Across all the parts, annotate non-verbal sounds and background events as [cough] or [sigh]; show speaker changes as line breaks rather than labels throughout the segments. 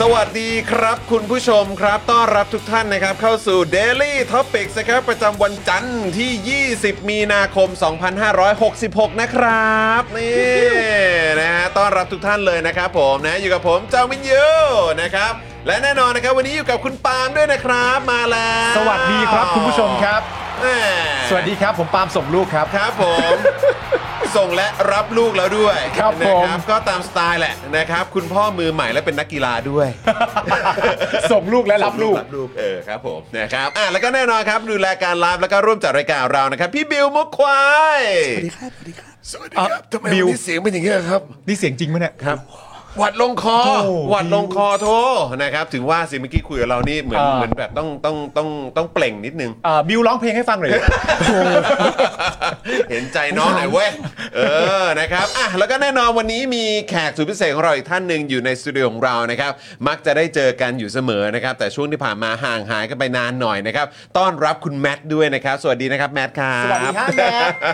สวัสดีครับคุณผู้ชมครับ ต้อนรับทุกท่านนะครับ เข้าสู่ Daily Topics นะครับ ประจำวันจันทร์ที่ 20 มีนาคม 2566 นะครับนี่นะฮะต้อนรับทุกท่านเลยนะครับผมนะอยู่กับผมเจ้ามินยูนะครับ และแน่นอนนะครับ วันนี้อยู่กับคุณปาล์มด้วยนะครับมาแล้ว
สวัสดีครับคุณผู้ชมครับ
แหม่
สวัสดีครับ ผมปาล์มส่งลูกครับ
ครับผม ส่งและรับลูกแล้วด้วย
ครับผม
นะก็ตามสไตล์แหละนะครับ คุณพ่อมือใหม่และเป็นนักกีฬาด้วย
[laughs] ส่งลูกและรับลูก
รับลูกเออครับผมนะครับอ่ะแล้วก็แน่นอนครับดูแลการไลฟ์แล้วก็ร่วมจัดรายการเรานะครับ พี่บิวมุกควาย
สวัสดีครับ สวัสดีครับ สวัสดี
ครับทำไมวันนี้บิว
เสียงเป็นอย่างนี้ครับ
นี่เสียงจริงไหมเนี่ย
ครับหวัดลงคอ
โอ้
หวัดลงคอโทนะครับถึงว่าสิเมื่อกี้คุยกับเรานี่เหมือน
อ่า
เหมือนแบบต้องต้องต้องต้องเปล่งนิดนึง
เอ่อบิวร้องเพลงให้ฟั
[laughs]
งหน่อย
เห็นใจน้องหน่อยเว้ยเออนะครับอ่ะแล้วก็แน่นอนวันนี้มีแขกสุดพิเศษของเราอีกท่านหนึ่งอยู่ในสตูดิโอของเรานะครับ มักจะได้เจอกันอยู่เสมอนะครับ แต่ช่วงที่ผ่านมาห่างหายกันไปนานหน่อยนะครับ ต้อนรับคุณแมทด้วยนะครับ สวัสดีนะครับแมทครับ
สวัสดีครับแมท
[laughs]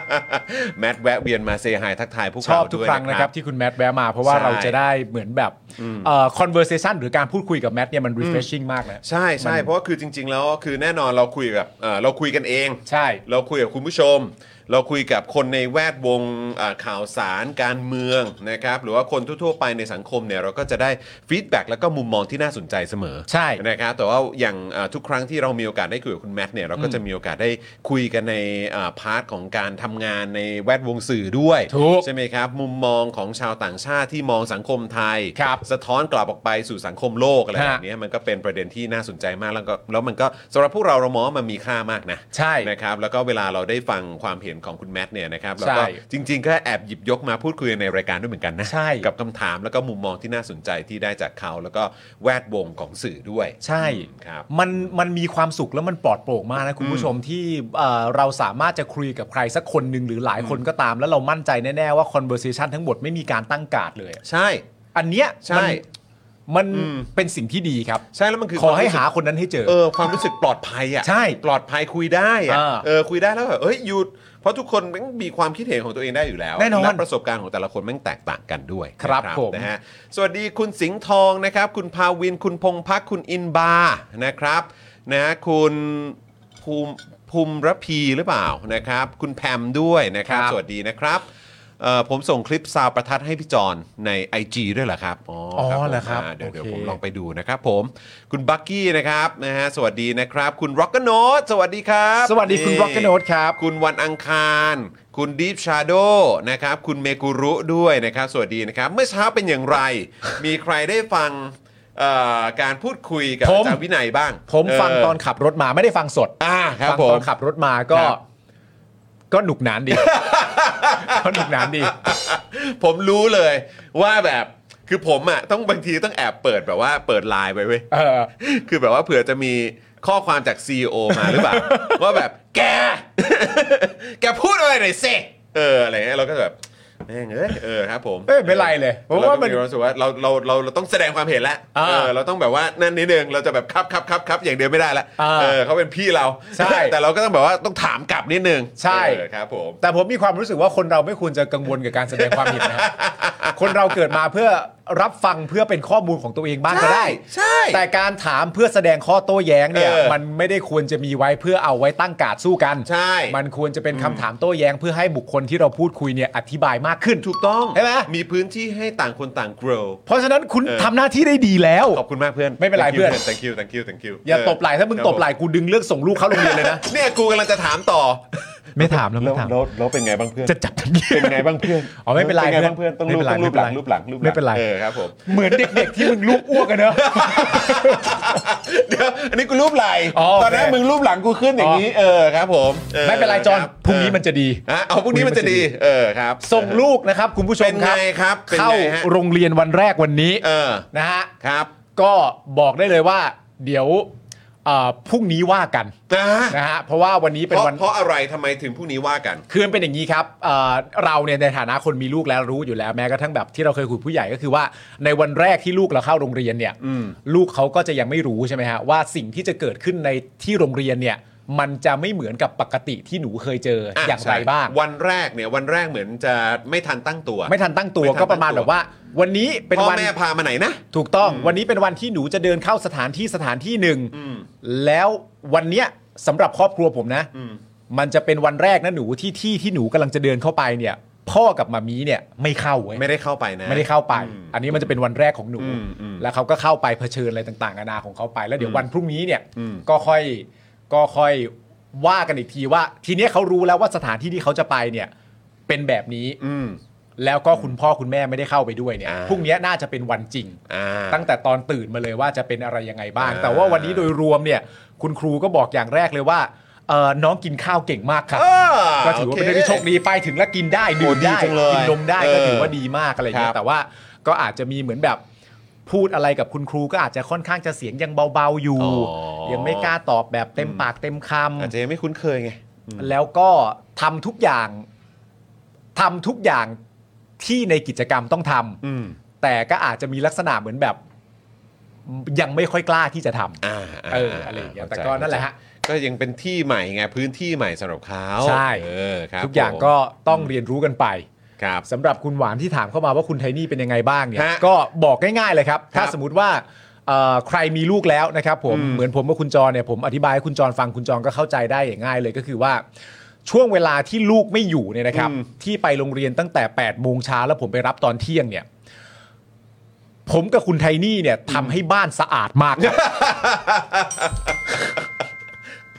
แมทแวะเวียนมาเซฮายทักทายพวก
ชอบ
เรา
ทุก
ด้วย
ครั้ง
นะ
นะ
ค
ค
รั
รับ บที่คุณแมทแวะมา เพราะว่า
ใช่
เราจะได้เหมือนแบบเอ่อ conversation หรือการพูดคุยกับแมทเนี่ยมัน refreshing มากนะ
ใช่ใช่เพราะว่าคือจริง ๆ แล้วคือแน่นอนเราคุยกับเอ่อเราคุยกันเอง
ใช่
เราคุยกับคุณผู้ชม เราคุยกับคนในแวดวงอ่าข่าวสารการเมืองนะครับ หรือว่าคนทั่วๆไปในสังคมเนี่ยเราก็จะได้ฟีดแบ็กแล้วก็มุมมองที่น่าสนใจเสมอ
ใช่
นะครับแต่ว่าอย่างอ่าทุกครั้งที่เรามีโอกาสได้คุยกับคุณแมทเนี่ยเราก็จะมีโอกาสได้คุยกันในอ่าพาร์ทของการทำงานในแวดวงสื่อด้วย
ถูก
ใช่ไหมครับ มุมมองของชาวต่างชาติที่มองสังคมไทย
ครับ
สะท้อนกลับออกไปสู่สังคมโลกอะไร
ฮะ
แบบเนี้ยมันก็เป็นประเด็นที่น่าสนใจมากแล้วก็แล้วมันก็สำหรับพวกเราเรามองว่ามันมีค่ามากนะ
ใช่
นะครับแล้วก็เวลาเราได้ฟังความเห็นของคุณแมทเนี่ยนะครับแล้วก็
ใช่
จริง ๆ ก็แอบหยิบยกมาพูดคุยในรายการด้วยเหมือนกันนะ
ใช่
กับคำถามแล้วก็มุมมองที่น่าสนใจที่ได้จากเขา แล้วก็แวดวงของสื่อด้วย
ใช่
ครับ
มันมันมีความสุขแล้วมันปลอดโปร่งมากนะคุณผู้ชมที่เอ่อเราสามารถจะคุยกับใครสักคนหนึ่งหรือหลายคนก็ตาม แล้วเรามั่นใจแน่ ๆ ว่า conversation ทั้งหมดไม่มีการตั้งการ์ดเลย
ใช่
อันเนี้ย
ใช่
มันมัน
อืม
เป็นสิ่งที่ดีครับ
ใช่แล้วมันคือ
ขอ
ค
ให้
วามรู้สึก
หาคนนั้นให้เจอ
เออความรู้สึกปลอดภัยอ่ะ
ใช่
ปลอดภัยคุยได้อ่ะ
อ่า
เออคุยได้แล้วแบบเอ้ยหยุดเพราะทุกคนแม่งมีความคิดเห็นของตัวเองได้อยู่แล้ว
แน่นอน
และประสบการณ์ของแต่ละคนแม่งแตกต่างกันด้วย
ครับ
นะ
ผม
นะฮะสวัสดีคุณสิงห์ทองนะครับ คุณภาวินคุณพงพักคุณอินบาร์นะครับนะฮะคุณภูมิภูมิระพีหรือเปล่านะครับ คุณแพมด้วยนะครับ
ครับ
สวัสดีนะครับเอ่อผมส่งคลิปซาวประทัดให้พี่จอนใน IG ด้วยเหรอครับอ๋อ
อ๋อ
ผม
เหรอครับ
าเดี๋ยวเดี๋ยว
โอเค
ผมลองไปดูนะครับผมคุณบักกี้นะครับนะฮะสวัสดีนะครับ คุณร็อกเกอร์โนตสวัสดีครับ
สวัสดีคุณร็อกเกอร์โนตครับ
คุณวันอังคาร คุณดีฟชาโดนะครับ คุณเมกุรุด้วยนะครับ สวัสดีนะครับ เมื่อเช้าเป็นอย่าง
[laughs]
ไร มีใครได้ฟังเอ่อการพูดคุยกับ
ผม
อาจารย์วินัยบ้าง
ผม
เ
ฟังตอนขับรถมาไม่ได้ฟังสด
อ่าครับ
ฟั
ผม
ตอนขับรถมาก็
ครับ
ก็หนุกหนานดี [laughs] ก็หนุกหนานดี
ผมรู้เลยว่าแบบคือผมอ่ะต้องบางทีต้องแอบเปิดแบบว่าเปิดไลน์ไปเว้ย
เออ
คือแบบว่าเผื่อจะมีข้อความจาก CEO มาหรือเป
[laughs]
ล่า [laughs] ว่าแบบแก แกพูดอะไรหน่อยสิเอออะไรเงี้ยเราก็แบบ แม่งเอ้ยเออครับผม
เอ้ยไม่เป็นไรเลยผมว่ามัน
เรต้องรู้สึกว่าเราเราเราเราต้องแสดงความเห็นละ
อ่า
เออเราต้องแบบว่านั่นนิดนึงเราจะแบบครับครับครับครับอย่างเดียวไม่ได้ละ
อ่า
เออเขาเป็นพี่เรา
ใช่
[laughs] แต่เราก็ต้องแบบว่าต้องถามกลับนิดนึง
ใช่
เออครับผม
แต่ผมมีความรู้สึกว่าคนเราไม่ควรจะกังวลกับการแสดงความเห็นนะ คนเราเกิดมาเพื่อรับฟังเพื่อเป็นข้อมูลของตัวเองบ้างก็ได้
ใช่
แต่การถามเพื่อแสดงข้อโต้แย้งเนี่ย
เออ
มันไม่ได้ควรจะมีไว้เพื่อเอาไว้ตั้งการดสู้กัน
ใช่
มันควรจะเป็นคำถามโต้แย้งเพื่อให้บุคคลที่เราพูดคุยเนี่ยอธิบายมากขึ้น
ถูกต้อง
ใช่ไหม
มีพื้นที่ให้ต่างคนต่าง grow
เพราะฉะนั้นคุณ
เออ
ทำหน้าที่ได้ดีแล้ว
ขอบคุณมากเพื่อน
ไม่เป็นไร
Thank you
เพื่อน
thank you thank you thank you
อย่า
เ
ตบไหล่ถ้ามึง
ครับ
ตบไหล่กูดึงเลือกส่งลูกเข้าโรงเรียนเลยนะ
[laughs] เนี่ยกูกำลังจะถามต่อ
ไม่ถามแล้ว
แล้ว
ไม่ถาม
แล้วแล้วเป็นไงบ้างเพื่อน
จะจับทันที
เป็นไงบ้างเพื่อน
อ๋อไม่เป็นไร
ไงบ้างเพื่อนต้องรูป
ไม่
ต้องรูป
เป็
ห
น
ลั
ไรง
รูปหลังรูปหลัง
ไม่เป็นไร
เออครับผม [laughs]
เหมือนเด็กๆที่มึงลูกอ้วกกันเนอะ
เดี๋ยวอันนี้กูรูปไหล
อ๋อโอเค
ตอนนั้นมึงรูปหลังกูขึ้นอย่างนี้เออครับผมอ
ไม่เป็นไรจอน
คบ
พรุ่งนี้มันจะดี
อ่ะเอาพรุ่งนี้มันจะดี เออครับ
ส่งลูกนะครับ คุณผู้ช
เป็
ม
น
ค
ไงค
รับ
รับป็น
เข้า
ไงฮะ
โรงเรียนวันแรกวันนี้
เออ
นะฮะ
ครับ
ก็บอกได้เลยว่า เดี๋ยวเอ่อพรุ่งนี้ว่ากัน
นะฮะ
นะฮะเพราะว่าวันนี้
เพ
เป็น
ราะ
วัน
เพราะอะไรทำไมถึงพรุ่งนี้ว่ากัน
คือมันเป็นอย่างนี้ครับเอ่อเราเนี่ยในฐานะคนมีลูกแล้วรู้อยู่แล้วแม้กระทั่งแบบที่เราเคยคุยผู้ใหญ่ก็คือว่าในวันแรกที่ลูกเราเข้าโรงเรียนเนี่ยลูกเขาก็จะยังไม่รู้ใช่ไหมฮะว่าสิ่งที่จะเกิดขึ้นในที่โรงเรียนเนี่ยมันจะไม่เหมือนกับปกติที่หนูเคยเจอ
อ่ะ
อย่างไร
ใช่
บ้าง
วันแรกเนี่ยวันแรกเหมือนจะไม่ทันตั้งตัว
ไม่ทันตั้งตัว
ไม่ทัน
ก็ประมาณ
ตั้งตั
แบ
ว
บว่า วันนี้เป็น
พ่อ
วัน
แม่พามาไหนนะ
ถูกต้องวันนี้เป็นวันที่หนูจะเดินเข้าสถานที่สถานที่หนึ่ง
อืม
แล้ววันเนี้ยสำหรับครอบครัวผมนะ มันจะเป็นวันแรกนะหนูที่ที่ที่หนูกำลังจะเดินเข้าไปเนี่ย พ่อกับมามีเนี่ยไม่เข้าเว้ย
ไม่ได้เข้าไปนะ
ไม่ได้เข้าไป อันนี้มันจะเป็นวันแรกของหนู
อืมอืม
แล้วเขาก็เข้าไปเผชิญอะไรต่างๆนานาของเขาไป แล้วเดี๋ยววันพรุ่งนี้เนี่ย
อืม
ก็ค่อยก็ค่อยว่ากันอีกทีว่า ทีเนี้ยเขารู้แล้วว่าสถานที่ที่เขาจะไปเนี่ยเป็นแบบนี้
อืม
แล้วก็คุณพ่อคุณแม่ไม่ได้เข้าไปด้วยเนี่ย
อ่า
พรุ่งเนี้ยน่าจะเป็นวันจริง
อ่า
ตั้งแต่ตอนตื่นมาเลยว่าจะเป็นอะไรยังไงบ้าง
อ่า
แต่ว่าวันนี้โดยรวมเนี่ย คุณครูก็บอกอย่างแรกเลยว่าเอ่อน้องกินข้าวเก่งมากครับ
อ่า
ก็ถือว่าเป็นเรื่องที่โชค
โอ
ดีไปถึงแล้วกินได้ดื่มได้
โอ้ดีจังเลย
กินนมได้ก็
เออ
ถือว่าดีมากอะไร
ค
เงี้
รับ
ยแต่ว่าก็อาจจะมีเหมือนแบบพูดอะไรกับคุณครูก็อาจจะค่อนข้างจะเสียงยังเบาๆอยู่
อ๋อ
ยังไม่กล้าตอบแบบเต็มปากเต็มคำ
เคอาจจะยังไม่คุ้นเคยไง
แล้วก็ทำทุกอย่างทำทุกอย่างที่ในกิจกรรมต้องทำ
อืม
แต่ก็อาจจะมีลักษณะเหมือนแบบ ยังไม่ค่อยกล้าที่จะทำ
อ่าา
เอออะไรอย่างเงี้ย
ข้ใจ
แต่ก็นั่นแหละฮะ
ก็ยังเป็นที่ใหม่ไงพื้นที่ใหม่สำหรับเขา
ใช่
เออครับ
ทุกอย่างก็ต้องเรียนรู้กันไป
ครับ
สำหรับคุณหวานที่ถามเข้ามาว่าคุณไทนี่เป็นยังไงบ้างเนี่ย
ฮะ
ก็บอกง่ายๆเลยครับ ถ้า
ครับ
สมมติว่าเอ่อใครมีลูกแล้วนะครับ ผม
อืม
เหมือนผมกับคุณจรเนี่ยผมอธิบายให้คุณจรฟังคุณจรก็เข้าใจได้อย่างง่ายเลยก็คือว่า ช่วงเวลาที่ลูกไม่อยู่เนี่ยนะครับ ที่ไปโรงเรียนตั้งแต่8ปดโมงเช้าแล้วผมไปรับตอนเที่ยงเนี่ย ผมกับคุณไทนี่เนี่ยทำให้บ้านสะอาดมาก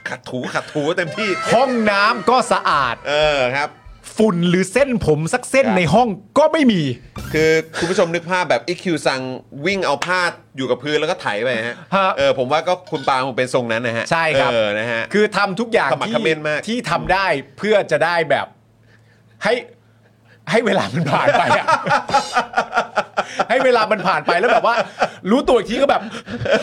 ขัดถูขัดถูเต็มที่
ห้องน้ำก็สะอาด
เออครับ
ฝุ่นหรือเส้นผมสักเส้น
ครับ
ในห้องก็ไม่มี
คือคุณผู้ชมนึกภาพแบบอีคิวซังวิ่งเอาผ้าอยู่กับพื้นแล้วก็ไถไปฮะ
ฮะ
เออผมว่าก็คุณปาคงเป็นทรงนั้นนะฮะ
ใช่ครับ
เออนะฮะ
คือทำทุกอย่าง
ขมัก
ที่
เขม้นมาก
ที่ทำได้เพื่อจะได้แบบ ให้ให้เวลามันผ่านไปอะ
[laughs]
ให้เวลามันผ่านไปแล้วแบบว่า รู้ตัวอีกทีก็แบบ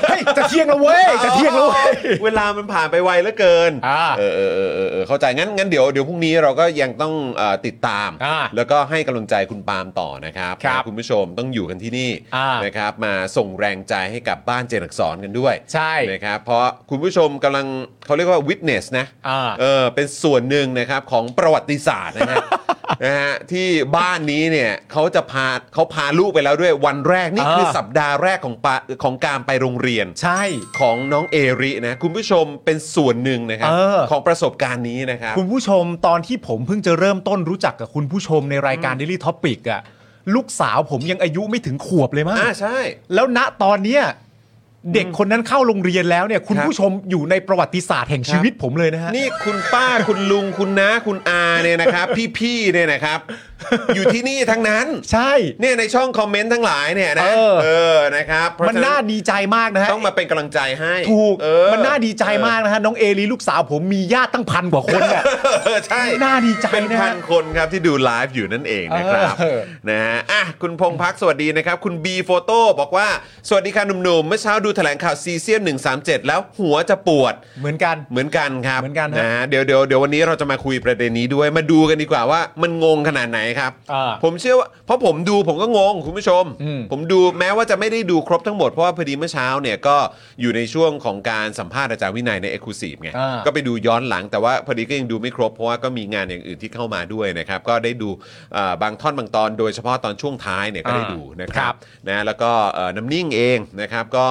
เฮ้ยจะเที่ยงแล้วเว้ยจะเที่ยงแล้วเว้ย
เวลามันผ่านไปไวเหลือเกิน
อ่า
เออเออเออเออเออเข้าใจงั้นงั้นเดี๋ยวเดี๋ยวพรุ่งนี้เราก็ยังต้องเอ่อติดตาม
อ่า
แล้วก็ให้กำลังใจคุณปาล์มต่อนะครับ
ครับ
ณผู้ชมต้องอยู่กันที่นี่
อ่าน
นะครับ มาส่งแรงใจให้กับบ้านเจนอักสอนกันด้วย
ใช่
นะครับ เพราะคุณผู้ชมกำลังเขาเรียกว่า witness นะ
อ่า
เออเป็นส่วนหนึ่งนะครับของประวัติศาสตร์นะ
[laughs]
ฮะ นะฮะที่บ้านนี้เนี่ยเขาจะพาเขาพาลูกไปแล้วด้วยวันแรกนี่คืออา สัปดาห์แรกของปาของการไปโรงเรียน
ใช่
ของน้องเอรินะ คุณผู้ชมเป็นส่วนหนึ่งนะครับ
เออ
ของประสบการณ์นี้นะครับ
คุณผู้ชมตอนที่ผมเพิ่งจะเริ่มต้นรู้จักกับคุณผู้ชมในรายการ Daily Topic อะลูกสาวผมยังอายุไม่ถึงขวบเลยมั้ง
อ่าใช่
แล้วณตอนเนี้ยเด็กคนนั้นเข้าโรงเรียนแล้วเนี่ย คุณ
ครับ
ผู้ชมอยู่ในประวัติศาสตร์แห่งชีวิต
ครับ
ผมเลยนะฮะ
นี่คุณป้า คุณลุงคุณน้าคุณอาเนี่ยนะครับ [laughs] พี่ๆเนี่ยนะครับ อยู่ที่นี่ทั้งนั้น
ใช่
เนี่ยในช่องคอมเมนต์ทั้งหลายเนี่ยนะ
เออ
นะครับเพระ
มัน
ฉะ
น่าดีใจมากนะฮะ
ต้องมาเป็นกำลังใจให้
ถูก
เออ
มันน่าดีใจมากนะฮะน้องเอลีลูกสาวผมมีญาติตั้งพันกว่าคนอ่ะ
เออใช่
น่าดีใจนะ
เป็นพันคนครับที่ดูไลฟ์อยู่นั่นเองนะครับ
เออ
นะฮะอ่ะคุณพงพักสวัสดีนะครับ คุณบีโฟโต้บอกว่าสวัสดีค่ะหนุ่มๆเมื่อเช้าดู แถลงข่าวซีเซียม137 แล้วหัวจะปวด
เหมือนกัน
เหมือนกันครับ
เหมือนกันฮะ
นะเดี๋ยวเดี๋ยวเดี๋ยววันนี้เราจะมาคุยประเด็นนี้ด้วยมาดูกันดีกว่าว่ามันงงขนาดไหนครับ
อ่า
ผมเชื่อว่าเพราะผมดูผมก็งงคุณผู้ชม
อืม
ผมดูแม้ว่าจะไม่ได้ดูครบทั้งหมด เพราะว่าพอดีเมื่อเช้าเนี่ยก็อยู่ในช่วงของการสัมภาษณ์อาจารย์วินัยในเอ็กซ์คลูซีฟไง
อ่า
ก็ไปดูย้อนหลังแต่ว่าพอดีก็ยังดูไม่ครบเพราะว่าก็มีงานอย่างอื่นที่เข้ามาด้วยนะครับก็ได้ดูเอ่อบางท่อนบางตอน โดยเฉพาะตอนช่วงท้ายเนี่ยก็ได้ดูนะครับนะแล้วก็เอ่อน้ำนิ่งเองนะครับก็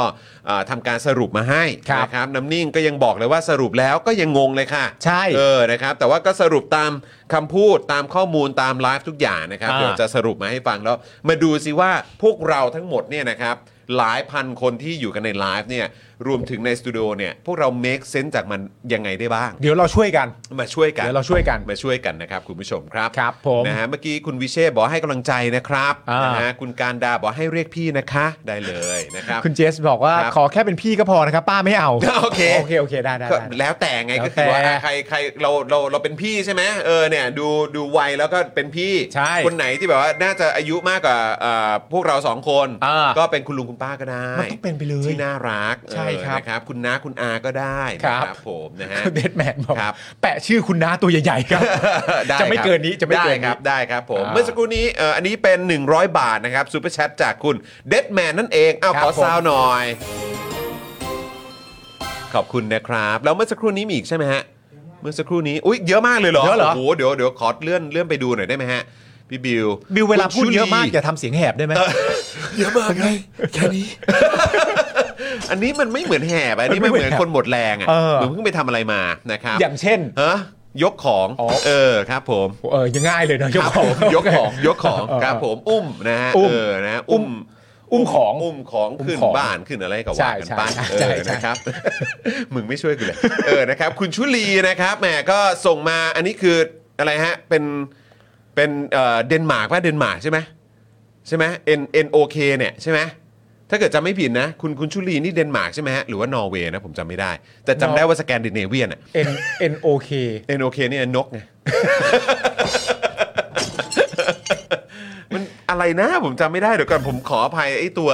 เอ่อทำการสรุปมาให้นะครับน้ำนิ่งก็ยังบอกเลยว่าสรุปแล้วก็ยังงงเลยค่ะ
ใช่
เออ นะครับ แต่ว่าก็สรุปตามคำพูดตามข้อมูลตามไลฟ์ทุกอย่างนะครับ
อ่า
เดี๋ยวจะสรุปมาให้ฟังแล้ว มาดูสิว่าพวกเราทั้งหมดเนี่ยนะครับ หลายพันคนที่อยู่กันในไลฟ์เนี่ย รวมถึงในสตูดิโอเนี่ย พวกเรา make sense จากมันยังไงได้บ้าง
เดี๋ยวเราช่วยกัน
มาช่วยกัน
เดี๋ยวเราช่วยกัน
มาช่วยกันนะครับคุณผู้ชมครับ
ครับผม
นะฮะเมื่อกี้คุณวิเชษฐ์บอกให้กำลังใจนะครับ
อ่าน
นะฮะคุณการดาบอกให้เรียกพี่นะคะ ได้เลยนะครับ
คุณเจสบอกว่า
ครับ
ขอแค่เป็นพี่ก็พอนะครับ ป้าไม่เอา
โอเค
โอเคโอเคได้ได้
ก็
ได้
แล้วแต่ไง
แล้ว
ก็คือว่า
แต่
อ่ะใครใครเราเราเราเป็นพี่ใช่ไหมเออเนี่ยดูดูวัยแล้วก็เป็นพี่
ใช่
คนไหนที่แบบว่าน่าจะอายุมากกว่าเอ่อพวกเราสองคน
อ่า
ก็เป็นคุณลุงคุณป้าก็ได้
มันต้องเป็นไปเลย
ที่น่ารัก
ใช่ค
เอ
รับ
อนะครับคุณน้าคุณอาก็ได้
ครับ
นะผมนะฮะ
คุณเดดแมนบอก
ครับ
แปะชื่อคุณน้าตัวใหญ่ๆครับ
ได้
จะ
ค
ไม่
รับ
เกินนี้จะไม่เกินนี้
ด้ครับได้ครับผม
อ่า
เมื่อสักครู่นี้เอ่ออันนี้เป็น 100 บาทนะครับซูเปอร์แชทจากคุณเดดแมนนั่นเองเอา
ครับ
ขอ
ผม
ซาวหน่อย ขอบคุณนะครับ แล้วเมื่อสักครู่นี้มีอีกใช่ไหมฮะ เมื่อสักครู่นี้อุ้ยเยอะมากเลยเหรอ
เยอะเหรอ
โอ้โหเดี๋ยวเดี๋ยวขอเลื่อนเลื่อนไปดูหน่อยได้ไหมฮะพี่บิว
บิวเวลาพูดเยอะ
คุณชุ
มากอ
ลี
ย่าทำเสียงแหบได้ไหม
เยอะมากไงแค่นี้
[laughs] อันนี้มันไม่เหมือนแห่อันนี้
มันไม่
ไม่เหมือน
เหมือน
คนหมดแรงอ่ะ
เออ
เหมือนเพิ่งไปทำอะไรมานะครับ
อย่างเช่น
ฮะยกของ
อ๋อ
เออครับผม
เออยังง่ายเลยเนอะยกของ
ยก
[laughs]
ของยกของ
เออ
ครับผมอุ้มนะฮะ
อุ้ม
เออนะอุ้ม
อุ้มของ
อุ้มของขึ้น
อุ้มของ
บ้านขึ้นอะไรก็ว่ากันไป
ใช่
เอ
ใช่
อ
ใช่
นะครับ [laughs] มึงไม่ช่วยกูเลยเออนะครับคุณชุลีนะครับแหมก็ส่งมาอันนี้คืออะไรฮะเป็นเป็นเอ่อเดนมาร์กป่ะเดนมาร์กใช่ไหมใช่ไหม N N O K เนี่ยใช่ไหมถ้าเกิดจำไม่ผิดนะ คุณคุณชุลีนี่เดนมาร์กใช่ไหมฮะหรือว่านอร์เวย์นะผมจำไม่ได้ แต่จำได้ว่าสแกนดิเนเวียนอะ
N N O K
เอ็นโอเคเนี่ยนกไง [laughs] มันอะไรนะผมจำไม่ได้เดี๋ยวก่อนผมขออภัยไอ้ตัว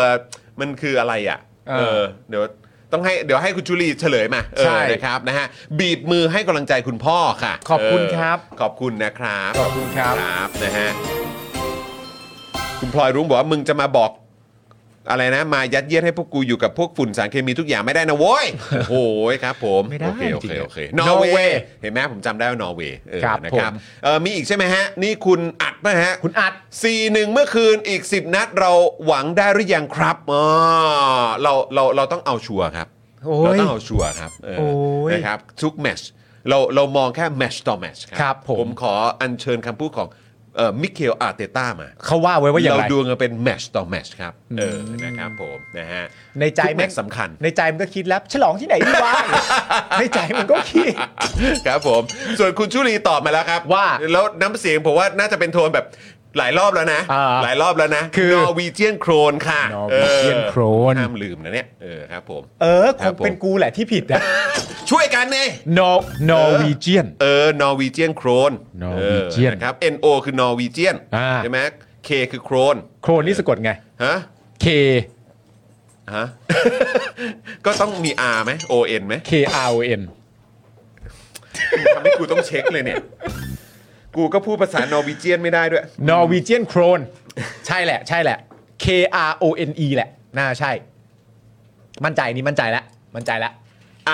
มันคืออะไรอ่ะ
เออ
เออ เดี๋ยวต้องให้เดี๋ยวให้คุณจุลีเฉลยมาเอ
ใช่
อนะครับนะฮะบีบมือให้กำลังใจคุณพ่อค่ะ
ขอบคุณ
เ
ครับ
ขอบคุณนะครับ
ขอบคุณครับ
ครับนะฮะคุณพลอยรุ้งบอกว่ามึงจะมาบอก อะไรนะ มายัดเยียดให้พวกกูอยู่กับพวกฝุ่นสารเคมีทุกอย่างไม่ได้นะโว้
[laughs]
ย โอ้โหครับผม
ไม่ได้
โอเคโอ
จริ
เค
งๆอะ
โอเคนอร์เว
Norway
ย์เห็นไหมผมจำได้ว่านอร์เวย์เออ
ครับ
นะครับ
ผม
เออมีอีกใช่ไหมฮะ นี่คุณอัดนะฮะ
คุณอัด
สี่หนึ่งเมื่อคืนอีก 10 นัดเราหวังได้หรือยังครับอ๋อเราเราเราต้องเอาชัวร์ครับ
โอ้ย
เราต้องเอาชัวร์ครับเออ
โอ้ย
นะครับทุกแมตชเราเรามองแค่แมตชต่อแมตช
ครับผม
ผมขออัญเชิญคำพูดของเอ่อมิเคลอาร์เตต้ามา
เขาว่าไว้ว่าอย่างไร
ดูกันเป็นแมชต่อแมชครับ เออ นะครับผมนะฮะ
ในใจ
ทุกแม
มัน
ชสำคัญ
ในใจมันก็คิดแล้ว ฉลองที่ไหนดี [laughs] วะ ในใจมันก็คิด
ครับผม ส่วนคุณชุลีตอบมาแล้วครับ
ว่า
แล้วน้ำเสียงผมว่าน่าจะเป็นโทนแบบหลายรอบแล้วนะ
อ่า
หลายรอบแล้วนะ
คือน
อร์วีเจียนโครนค่ะ
Norwegian
ออ
Crown
ห้ามลืมนะเนี่ย เออครับผม
เออ ค
ครับ
ง
ผม
เป็นกูแหละที่ผิดนะ
ช่วยกันไง
นอร์นอร์วีเจียน
เออ นอร์วีเจียนโครน
Norwegian
ครับ NO คือนอร์วีเจียน
อ่า
ใช่ไหม K คือโครน
โครนนี่สะกดไง
ฮะ
K
ฮะ [laughs] ก็ต้องมี R ไหม ON ไหม
K R O N
ทำให้กูต้องเช็คเลยเนี่ย กูก็พูดภาษานอร์วีเจียนไม่ได้ด้วย
นอร์วีเจียนโครนใช่แหละ ใช่แหละ K R O N E แหละ น่าใช่ มั่นใจนี่มั่นใจแล้วมั่นใจแล้ว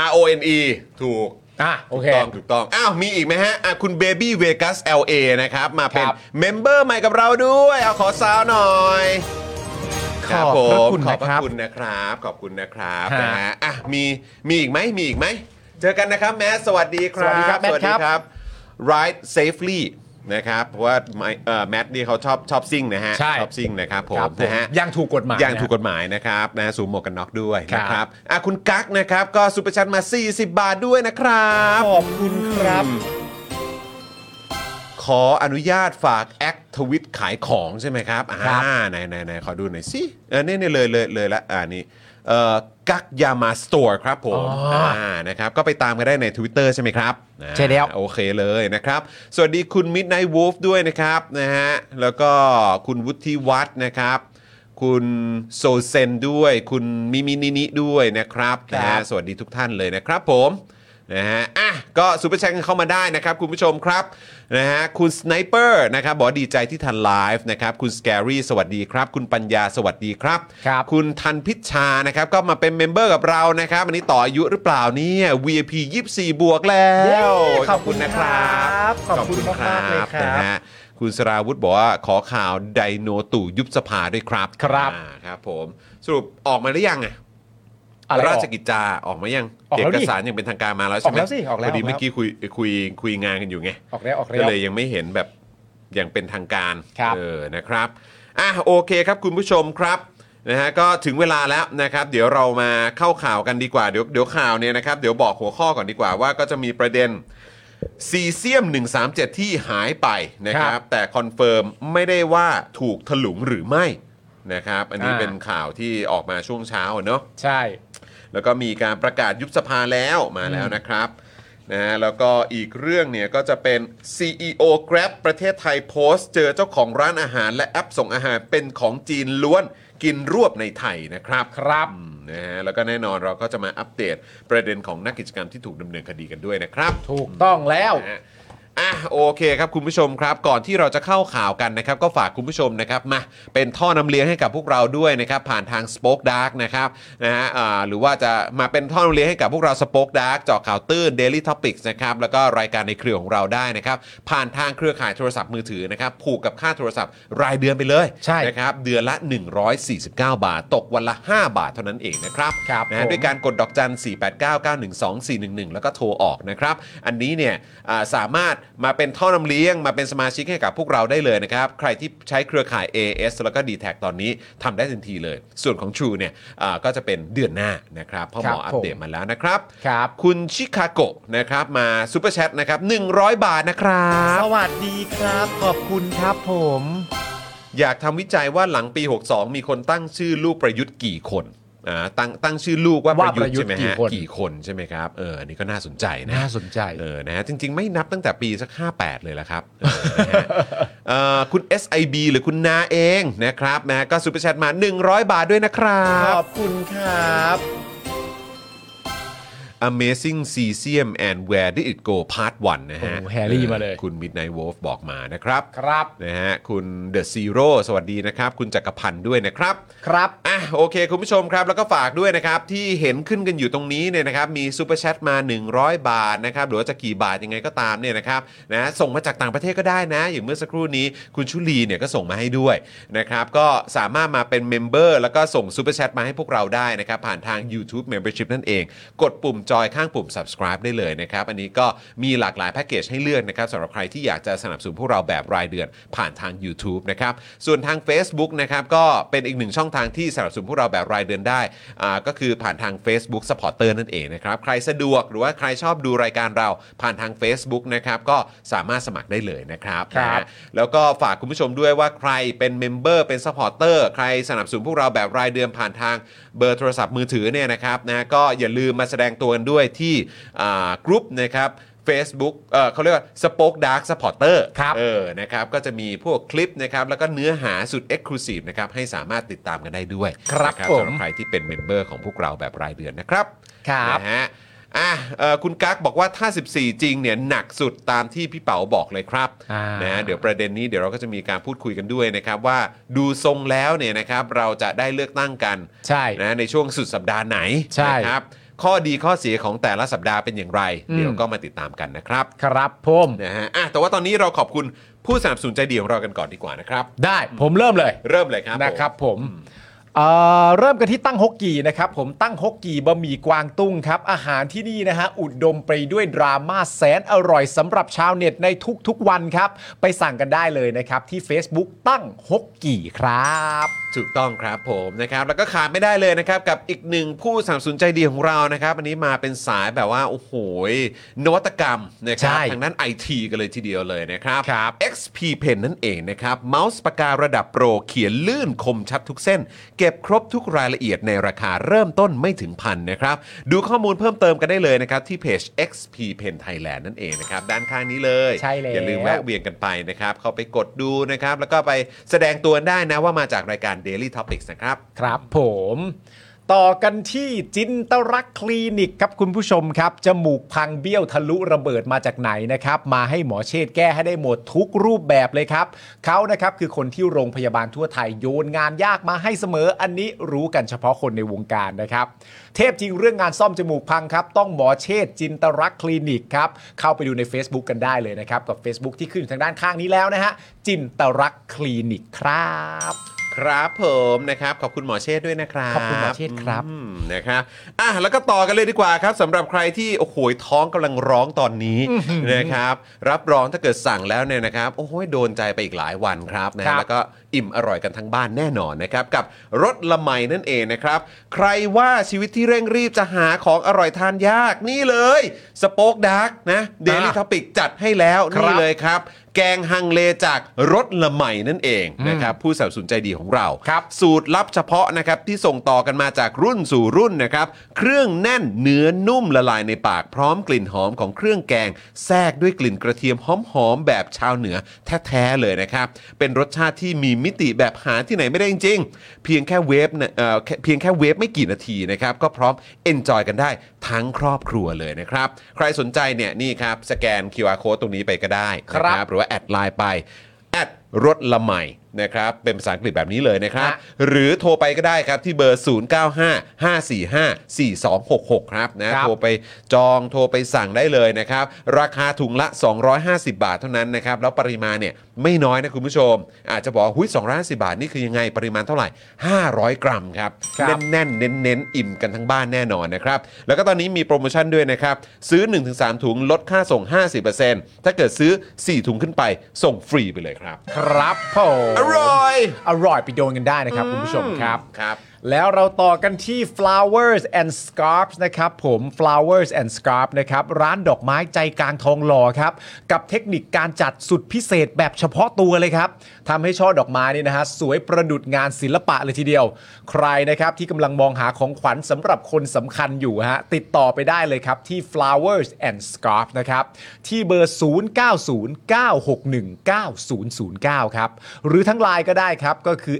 R O N E ถูก
อ่ะโอเค
ถูกต้องถูกต้อง อ้าว มีอีกไหมฮะอ่ะคุณเบบี้เวกัส LA นะครับ มาเป็น
ครับ
เมมเบอร์ใหม่กับเราด้วย เอาขอซาวหน่อย
ขอบ
ผม
พระคุณ
ขอบพ
นะครับ
ระคุณนะครับ ขอบคุณนะครับ
ฮะ
นะฮะอ่ะมีมีอีกไหมมีอีกไหม เจอกันนะครับแมสสวัสดีครับ
สวัสดีครับแมท
สวัสดี
ครับ
ครับ ride safely นะครับเพราะว่าไมค์เอ่อแมทนี่เขาชอบชอบซิ่งนะฮะ
ใช่
ชอบซิ่งนะครับผม
ครับผม
นะฮะ
ยังถูกกฎหมาย
อย่าง
นะ
ถูกกฎหมายนะครับนะสวมหมวกกันน็อกด้วย
ครับ
นะครับอ่ะคุณกั๊กนะครับก็ซูเปอร์ชันมา 40 บาทด้วยนะครับ
ขอบคุณครับ
ขออนุญาตฝากแอคทวิตขายของใช่ไหมครับอ่า
ครับ
ไหนไหนไหนขอดูหน่อยสิเออเนี่ยเนี่ยเลยเลยเลยละอ่านี่เอ่อกักยามาสโตร์ครับผม
อ๋ออ่
านะครับก็ไปตามกันได้ใน Twitter ใช่ไหมครับ
ใช่แล้ว
อ่าโอเคเลยนะครับ สวัสดีคุณ Midnight Wolf ด้วยนะครับนะฮะแล้วก็คุณวุฒิวัฒน์นะครับ คุณโซเซนด้วย คุณมิมินินิด้วยนะครับ
ครับ
นะฮะสวัสดีทุกท่านเลยนะครับผมนะฮะอ่ะก็ซูเปอร์แชทกันเข้ามาได้นะครับ คุณผู้ชมครับนะฮะคุณสไนเปอร์นะครับบอกว่าดีใจที่ทันไลฟ์นะครับคุณสแกรี่สวัสดีครับ คุณปัญญาสวัสดีครับ
ครับ
คุณทันพิชชานะครับก็มาเป็นเมมเบอร์กับเรานะครับอันนี้ต่ออายุหรือเปล่าเนี่ย VIP 24 บวกแล้ว ขอบคุณนะครับ
ขอบคุณมากๆเลยครับ
นะฮะคุณสราวุธบอกว่าขอข่าวไดโนตู่ยุบสภาด้วยครับ
ครับ
อ่าครับผมสรุปออกมาหรือยังอะ
อะไรออ
ราชกิจจาออกมายัง
ออก
เอ
แล้ว
ก
ดิ
สารยังเป็นทางการมาแล้ว
อ
ใช่
อ
ไห
ก
ม
แล้วสิออกแล้ว
พอดี
ออกแล้ว
เมื่อกี้คุยคุยคุยงานกันอยู่ไง
ออกแล้วออกแล้
ก็
ว
เลยยังไม่เห็นแบบอย่างเป็นทางการ
ครับ
เออนะครับอ่ะโอเคครับคุณผู้ชมครับนะฮะก็ถึงเวลาแล้วนะครับ เดี๋ยวเรามาเข้าข่าวกันดีกว่าเดี๋ยวเดี๋ยวข่าวเนี่ยนะครับ เดี๋ยวบอกหัวข้อก่อนดีกว่าว่าก็จะมีประเด็นซีเซียม 137 ที่หายไปนะค
ค
รั
รั
บบ แต่คอนเฟิร์มไม่ได้ว่าถูกถลุงหรือไม่นะครับอันนี้
อ่า
เป็นข่าวที่ออกมาช่วงเช้าอะเนาะ
ใช่
แล้วก็มีการประกาศยุบสภาแล้วมาแล้วนะครับนะฮะแล้วก็อีกเรื่องเนี่ยก็จะเป็น CEO Grab ประเทศไทยโพสต์ เจอเจ้าของร้านอาหารและแอปส่งอาหารเป็นของจีนล้วนกินรวบในไทยนะครับ
ครับ
อืมนะฮะแล้วก็แน่นอนเราก็จะมาอัปเดตประเด็นของนักกิจกรรมที่ถูกดำเนินคดีกันด้วยนะครับ
ถูกต้องแล้ว
นะฮะอ่ะโอเคครับคุณผู้ชมครับก่อนที่เราจะเข้าข่าวกันนะครับ ก็ฝากคุณผู้ชมนะครับมาเป็นท่อนำเลี้ยงให้กับพวกเราด้วยนะครับ ผ่านทาง Spoke Dark นะครับนะฮะอ่าหรือว่าจะมาเป็นท่อนำเลี้ยงให้กับพวกเรา Spoke Dark เจาะข่าวตื้น Daily Topics นะครับแล้วก็รายการในเครือของเราได้นะครับ ผ่านทางเครือข่ายโทรศัพท์มือถือนะครับผูกกับค่าโทรศัพท์รายเดือนไปเลย
ใช่
นะครับเดือนละ 149 บาท ตกวันละ 5 บาทเท่านั้นเองนะครับ
ครับ
นะฮะ
ผม
ด้วยการ การกดดอกจัน 489912411 แล้วก็โทรออกนะครับ อันนี้เนี่ยอ่าสามารถมาเป็นท่อนำเลี้ยง มาเป็นสมาชิกให้กับพวกเราได้เลยนะครับ ใครที่ใช้เครือข่าย AS แล้วก็ d t แทตอนนี้ทำได้ทันทีเลย ส่วนของ True เนี่ยอ่าก็จะเป็นเดือนหน้านะครับพ่อหมอ
ครับผม
อัปเดตมาแล้วนะครับ
ครับ
คุณชิคาโกะนะครับมาซูเปอร์แชทนะครับ 100 บาทนะครับ
สวัสดีครับ ขอบคุณครับผม
อยากทำวิจัยว่าหลังปี 62 มีคนตั้งชื่อลูกประยุทธ์กี่คนอ่าตั้งตั้งชื่อลูกว่า
ว่า
ประยุทธ์
ประยุทธ์
ใช่ไหม
กี่
ฮะ
คน
กี่คนใช่ไหมครับเอออันนี้ก็น่าสนใจนะ
น่าสนใจ
เออ นะฮะ จริง ๆ ไม่นับตั้งแต่ปีสัก 58 เลยละครับเออนะฮ [laughs] ะเอ่อคุณ SIB หรือคุณนาเองนะครับนะฮะก็ซูเปอร์แชทมา 100 บาทด้วยนะครั
ขอบ บคุณครับ
Amazing Cesium and Where Did It Go Part 1 นะฮะ
โอ้โหแฮร์รี่มาเลย
ออคุณ Midnight Wolf บอกมานะครับ
ครับ
นะฮะ คุณ The Zero สวัสดีนะครับ คุณจักรพันธ์ด้วยนะครับ
ครับ
อ่ะโอเค คุณผู้ชมครับแล้วก็ฝากด้วยนะครับ ที่เห็นขึ้นกันอยู่ตรงนี้เนี่ยนะครับ มีซูเปอร์แชทมา 100 บาทนะครับ หรือว่าจะกี่บาทยังไงก็ตามเนี่ยนะครับนะส่งมาจากต่างประเทศก็ได้นะ อย่างเมื่อสักครู่นี้คุณชุลีเนี่ยก็ส่งมาให้ด้วยนะครับ ก็สามารถมาเป็นเมมเบอร์แล้วก็ส่งซูเปอร์แชทมาให้พวกเราได้นะครับ ผ่านทาง YouTube Membership นั่นเอง กดปุ่มจอยข้างปุ่ม subscribe ได้เลยนะครับ อันนี้ก็มีหลากหลายแพ็กเกจให้เลือกนะครับสำหรับใครที่อยากจะสนับสนุนพวกเราแบบรายเดือนผ่านทาง YouTube นะครับส่วนทาง Facebook นะครับก็เป็นอีกหนึ่งช่องทางที่สนับสนุนพวกเราแบบรายเดือนได้อ่าก็คือผ่านทาง Facebook Supporter นั่นเองนะครับใครสะดวกหรือว่าใครชอบดูรายการเราผ่านทาง Facebook นะครับก็สามารถสมัครได้เลยนะครับ
ครับ
นะฮะ แล้วก็ฝากคุณผู้ชมด้วยว่าใครเป็นเมมเบอร์เป็นซัพพอร์เตอร์ใครสนับสนุนพวกเราแบบรายเดือนผ่านทางเบอร์โทรศัพท์มือถือเนี่ยนะครับนะก็อย่าลืมมาแสดงตัวกันด้วยที่กรุ๊ปนะครับ Facebook เอ่อเขาเรียกว่า Spoke Dark Supporter
ครับ
เออนะครับก็จะมีพวกคลิปนะครับแล้วก็เนื้อหาสุด Exclusive นะครับให้สามารถติดตามกันได้ด้วย
ครับ
นะ
ผม
สำหรับใครที่เป็นเมมเบอร์ของพวกเราแบบรายเดือนนะครับ
ครับ
นะฮะอ่ะเอ่อคุณกั๊กบอกว่าถ้า 14 จริงเนี่ยหนักสุดตามที่พี่เป๋าบอกเลยครับ
อ่าน
นะฮะเดี๋ยวประเด็นนี้เดี๋ยวเราก็จะมีการพูดคุยกันด้วยนะครับ ว่าดูทรงแล้วเนี่ยนะครับเราจะได้เลือกตั้งกัน
ใช่
นะในช่วงสุดสัปดาห์ไหน
ใช่
นะครับข้อดีข้อเสียของแต่ละสัปดาห์เป็นอย่างไร
อืม
เดี๋ยวก็มาติดตามกันนะครับ
ครับผม
นะฮะอ่ะแต่ว่าตอนนี้เราขอบคุณผู้สนับสนุนใจดีของเรากันก่อนดีกว่านะครับ
ได้ผมเริ่มเลย
เริ่มเลยครับ
นะครับ
ผม
ผมเอ่อเริ่มกันที่ตั้งฮกกีนะครับผมตั้งฮกกีบะหมี่กวางตุ้งครับ อาหารที่นี่นะฮะอุดมไปด้วยดราม่าแสนอร่อยสำหรับชาวเน็ตในทุกๆวันครับ ไปสั่งกันได้เลยนะครับ ที่ Facebook ตั้งฮกกีครับ
ถูกต้องครับผมนะครับแล้วก็ขาดไม่ได้เลยนะครับกับอีกหนึ่งผู้สนับสนุนใจดีของเรานะครับอันนี้มาเป็นสายแบบว่าโอ้โหยนวัตกรรมนะครับ
ใช่
ทางด้าน IT กันเลยทีเดียวเลยนะครับ
ครับ
XP Pen นั่นเองนะครับเมาส์ปากการะดับโปรเขียนลื่นคมชัดทุกเส้น เก เก็บครบทุกรายละเอียดในราคาเริ่มต้นไม่ถึงพันนะครับ ดูข้อมูลเพิ่มเติมกันได้เลยนะครับ ที่เพจ XP Pen Thailand นั่นเองนะครับ ด้านข้างนี้เลย
ใช่แล้ว
อย่าลืมแวะเวียนกันไปนะครับ เข้าไปกดดูนะครับ แล้วก็ไปแสดงตัวได้นะว่ามาจากรายการ Daily Topics นะครับ
ครับผม ต่อกันที่จินตรักษณ์คลินิกครับคุณผู้ชมครับ จมูกพังเบี้ยวทะลุระเบิดมาจากไหนนะครับ มาให้หมอเชษฐ์แก้ให้ได้หมดทุกรูปแบบเลยครับ เขานะครับคือคนที่โรงพยาบาลทั่วไทยโยนงานยากมาให้เสมอ อันนี้รู้กันเฉพาะคนในวงการนะครับ เทพจริงเรื่องงานซ่อมจมูกพังครับ ต้องหมอเชษฐ์จินตรักษณ์คลินิกครับ เข้าไปดูใน Facebook กันได้เลยนะครับ กับ Facebook ที่ขึ้นอยู่ทางด้านข้างนี้แล้วนะฮะจินตรักษณ์คลินิกครับ
ครับผมนะครับขอบคุณหมอเชษฐ์ด้วยนะครับ
ขอบคุณหมอเชษฐ์ครับ
อืมนะครับอ่ะแล้วก็ต่อกันเลยดีกว่าครับสำหรับใครที่โอ้โหท้องกำลังร้องตอนนี้นะครับรับรองถ้าเกิดสั่งแล้วเนี่ยนะครับโอ้โหโดนใจไปอีกหลายวันครับนะฮะแล้วก็อิ่มอร่อยกันทั้งบ้านแน่นอนนะครับกับรสละไมนั่นเองนะครับ ใครว่าชีวิตที่เร่งรีบจะหาของอร่อยทานยากนี่เลยสป็อกดาร์กนะเดลิทอปิกจัดให้แล้วนี่เลย เลยครับแกงฮังเลจากรสละไหมนั่นเองนะครับผู้สนับสนุนใจดีของเรา
ครับ
สูตรลับเฉพาะนะครับที่ส่งต่อกันมาจากรุ่นสู่รุ่นนะครับเครื่องแน่นเนื้อนุ่มละลายในปากพร้อมกลิ่นหอมของเครื่องแกง แทรกด้วยกลิ่นกระเทียมหอมๆแบบชาวเหนือแท้ๆเลยนะครับ เป็นรสชาติที่มีมิติแบบหาที่ไหนไม่ได้จริงๆ เพียงแค่เวฟเนี่ยเอ่อแค่เพียงแค่เวฟไม่กี่นาทีนะครับก็พร้อมเอนจอยกันได้ทั้งครอบครัวเลยนะครับใครสนใจเนี่ยนี่ครับสแกน QR code ตรงนี้ไปก็ได้นะ
ครับ
หรือว่าแอดไลน์ไปแอดรถละใหม่นะครับ เป็นภาษาอังกฤษแบบนี้เลยนะครับ
ฮะ
หรือโทรไปก็ได้ครับที่เบอร์ 0955454266 ครับนะ
ครับ
โทรไปจองโทรไปสั่งได้เลยนะครับ ราคาถุงละ 250 บาทเท่านั้นนะครับ แล้วปริมาณเนี่ยไม่น้อยนะคุณผู้ชม อาจจะบอกว่าหุ้ย250 บาทนี่คือยังไงปริมาณเท่าไหร่ 500 กรัมครับ
ครับ
เน้น แน่นเน้นเน้นๆอิ่มกันทั้งบ้านแน่นอนนะครับ แล้วก็ตอนนี้มีโปรโมชั่นด้วยนะครับ ซื้อ 1-3 ถุงลดค่าส่ง 50%ถ้าเกิดซื้อ 4 ถุงขึ้นไปส่งฟรีไปเลยครับ
ครับผม
อร่อย
อร่อยไปโดนกันได้นะครับคุณผู้ชมครับ
ครับ
แล้วเราต่อกันที่ flowers and scarps นะครับผม flowers and scarp นะครับร้านดอกไม้ใจกลางทองหล่อครับ กับเทคนิคการจัดสุดพิเศษแบบเฉพาะตัวเลยครับทำให้ช่อดอกไม้นี่นะฮะสวยประดุจงานศิลปะเลยทีเดียว ใครนะครับที่กำลังมองหาของขวัญสำหรับคนสำคัญอยู่ฮะติดต่อไปได้เลยครับที่ flowers and scarp นะครับที่เบอร์ 0909619009 ครับหรือทั้งไลน์ก็ได้ครับก็คือ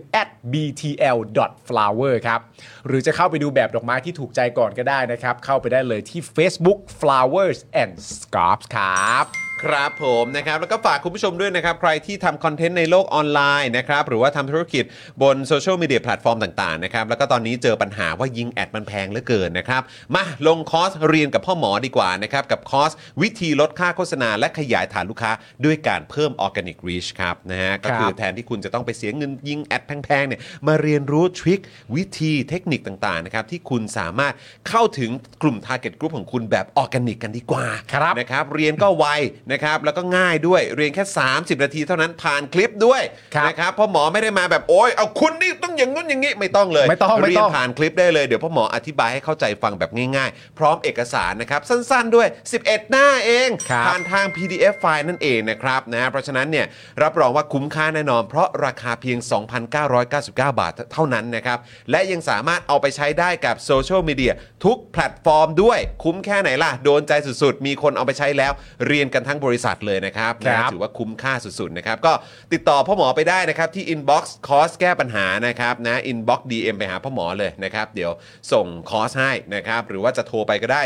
@btl.flower ครับ หรือจะเข้าไปดูแบบดอกไม้ที่ถูกใจก่อนก็ได้นะครับ เข้าไปได้เลยที่ Facebook flowers and scarps ครับ
ครับผมนะครับแล้วก็ฝากคุณผู้ชมด้วยนะครับ ใครที่ทำคอนเทนต์ในโลกออนไลน์นะครับหรือว่าทำธุรกิจบนโซเชียลมีเดียแพลตฟอร์มต่างๆนะครับแล้วก็ตอนนี้เจอปัญหาว่ายิงแอดมันแพงเหลือเกินนะครับ มาลงคอร์สเรียนกับพ่อหมอดีกว่านะครับกับคอร์สวิธีลดค่าโฆษณาและขยายฐานลูกค้า ด้วยการเพิ่มออร์แกนิกรีชครับนะฮะก็คือ
ครับ
แทนที่คุณจะต้องไปเสียเงินยิงแอดแพงๆเนี่ยมาเรียนรู้ทริควิธีเทคนิคต่างๆนะครับที่คุณสามารถเข้าถึงกลุ่ม Target Group ของคุณแบบออร์แกนิกกันดีกว่า
ครับ
นะครับเรียนก็ไวนะครับแล้วก็ง่ายด้วยเรียนแค่ 30 นาทีเท่านั้นผ่านคลิปด้วย
ครับ
นะครับเพราะหมอไม่ได้มาแบบโอ้ยเอาคุณนี่ต้องอย่างนู้นอย่างนี้ไม่ต้องเลย
ไม่ต้องไม่
เรีย
ต้
น
อง
ผ่านคลิปได้เลยเดี๋ยวพ่อหมออธิบายให้เข้าใจฟังแบบง่ายๆ พร้อมเอกสารนะครับสั้นๆด้วย 11 หน้าเอง
ครับ
ผ่าน ทาง PDF ไฟล์นั่นเองนะครับนะเพราะฉะนั้นเนี่ยรับรองว่าคุ้มค่าแน่นอน เพราะราคาเพียง 2,999 บาทเท่านั้นนะครับ และยังสามารถเอาไปใช้ได้กับโซเชียลมีเดียทุกแพลตฟอร์มด้วยคุ้มแค่ไหนล่ะ โดนใจสุดๆ มีคนเอาไปใช้แล้ว เรียนกันทั้งบริษัทเลยนะครับ
ครั
นะ
บ
ถือว่าคุ้มค่าสุดๆนะครับ ก็ติดต่อพ่อหมอไปได้นะครับ ที่ inbox คอร์สแก้ปัญหานะครับนะ inbox DM ไปหาพ่อหมอเลยนะครับเดี๋ยวส่งคอร์สให้นะครับหรือว่าจะโทรไปก็ได้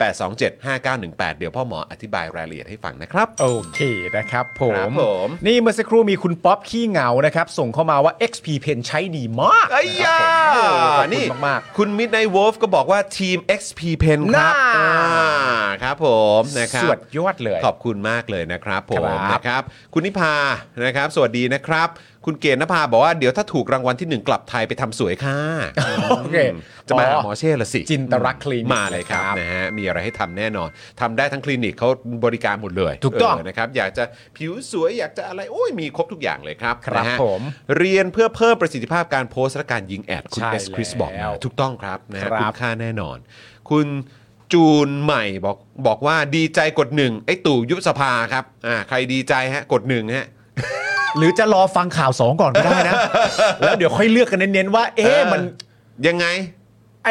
0858275918 เดี๋ยวพ่อหมออธิบายรายละเอียดให้ฟังนะครับ
โอเคนะครับผ
ครั
ม
บผม
นี่เมื่อสักครู่มีคุณป๊อปขี้เหงานะครับ ส่งเข้ามาว่า XP Pen ใช้ดีมาก
ไอ้ยา
ขอบคุ
นี่
ณมาก
คุณมิดไน h t w o l f ก็บอกว่าทีม XP Pen ครับ
น่า
อ่าครับผม
ๆ
นะครับ
สุดยอดเลย
ขอบคุณมากเลยนะครับผ
ครั
ม
บ
นะครับ คุณนิพานะครับ สวัสดีนะครับ คุณเกณฑ์นภาบอกว่าเดี๋ยวถ้าถูกรางวัลที่หนึ่งกลับไทยไปทำสวยค่ะ
โอเค
จะมาหา
อ๋อ
หมอเช่ละสิ
จินตรักษณ์คลินิก
มาเลยครับ
นะครับ
นะฮะมีอะไรให้ทำแน่นอนทำได้ทั้งคลินิกเขาบริการหมดเลย
ถูกต้อง
เนะครับอยากจะผิวสวยอยากจะอะไรโอ้ยมีครบทุกอย่างเลยครับ
ครับ
นะฮะ
ผม
เรียนเพื่อเพิ่มประสิทธิภาพการโพสต์และการยิงแอดคุณ
ใช่
เอสคริสบอก
แล้
มาว ถูกต้องครับนะฮะ
ครับ
คุ้มค่าแน่นอน คุณจูนใหม่บอกบอกว่าดีใจกดหนึ่งไอ้ตู่ยุบสภาครับอ่าใครดีใจฮะกดหนึ่งฮะ
หรือจะรอฟังข่าวสองก่อนก็ได้ [laughs] นะ แล้วเดี๋ยวค่อยเลือกกันเน้นๆว่า เอ๊ะมัน
ยังไง
ไอ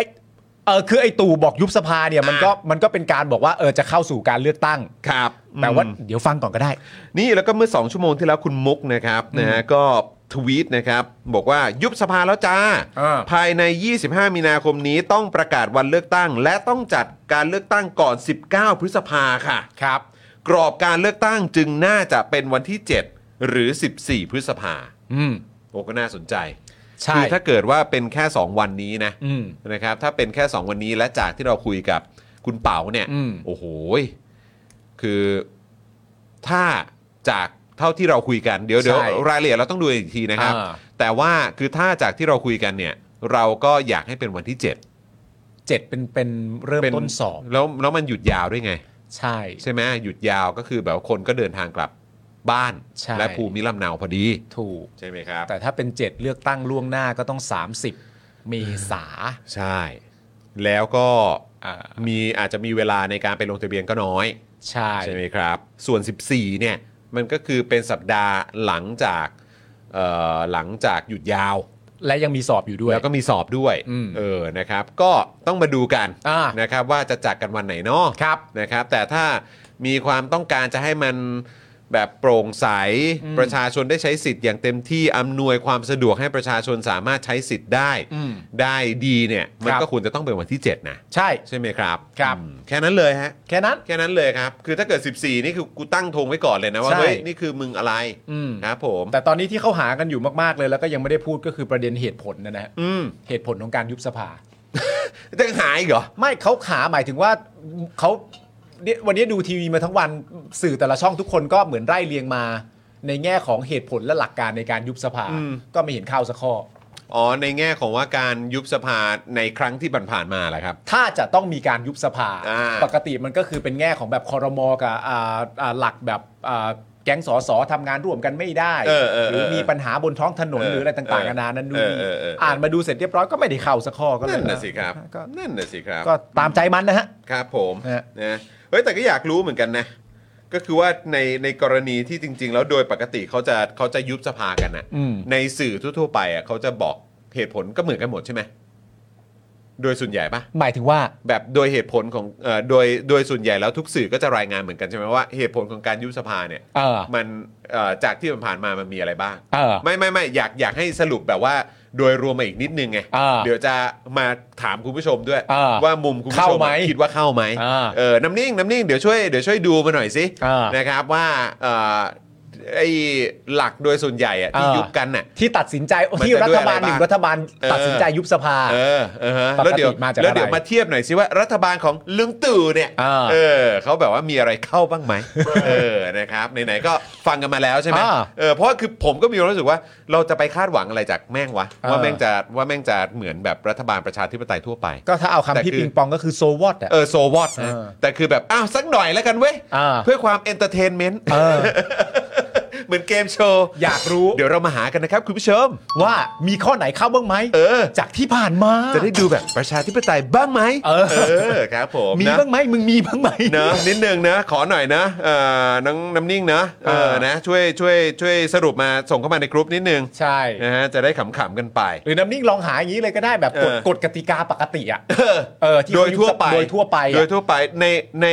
เออคือไอตู่บอกยุบสภาเนี่ยมันก็มันก็เป็นการบอกว่าเออจะเข้าสู่การเลือกตั้ง
ครับ
แต่ว่าเดี๋ยวฟังก่อนก็ได้
นี่แล้วก็เมื่อ 2 ชั่วโมงที่แล้วคุณมุกนะครับนะฮะก็ทวีตนะครับ บอกว่ายุบสภาแล้วจ้า
อ่า
ภายใน 25 มีนาคมนี้ต้องประกาศวันเลือกตั้ง และต้องจัดการเลือกตั้งก่อน 19 พฤษภาค่ะ
ครับ
กรอบการเลือกตั้งจึงน่าจะเป็นวันที่ 7 หรือ 14 พฤษภา
อืม
โอ้ก็น่าสนใจ
ใช่
คือถ้าเกิดว่าเป็นแค่ 2 วันนี้นะ
อืม
นะครับ ถ้าเป็นแค่ 2 วันนี้และจากที่เราคุยกับคุณเป๋าเนี่ย
อืม
โอ้โหยคือถ้าจากเท่าที่เราคุยกันเดี๋ยวเดี๋ยว
ใช่
รายละเอียดเราต้องดูอีกทีนะครับ
อ่า
แต่ว่าคือถ้าจากที่เราคุยกันเนี่ย เราก็อยากให้เป็นวันที่ 7
เจ็ดเป็นเป็นเริ่ม
เป็น
ต้นสอบ
แล้วแล้วมันหยุดยาวด้วยไง
ใช่
ใช่ไหมหยุดยาวก็คือแบบว่าคนก็เดินทางกลับบ้าน
ใช่
และภูมิลำเนาพอดี
ถูก
ใช่ไหมครับ
แต่ถ้าเป็นเจ็ดเลือกตั้งล่วงหน้าก็ต้อง 30 เมษา
ใช่ แล้วก็
อ่า
มีอาจจะมีเวลาในการไปลงทะเบียนก็น้อย
ใช่
ใช่ไหมครับ ส่วน 14 เนี่ย มันก็คือเป็นสัปดาห์หลังจากเอ่อหลังจากหยุดยาว
และยังมีสอบอยู่ด้วย
แล้วก็มีสอบด้วย
อืม
เออนะครับ ก็ต้องมาดูกัน
อ่า
นะครับว่าจะจัดกันวันไหนเนาะ
ครับ
นะครับ แต่ถ้ามีความต้องการจะให้มันแบบโปร่งใส
อืม
ประชาชนได้ใช้สิทธิ์อย่างเต็มที่อำนวยความสะดวกให้ประชาชนสามารถใช้สิทธิ์ได้
อืม
ได้ดีเนี่ยมัน
ครับ
ก็ควรจะต้องเป็นวันที่ 7 นะ
ใช่
ใช่ไหมครับ
ครับ
อืมแค่นั้นเลยฮะ
แค่นั้น
แค่นั้นเลยครับ คือถ้าเกิด 14 นี่คือกูตั้งธงไว้ก่อนเลยนะว่า
ใช่
เฮ้ย นี่คือมึงอะไร
อืม
ครับผม
แต่ตอนนี้ที่เขาหากันอยู่มากๆเลยแล้วก็ยังไม่ได้พูดก็คือประเด็นเหตุผลนะนะฮะ
อืม
เหตุผลของการยุบสภา
ยังหายอีกเหรอ
ไม่เขาขาหมายถึงว่าเขาเนี่ยวันนี้ดูทีวีมาทั้งวันสื่อแต่ละช่องทุกคนก็เหมือนไล่เรียงมา ในแง่ของเหตุผลและหลักการในการยุบสภา
อืม
ก็ไม่เห็นเข้าสักข้อ
อ๋อ ในแง่ของว่าการยุบสภาในครั้งที่ผ่านๆมาแหละครับ
ถ้าจะต้องมีการยุบสภา
อ่า
ปกติมันก็คือเป็นแง่ของแบบคอรมอกับอ่าอ่าหลักแบบอ่าแก๊งสอสอทำงานร่วมกันไม่ได้
เออเออ
หรือมีปัญหาบนท้องถนน
เออ
หรืออะไรต่าง
เอ
ๆ
อ
นานานั่นนู่นนี่
เออเออเออ
อ่านมาดูเสร็จเรียบร้อยก็ไม่ได้เข้าสักข้อก็เลย
นั่นน่ะสิครับ
ก็
นั่นน่ะสิครับ
ก็ตามใจมันนะฮะ
ครับผม
ฮะ
นะเฮ้ยแต่ก็อยากรู้เหมือนกันนะ ก็คือว่าในในกรณีที่จริง ๆ แล้วโดยปกติเขาจะเขาจะยุบสภากันนะในสื่อทั่วๆไปอ่ะเขาจะบอกเหตุผลก็เหมือนกันหมดใช่ไหมโดยส่วนใหญ่ปะ
หมายถึงว่า
แบบโดยเหตุผลของเอ่อโดยโดยส่วนใหญ่แล้วทุกสื่อก็จะรายงานเหมือนกันใช่ไหมว่าเหตุผลของการยุบสภาเนี่ย
เออ
มันเอ่อจากที่มันผ่านมามันมีอะไรบ้าง
เออ
ไม่ไม่ไม่อยากอยากให้สรุปแบบว่าโดยรวมมาอีกนิดนึงไง
เออ
เดี๋ยวจะมาถามคุณผู้ชมด้วย
เออ
ว่ามุมคุณผู้ช
เข้าม ไหม
คิดว่าเข้าไหม
เออ
เออน้ำนิ่งน้ำนิ่งเดี๋ยวช่วยเดี๋ยวช่วยดูมาหน่อยสิ
เออ
นะครับว่าเอ่อไอ้หลักโดยส่วนใหญ่อะที่ยุบกันน่ะ
ที่ตัดสินใจ
มันจะ
ที่รัฐบาลหนึ่
ด้วยอะไรบ้า
ง
ง
รัฐบาล
เออ
ตัดสินใจยุบสภา
เออเออฮะ
ปก
แล้ว
ติ
เดี๋ยว
มาจาก
แล้วเดี๋ยว
อะไร
มาเทียบหน่อยสิว่ารัฐบาลของลุงตู่เนี่ย
อ่า
เออเขาแบบว่ามีอะไรเข้าบ้างไหม เออนะครับไหนๆก็ฟังกันมาแล้วใช่ไหม
อ่า
เออเพราะคือผมก็มีความรู้สึกว่าเราจะไปคาดหวังอะไรจากแม่งวะ
เออ
ว่าแม่งจะว่าแม่งจะเหมือนแบบรัฐบาลประชาธิปไตยทั่วไป
ก็ถ้าเอา
แต่
คำพี่
คือ
ปิงปองก็คือโซวอตอ่ะ
เออโซวอตนะ
เออ
แต่คือแบบอ้าวสักหน่อยแล้วกันเว้ย
อ่า
เพื่อความเอนเตอร์เทนเมนต์
เออ
เหมือนเกมโชว์
อยากรู้
เดี๋ยวเรามาหากันนะครับคุณผู้ชม
ว่ามีข้อไหนเข้าบ้างไหม
เออ
จากที่ผ่านมา
จะได้ดูแบบประชาธิปไตยบ้างไหม
เออ
อครับผม
มี
นะ
บ้างไหมมึงมีบ้างไหม
เน
[laughs]
อะนิดนึงนะ ขอหน่อยนะเอ่อน้องน้ำนิ่งนะเออ
เออ
นะช่วยช่วยช่วยสรุปมาส่งเข้ามาในกรุ๊ปนิดนึง
ใช่
นะฮะจะได้ขำๆกันไป
หรือน้ำนิ่งลองหาอย่างนี้เลยก็ได้แบบกฎ
เออ
กฎกติกาปกติอ่ะเออที่
โดยทั่วไป
โดยทั่วไป
โดย
อะ
ทั่วไปในใน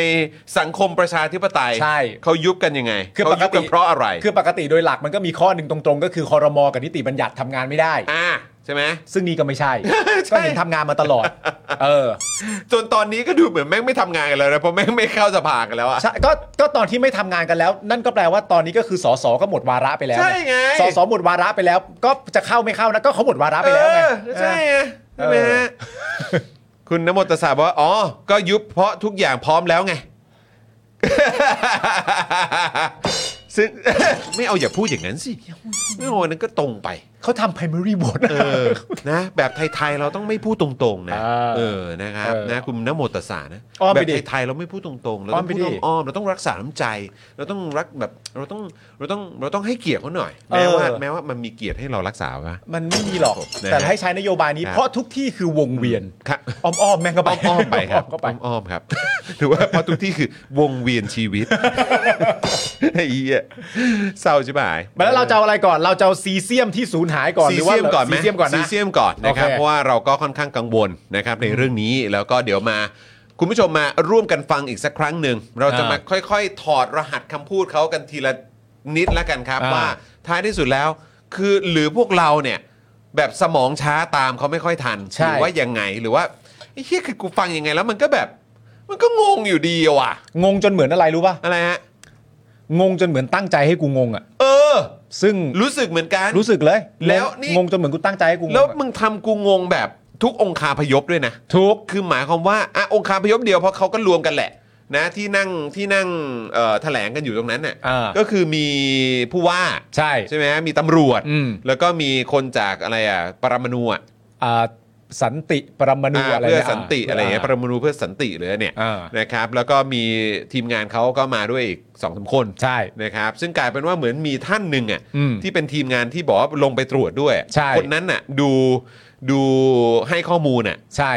สังคมประชาธิปไตย
ใช่
เขายุบกันยังไง
คือ
เขา
ปก
ยุบ
ติ
กันเพราะอะไร
คือปกติโดยหลักมันก็มีข้อหนึ่งตรงๆ ก็คือคอรมอกับนิติบัญญัติทำงานไม่ได้
อ่าใช่ไหม
ซึ่งนี่ก็ไม่ใช่
ใช่
ก็เห็นทำงานมาตลอด เออ
จนตอนนี้ก็ดูเหมือนแม่งไม่ทำงานกันแล้วนะเพราะแม่งไม่เข้าสภากันแล้วอะ
ใช่ก็ก็ตอนที่ไม่ทำงานกันแล้ว นั่นก็แปลว่าตอนนี้ก็คือสสก็หมดวาระไปแล้ว
ใช่ไง
สสหมดวาระไปแล้ว ก็จะเข้าไม่เข้านะก็เขาหมดวาระไป
เอ
แล้วไง
อใช่ไงใช่ไหมฮะคุณนโมตสาบอกว่าอ๋อ ก็ยุบเพราะทุกอย่างพร้อมแล้วไง [laughs] ซึ่ง ไม่เอาอย่าพูดอย่างนั้นสิไม่เอาอันนั้นก็ตรงไป
เขาทำ primary vote
เออนะแบบไทยๆเราต้องไม่พูดตตรงๆนะ
อ่า
เออนะครับ
เออ
นะคุณนโมตัสสานะ
อ้อม
แบ
ไป
บ
ดิ
ไทยๆเราไม่พูดตรงๆเรา
อ้
ต้อ
อม
ง
ไป
พู
ดิ
ดอ้อมๆเราต้องรักษาน้ำใจ เราต้องรักแบบเราต้องเราต้องเราต้องให้เกียรติเขาหน่อยแม้
เออ
ว่าแม้ว่ามันมีเกียรติให้เรารักษาปะ
มันไม่มีหรอก
นะฮะ
แต่ให้ใช้นโยบายนี้
ครับ
เพราะทุกที่คือวงเวียน
ครับ
อ้อมๆแม่งก็ไป
อ้อมๆไปครับ
ก็ไป
อ้อมๆครับ [laughs] ถือว่าเพราะทุกที่คือวงเวียนชีวิต [laughs] ไอ้เหี้ยเศร้าจิบหาย
แล้วเราจะเอาอะไรก่อน เราจะเอาซีเซียมที่สูญหายก่อนหรือว่า
ซีเซียมก่อนไหม
ซีเซียมก่อนนะ
ซีเซียมก่อนนะครับ
โอเค
เพราะว่าเราก็ค่อนข้างกังวลนะครับในเรื่องนี้แล้วก็เดี๋ยวมา คุณผู้ชมมาร่วมกันฟังอีกสักครั้งหนึ่งเราจะ
อ่าม
มาค่อยๆ ถอดรหัสคำพูดเขากันทีละนิดละกันครับ
อ่า
ว่าท้ายที่สุดแล้ว คือหรือพวกเราเนี่ย แบบสมองช้าตามเขาไม่ค่อยทันหรืว่ายังไงหรือว่าไอ้เฮียคือกูฟังยังไงแล้วมันก็แบบ มันก็งงอยู่ดีอะว่ะ
งงจนเหมือนอะไรรู้ป่ะ
อะไรฮะ
งงจนเหมือนตั้งใจให้กูงงอ่ะ
เออ
ซึ่ง
รู้สึกเหมือนกัน
รู้สึกเลย
แล้วนี่
งงจนเหมือนกูตั้งใจให้กูงง
แล้ว
อะ
มึงทำกูงงแบบทุกองคาพยพด้วยนะ
ทุก
คือหมายความว่าอ่ะองค์คาพยพเดียวเพราะเขาก็รวมกันแหละนะที่นั่งที่นั่งเอ่อแถลงกันอยู่ตรงนั้นน่ะ
อ่า
ก็คือมีผู้ว่า
ใช่
ใช่ไหมฮะมีตำรวจ
อืม
แล้วก็มีคนจากอะไรอ่ะปรมาณูอ่ะ
อ่าสันติปรมาณู
อ่า
อะไร
เพื่อ
นะ
สันติอะไรเงี้ยปรมาณูเพื่อสันติเลยเนี่ย
อ่า
นะครับ แล้วก็มีทีมงานเขาก็มาด้วยอีกสองสามคน
ใช่
นะครับ ซึ่งกลายเป็นว่าเหมือนมีท่านหนึ่งอ่ะ
อืม
ที่เป็นทีมงานที่บอกว่าลงไปตรวจด้วย
ใช่
คนนั้นน่ะดูดูให้ข้อมูลอ่ะ
ใช่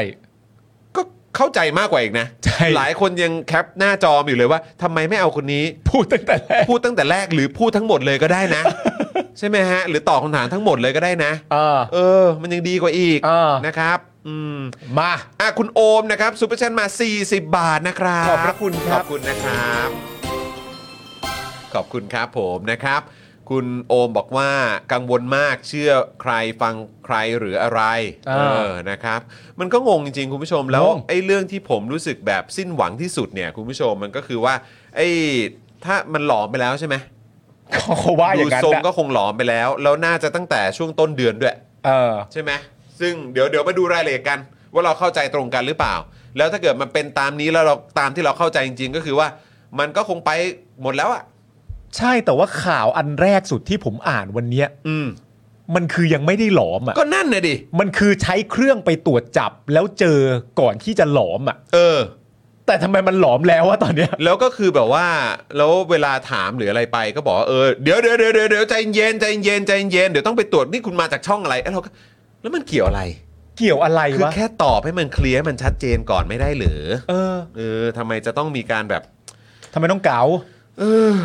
ก็เข้าใจมากกว่าอีกนะ
ใช่
หลายคนยังแคปหน้าจอมอยู่เลยว่าทำไมไม่เอาคนนี้
พูดตั้งแต่แรก
พูดตั้งแต่แรกหรือพูดทั้งหมดเลยก็ได้
[laughs]
นะ ใช่ไหมฮะ หรือตอบคำถามทั้งหมดเลยก็ได้นะ
เออ
เออ มันยังดีกว่าอีก
เออ
นะครับ อืม
มา
อ่ะคุณโอมนะครับซูเปอร์เชนมา 40 บาทนะครับ
ขอบพระคุณครับ
ขอบคุณนะครับ ขอบคุณครับผมนะครับ คุณโอมบอกว่ากังวลมากเชื่อใครฟังใครหรืออะไร
อ่า
เออนะครับ มันก็งงจริงๆ คุณผู้ชมแล้ว
งง
ไอ้เรื่องที่ผมรู้สึกแบบสิ้นหวังที่สุดเนี่ยคุณผู้ชมมันก็คือว่าไอ้ถ้ามันหลอมไปแล้วใช่ไหม
เขาว่าอ
ดู
ย่างนั้น
ทรง
นะ
ก็คงหลอมไปแล้ว แล้วน่าจะตั้งแต่ช่วงต้นเดือนด้วย
เออ
ใช่ไหมซึ่งเดี๋ยวเดี๋ยวมาดูรายละเอียดกัน ว่าเราเข้าใจตรงกันหรือเปล่า แล้วถ้าเกิดมันเป็นตามนี้แล้วเราตามที่เราเข้าใจจริง ๆ ก็คือว่า มันก็คงไปหมดแล้วอ่ะ
ใช่แต่ว่าข่าวอันแรกสุดที่ผมอ่านวันเนี้ย
อืม
มันคือยังไม่ได้หลอมอ่ะ
ก็นั่นน่ะดิ
มันคือใช้เครื่องไปตรวจจับแล้วเจอก่อนที่จะหลอมอ่ะ
เออ
แต่ทำไมมันหลอมแล้ววะตอนเนี้ย
แล้วก็คือแบบว่า แล้วเวลาถามหรืออะไรไปก็บอกว่าเออเดี๋ยวเดี๋ยวเดี๋ยวเดี๋ยวเดี๋ยวใจเย็นใจเย็นใจเย็นเดี๋ยวต้องไปตรวจนี่คุณมาจากช่องอะไรเอ้ยเราก็แล้วมันเกี่ยวอะไร
เกี่ยวอะไร
คือ
วะ
แค่ตอบให้มันเคลียร์ให้มันชัดเจนก่อนไม่ได้เหรือ
เออ
เออทำไมจะต้องมีการแบบ
ทำไมต้องเกา
เออ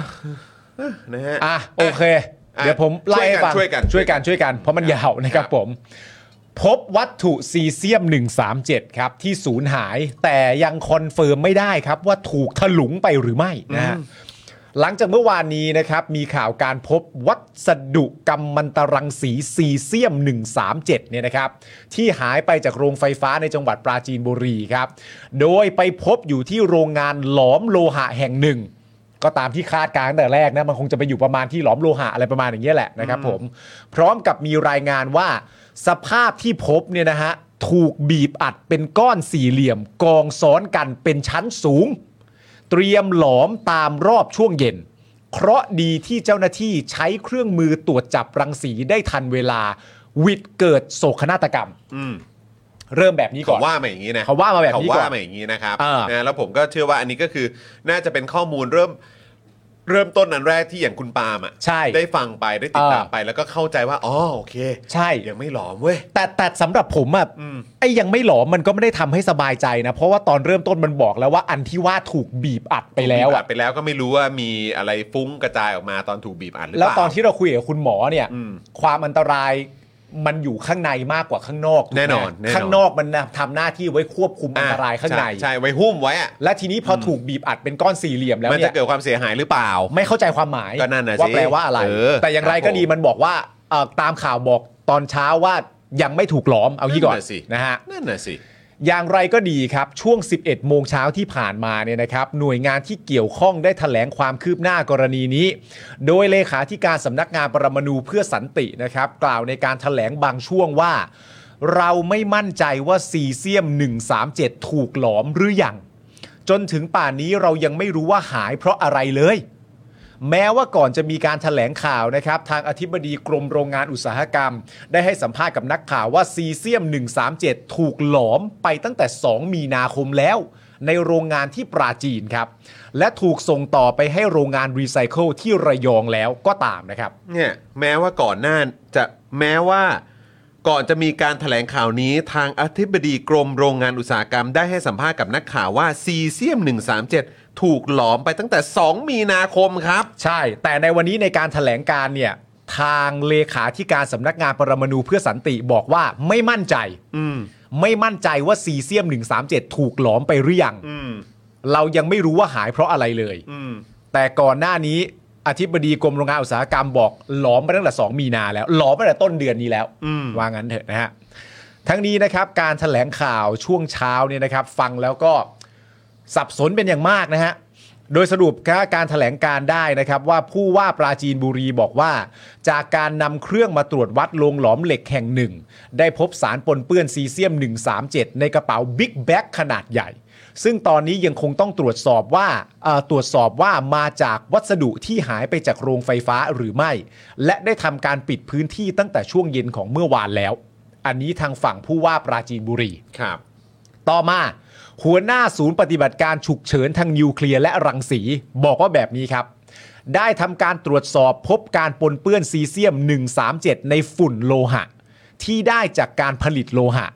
เออนะฮะ
อ่ะโอเค
อ่ะ
เดี๋ยวผมไล่ให้ฟัง
ช่วยกันช่
ช่
ว
วย ย
กั
กัน นช่วยกันเพราะมัน
ครับ
ยาวนะครั
ค
บ
รับ
ผม พบวัตถุซีเซียม 137 ครับ ที่สูญหายแต่ยังคอนเฟิร์มไม่ได้ครับ ว่าถูกถลุงไปหรือไม่นะฮะหลังจากเมื่อวานนี้นะครับ มีข่าวการพบวัสดุกำมันตรังสีซีเซียม 137 เนี่ยนะครับ ที่หายไปจากโรงไฟฟ้าในจังหวัดปราจีนบุรีครับ โดยไปพบอยู่ที่โรงงานหลอมโลหะแห่งหนึ่ง ก็ตามที่คาดการณ์ตั้งแต่แรกนะมันคงจะไปอยู่ประมาณที่หลอมโลหะอะไรประมาณอย่างเงี้ยแหละนะครับผมพร้อมกับมีรายงานว่า สภาพที่พบเนี่ยนะฮะถูกบีบอัดเป็นก้อนสี่เหลี่ยม กองซ้อนกันเป็นชั้นสูง เตรียมหลอมตามรอบช่วงเย็น เคราะห์ดีที่เจ้าหน้าที่ใช้เครื่องมือตรวจจับรังสีได้ทันเวลา วิดเกิดโศกนาฏกรรม
อืม
เริ่มแบบนี้ก่
เขา
อน
ว่ามาอย่างนี้นะ
เขาว่ามาแบบนี้ก่อน
เขาว่ามาอย่างนี้นะครับ
อ่าน
นะแล้วผมก็เชื่อว่าอันนี้ก็คือน่าจะเป็นข้อมูลเริ่มเริ่มต้นอันแรกที่อย่างคุณปาล์มอ่ะ
ใช่
ได้ฟังไปได้ติดตาม
อ่า
ไปแล้วก็เข้าใจว่าอ๋อโอเค
ใช่
ยังไม่หลอมเว้ย
แต่แต่สำหรับผมอะ
อืม
ไอ้ยังไม่หลอมมันก็ไม่ได้ทำให้สบายใจนะ เพราะว่าตอนเริ่มต้นมันบอกแล้วว่าอันที่ว่าถูกบีบอัดไปแล้ว
อั
อะ
ดไปแล้วก็ไม่รู้ว่ามีอะไรฟุ้งกระจายออกมาตอนถูกบีบอัดหรือเป
แล้ว
ล่า
ตอนที่เราคุยกับคุณหมอเนี่ย
อืม
ความอันตรายมันอยู่ข้างในมากกว่าข้างนอกถูกไหม
แน่นอนแน่นอน
ข้างนอกมันน่ะทำหน้าที่ไว้ควบคุมอันตรายข้างใน
ช่ใช่ไว้หุ้มไว้อะ
และทีนี้พอถูกบีบอัดเป็นก้อนสี่เหลี่ยมแล้ว
มัน
เนี่
จะ
ย
เกิดความเสียหายหรือเปล่า
ไม่เข้าใจความหมาย
ก็นั่นน่ะสิ
ว่าแปลว่าอะไร
เออ
แต่อย่างไร
ครับ
ก็ดี
ผม
มันบอกว่าเอ่อตามข่าวบอกตอนเช้าว่ายังไม่ถูกหลอมเอางี้ก่อน
สิ
นะฮะ
นั่นน่ะสิ
อย่างไรก็ดีครับ ช่วง 11 โมงเช้าที่ผ่านมาเนี่ยนะครับ หน่วยงานที่เกี่ยวข้องได้ถแถลงความคืบหน้ากรณีนี้ โดยเลขาธิการสำนักงานปรมาณูเพื่อสันตินะครับ กล่าวในการถแถลงบางช่วงว่า เราไม่มั่นใจว่าซีเซียม 137 ถูกหลอมหรือยัง จนถึงป่านนี้เรายังไม่รู้ว่าหายเพราะอะไรเลย แม้ว่าก่อนจะมีการแถลงข่าวนะครับ ทางอธิบดีกรมโรงงานอุตสาหกรรม ได้ให้สัมภาษณ์กับนักข่าวว่าซีเซียม 137 ถูกหลอมไปตั้งแต่ 2 มีนาคมแล้ว ในโรงงานที่ปราจีนครับ และถูกส่งต่อไปให้โรงงานรีไซเคิลที่ระยองแล้วก็ตามนะครับ
เนี่ยแม้ว่าก่อนหน้าจะแม้ว่าก่อนจะมีการแถลงข่าวนี้ ทางอธิบดีกรมโรงงานอุตสาหกรรมได้ให้สัมภาษณ์กับนักข่าวว่าซีเซียม 137 ถูกหลอมไปตั้งแต่ 2 มีนาคมครับ
ใช่ แต่ในวันนี้ในการถแถลงการเนี่ย ทางเลขาธิการสำนักงานปรมาณูเพื่อสันติบอกว่าไม่มั่นใจ
อืม
ไม่มั่นใจว่าซีเซียม 137 ถูกหลอมไปหรือยัง
อืม
เรายังไม่รู้ว่าหายเพราะอะไรเลย
อืม
แต่ก่อนหน้านี้อธิบดีกรมโรงงานอุตสาหกรรมบอกหลอมมาตั้งแต่ 2 มีนาแล้ว หลอมมาตั้งแต่ต้นเดือนนี้แล้ว
อืม
ว่างั้นเถอะนะฮะ ทั้งนี้นะครับ การแถลงข่าวช่วงเช้าเนี่ยนะครับ ฟังแล้วก็สับสนเป็นอย่างมากนะฮะ โดยสรุปครับการแถลงการได้นะครับว่าผู้ว่าปราจีนบุรีบอกว่า จากการนำเครื่องมาตรวจวัดโรงหลอมเหล็กแห่งหนึ่ง ได้พบสารปนเปื้อนซีเซียม 137 ในกระเป๋าบิ๊กแบ็คขนาดใหญ่ ซึ่งตอนนี้ยังคงต้องตรวจสอบว่าเอ่อตรวจสอบว่ามาจากวัสดุที่หายไปจากโรงไฟฟ้าหรือไม่ และได้ทำการปิดพื้นที่ตั้งแต่ช่วงเย็นของเมื่อวานแล้ว อันนี้ทางฝั่งผู้ว่าปราจีนบุรี
ครับ
ต่อมา หัวหน้าศูนย์ปฏิบัติการฉุกเฉินทางนิวเคลียร์และรังสี บอกว่าแบบนี้ครับ ได้ทำการตรวจสอบพบการปนเปื้อนซีเซียม 137 ในฝุ่นโลหะ ที่ได้จากการผลิตโลหะ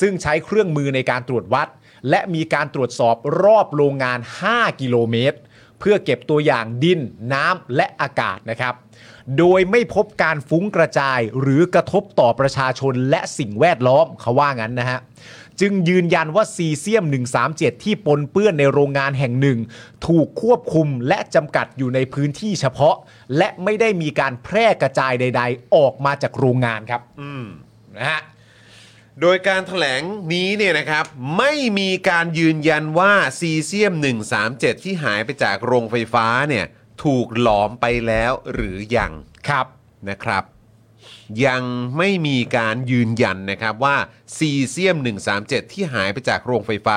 ซึ่งใช้เครื่องมือในการตรวจวัด และมีการตรวจสอบรอบโรงงาน 5 กิโลเมตร เพื่อเก็บตัวอย่างดิน น้ำ และอากาศนะครับ โดยไม่พบการฟุ้งกระจายหรือกระทบต่อประชาชนและสิ่งแวดล้อมเขาว่างั้นนะฮะ จึงยืนยันว่าซีเซียม 137 ที่ปนเปื้อนในโรงงานแห่งหนึ่ง ถูกควบคุมและจำกัดอยู่ในพื้นที่เฉพาะ และไม่ได้มีการแพร่กระจายใด ๆ ออกมาจากโรงงานครับนะฮะ
โดยการถแถลงนี้เนี่ยนะครับ ไม่มีการยืนยันว่าซีเซียม 137 ที่หายไปจากโรงไฟฟ้าเนี่ยถูกหลอมไปแล้วหรือยัง
ครับ
นะครับ ยังไม่มีการยืนยันนะครับว่าซีเซียม 137 ที่หายไปจากโรงไฟฟ้า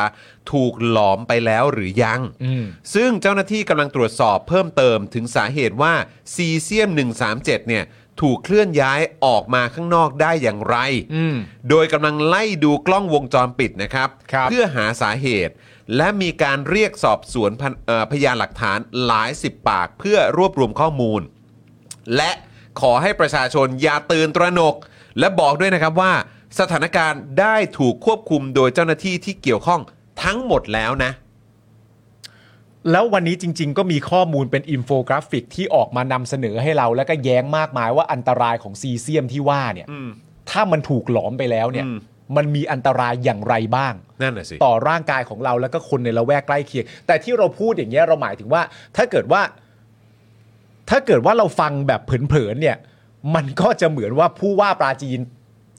ถูกหลอมไปแล้วหรือยัง
อืม
ซึ่งเจ้าหน้าที่กำลังตรวจสอบเพิ่มเติมถึงสาเหตุว่าซีเซียม 137 เนี่ยถูกเคลื่อนย้ายออกมาข้างนอกได้อย่างไร
อืม
โดยกำลังไล่ดูกล้องวงจรปิดนะครับ
ครับ
เพื่อหาสาเหตุ และมีการเรียกสอบสวนพนเอ่อพยานหลักฐานหลายสิบปากเพื่อรวบรวมข้อมูล และขอให้ประชาชนอย่าตื่นตระหนก และบอกด้วยนะครับว่า สถานการณ์ได้ถูกควบคุมโดยเจ้าหน้าที่ที่เกี่ยวข้องทั้งหมดแล้วนะ
แล้ววันนี้จริง ๆ ก็มีข้อมูลเป็นอินโฟกราฟิกที่ออกมานำเสนอให้เรา แล้วก็แย้งมากมายว่าอันตรายของซีเซียมที่ว่าเนี่ย ถ้ามันถูกหลอมไปแล้วเนี่ย
อืม
มันมีอันตรายอย่างไรบ้าง
นั่นน่ะสิ
ต่อร่างกายของเราแล้วก็คนในละแวกใกล้เคียง แต่ที่เราพูดอย่างเงี้ยเราหมายถึงว่า ถ้าเกิดว่า ถ้าเกิดว่าเราฟังแบบเผินๆเนี่ย มันก็จะเหมือนว่าผู้ว่าปราจีน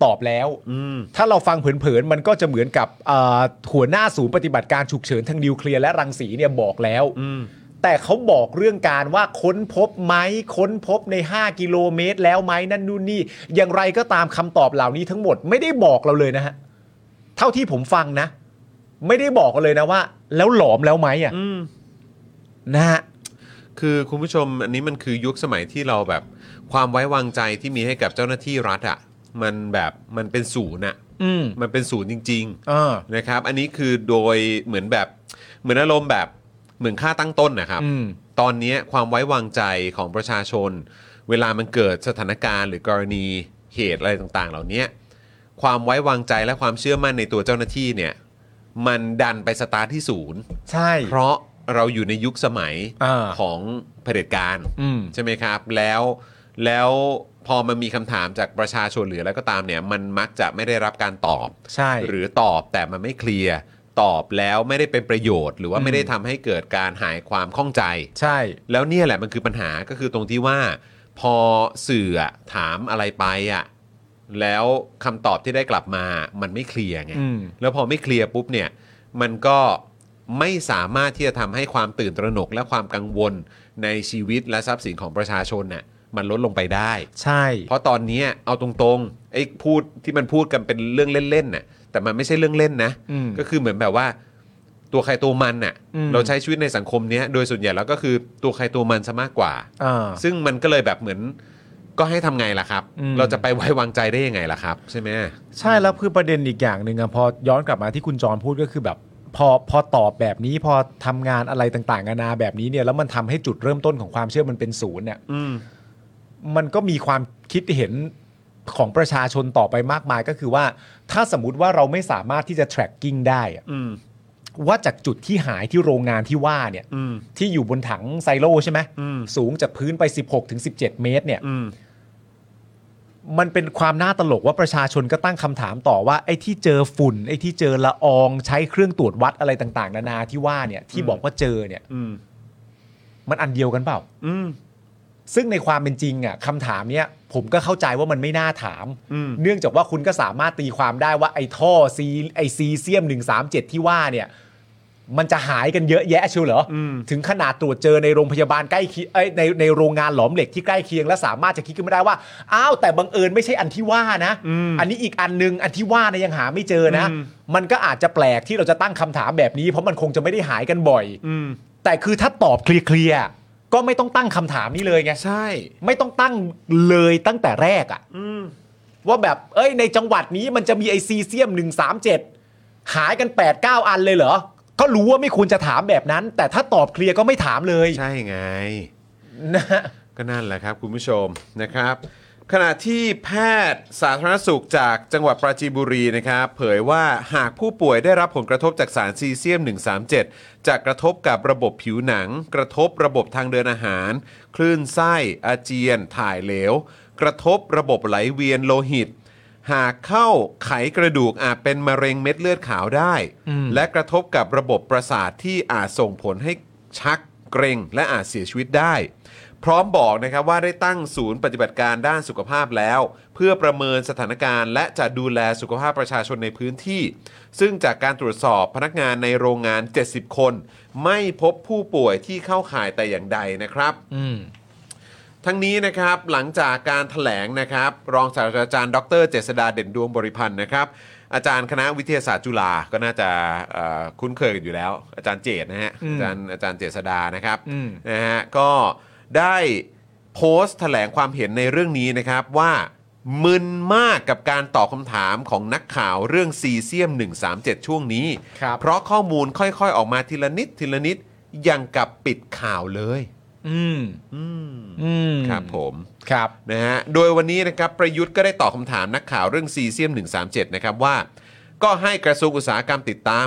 ตอบแล้ว
อืม
ถ้าเราฟังเผินๆมันก็จะเหมือนกับเอ่อหัวหน้าศูนย์ปฏิบัติการฉุกเฉินทางนิวเคลียร์และรังสีเนี่ยบอกแล้ว
อืม
แต่เขาบอกเรื่องการว่าค้นพบไหมค้นพบใน 5 กิโลเมตรแล้วไหมนั่นนู่นนี่ อย่างไรก็ตามคำตอบเหล่านี้ทั้งหมดไม่ได้บอกเราเลยนะฮะ เท่าที่ผมฟังนะ ไม่ได้บอกเราเลยนะว่า แล้วหลอมแล้วไหมอ่ะ
อืม
นะฮะ
คือคุณผู้ชมอันนี้มันคือยุคสมัยที่เราแบบ ความไว้วางใจที่มีให้กับเจ้าหน้าที่รัฐอะ่ะมันแบบมันเป็นศูนย์อะ
อืม
มันเป็นศูนย์จริง
อ่า
ๆ นะครับ อันนี้คือโดยเหมือนแบบเหมือนอารมณ์แบบเหมือนค่าตั้งต้นนะครับ
อืม
ตอนเนี้ยความไว้วางใจของประชาชน เวลามันเกิดสถานการณ์หรือกรณีเหตุอะไรต่างๆ เหล่าเนี้ยความไว้วางใจและความเชื่อมั่นในตัวเจ้าหน้าที่เนี่ยมันดันไปสตาร์ทที่ศูนย์
ใช่
เพราะเราอยู่ในยุคสมัย
อ่า
ของเผด็จการ
อืม
ใช่ไหมครับ แล้วแล้วพอมันมีคำถามจากประชาชนหรืออะไรก็ตามเนี่ย มันมักจะไม่ได้รับการตอบ
ใช่
หรือตอบแต่มันไม่เคลียร์ตอบแล้วไม่ได้เป็นประโยชน์ หรือว่า
อืม
ไม่ได้ทำให้เกิดการหายความข้องใจ
ใช่
แล้วเนี่ยแหละมันคือปัญหาก็คือตรงที่ว่า พอสื่ออะถามอะไรไปอ่ะแล้วคำตอบที่ได้กลับมามันไม่เคลียร์ไง
อืม
แล้วพอไม่เคลียร์ปุ๊บเนี่ย มันก็ไม่สามารถที่จะทำให้ความตื่นตระหนกและความกังวลในชีวิตและทรัพย์สินของประชาชนน่ะมันลดลงไปได้
ใช่
เพราะตอนเนี้ยเอาตรงๆไอ้พูดที่มันพูดกันเป็นเรื่องเล่นๆน่ะแต่มันไม่ใช่เรื่องเล่นนะ
อืม
ก็คือเหมือนแบบว่า ต ตัวใครตัวมันน่ะ
อืม
เราใช้ชีวิตในสังคมเนี้ยโดยส่วนใหญ่แล้วก็คือตัวใครตัวมันซะมากกว่า
อ่า
ซึ่งมันก็เลยแบบเหมือนก็ให้ทำไงล่ะครับ
อืม
เราจะไปไว้วางใจได้ยังไงล่ะครับ ใช่ไหม
ใช่แล้วคือประเด็นอีกอย่างหนึ่งอะพอย้อนกลับมาที่คุณจรพูดก็คือแบบพอพอตอบแบบนี้พอทำงานอะไรต่างๆนานาแบบนี้เนี่ยแล้วมันทำให้จุดเริ่มต้นของความเชื่อมันเป็นศูนย์เนี่ย
อืม
มันก็มีความคิดเห็นของประชาชนต่อไปมากมายก็คือว่า ถ้าสมมติว่าเราไม่สามารถที่จะ tracking ได้อะ
อืม
ว่าจากจุดที่หายที่โรงงานที่ว่าเนี่ย
อืม
ที่อยู่บนถังไซโลใช่ไหม
อืม
สูงจากพื้นไป 16-17ถึง17 เมตรเนี่ย
อืม
มันเป็นความน่าตลกว่าประชาชนก็ตั้งคำถามต่อว่าไอ้ที่เจอฝุ่น ไอ้ที่เจอละอองใช้เครื่องตรวจวัดอะไรต่างๆ นานาที่ว่าเนี่ยที่บอกว่าเจอเนี่ย
อืม
มันอันเดียวกันเปล่า
อืม
ซึ่งในความเป็นจริงอ่ะคำถามเนี้ยผมก็เข้าใจว่ามันไม่น่าถาม
อืม
เนื่องจากว่าคุณก็สามารถตีความได้ว่าไอ้ท่อซีไอซีเซียม 137 ที่ว่าเนี่ย มันจะหายกันเยอะแยะเชียวเหรออถึงขนาดตรวจเจอในโรงพยาบาลใกล้เคียงเอ้ยในในโรงงานหลอมเหล็กที่ใกล้เคียงและสามารถจะคิดขึ้นมาได้ว่า อ้าว แต่บังเอิญไม่ใช่อันที่ว่านะ อันนี้อีกอันนึง อันที่ว่าเนี่ยยังหาไม่เจอนะ มันก็อาจจะแปลกที่เราจะตั้งคำถามแบบนี้เพราะมันคงจะไม่ได้หายกันบ่อย
อืม
แต่คือถ้าตอบเคลียร์ๆก็ไม่ต้องตั้งคำถามนี้เลยไง
ใช่
ไม่ต้องตั้งเลยตั้งแต่แรกอะ
อืม
ว่าแบบ เอ้ยในจังหวัดนี้มันจะมีไอซีเซียม 137 หายกัน 8 9 อันเลยเหรอ ก็รู้ว่าไม่ควรจะถามแบบนั้น แต่ถ้าตอบเคลียร์ก็ไม่ถามเลย
ใช่ไง
นะฮะ
ก็นั่นแหละครับคุณผู้ชมนะครับ ขณะที่แพทย์สาธารณสุขจากจังหวัดปราจีนบุรีนะครับ เผยว่าหากผู้ป่วยได้รับผลกระทบจากสารซีเซียม 137 จะกระทบกับระบบผิวหนัง กระทบระบบทางเดินอาหาร คลื่นไส้อาเจียน ถ่ายเหลว กระทบระบบไหลเวียนโลหิต หากเข้าไขกระดูกอาจเป็นมะเร็งเม็ดเลือดขาวได้ และกระทบกับระบบประสาทที่อาจส่งผลให้ชักเกร็ง และอาจเสียชีวิตได้ พร้อมบอกนะครับว่าได้ตั้งศูนย์ปฏิบัติการด้านสุขภาพแล้ว เพื่อประเมินสถานการณ์ และจะดูแลสุขภาพประชาชนในพื้นที่ ซึ่งจากการตรวจสอบพนักงานในโรงงาน 70 คน ไม่พบผู้ป่วยที่เข้าข่ายแต่อย่างใดนะครับ ทั้งนี้นะครับหลังจากการถแถลงนะครับ รองศาสตราจารย์ดรเจษดาเด่นดวงบริพันธ์นะครับ อาจารย์คณะวิทยาศาสตร์จุฬาก็น่าจะเอ่อคุ้นเคยกันอยู่แล้ว อาจารย์เจตนะฮะอาจารย์อาจารย์เจษดานะครับ
อืม
นะฮะก็ได้โพสต์แถลงความเห็นในเรื่องนี้นะครับว่ามึนมากกับการตอบคำถามของนักข่าวเรื่องซีเซียม 137 ช่วงนี้
ครับ
เพราะข้อมูลค่อยๆออกมาทีละนิดทีละนิดอย่างกับปิดข่าวเลย
อืม
อืม
อืม
ครับผม
ครับ
นะฮะ โดยวันนี้นะครับประยุทธ์ก็ได้ตอบคำถามนักข่าวเรื่องซีเซียม 137 นะครับว่า ก็ให้กระทรวงอุตสาหกรรมติดตาม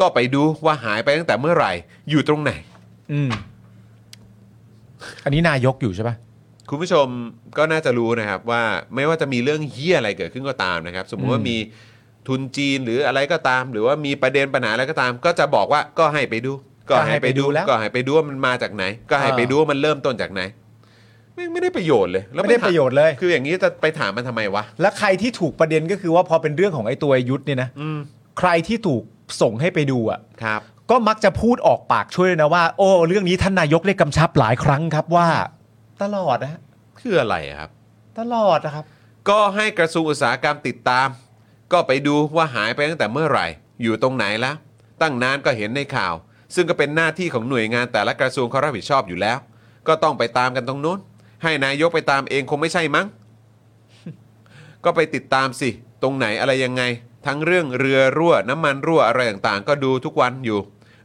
ก็ไปดูว่าหายไปตั้งแต่เมื่อไหร่ อยู่ตรงไหน
อืม อันนี้นายกอยู่ใช่ปะ
คุณผู้ชมก็น่าจะรู้นะครับว่าไม่ว่าจะมีเรื่องเฮี้ยอะไรเกิดขึ้นก็ตามนะครับ สมมุติว่ามีทุนจีนหรืออะไรก็ตาม หรือว่ามีประเด็นปัญหาอะไรก็ตาม ก็จะบอกว่าก็ให้ไปดู ก็ให้ไปดู
ก็ให้ไปดูแล้ว
ก็ให้ไปดูว่ามันมาจากไหน ก็ให้ไปดูว่ามันเริ่มต้นจากไหน ไม่ไม่ได้ประโยชน์เลยแล้ว
ไม่ได้ประโยชน์เลย
คืออย่างนี้จะไปถามมันทำไมวะ
และใครที่ถูกประเด็นก็คือว่าพอเป็นเรื่องของไอ้ตัวยุทธเนี่ยนะ
อืม
ใครที่ถูกส่งให้ไปดูอ่ะ
ครับ
ก็มักจะพูดออกปากช่วยเลยนะว่า โอ้เรื่องนี้ท่านนายกได้กำชับหลายครั้งครับว่า ตลอดนะฮะ
คืออะไรอะครับ
ตลอดนะครับ
ก็ให้กระทรวงอุตสาหกรรมติดตาม ก็ไปดูว่าหายไปตั้งแต่เมื่อไหร่ อยู่ตรงไหนละตั้งนานก็เห็นในข่าว ซึ่งก็เป็นหน้าที่ของหน่วยงานแต่ละกระทรวงเขารับผิดชอบอยู่แล้ว ก็ต้องไปตามกันตรงนู้น ให้นายกไปตามเองคงไม่ใช่มั้ง ก็ไปติดตามสิ ตรงไหนอะไรยังไง ทั้งเรื่องเรือรั่ว น้ำมันรั่วอะไรต่างๆ ก็ดูทุกวันอยู่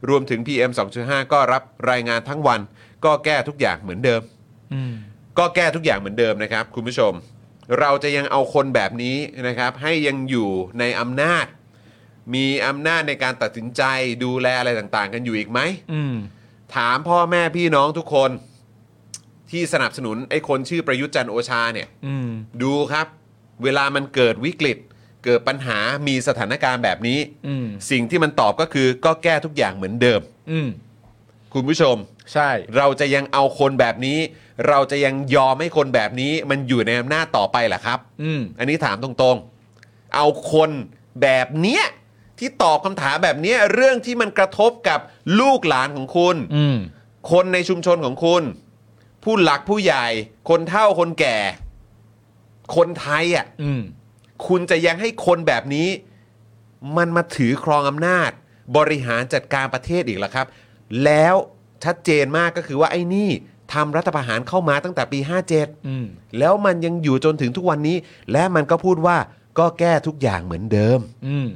รวมถึง PM 2.5 ก็รับรายงานทั้งวัน ก็แก้ทุกอย่างเหมือนเดิม ก็แก้ทุกอย่างเหมือนเดิมนะครับ คุณผู้ชม เราจะยังเอาคนแบบนี้นะครับ ให้ยังอยู่ในอำนาจ มีอำนาจในการตัดสินใจดูแลอะไรต่างๆ กันอยู่อีกไหม
อืม
ถามพ่อแม่พี่น้องทุกคนที่สนับสนุนไอ้คนชื่อประยุทธ์จันทร์โอชาเนี่ย
อืม
ดูครับ เวลามันเกิดวิกฤต เกิดปัญหามีสถานการณ์แบบนี้
อืม
สิ่งที่มันตอบก็คือก็แก้ทุกอย่างเหมือนเดิม
อืม
คุณผู้ชม
ใช่
เราจะยังเอาคนแบบนี้ เราจะยังยอมให้คนแบบนี้ มันอยู่ในอำนาจต่อไปเหรอครับ
อืม
อันนี้ถามตรงๆ เอาคนแบบเนี้ยที่ตอบคำถามแบบเนี้ยเรื่องที่มันกระทบกับลูกหลานของคุณ
อืม
คนในชุมชนของคุณ ผู้หลักผู้ใหญ่ คนเฒ่าคนแก่ คนไทยอ่ะ
อืม
คุณจะยังให้คนแบบนี้ มันมาถือครองอำนาจ บริหารจัดการประเทศอีกเหรอครับ แล้วชัดเจนมากก็คือว่าไอ้นี่ทำรัฐประหารเข้ามาตั้งแต่ปี
อืม
57 แล้วมันยังอยู่จนถึงทุกวันนี้ และมันก็พูดว่าก็แก้ทุกอย่างเหมือนเดิม
อืม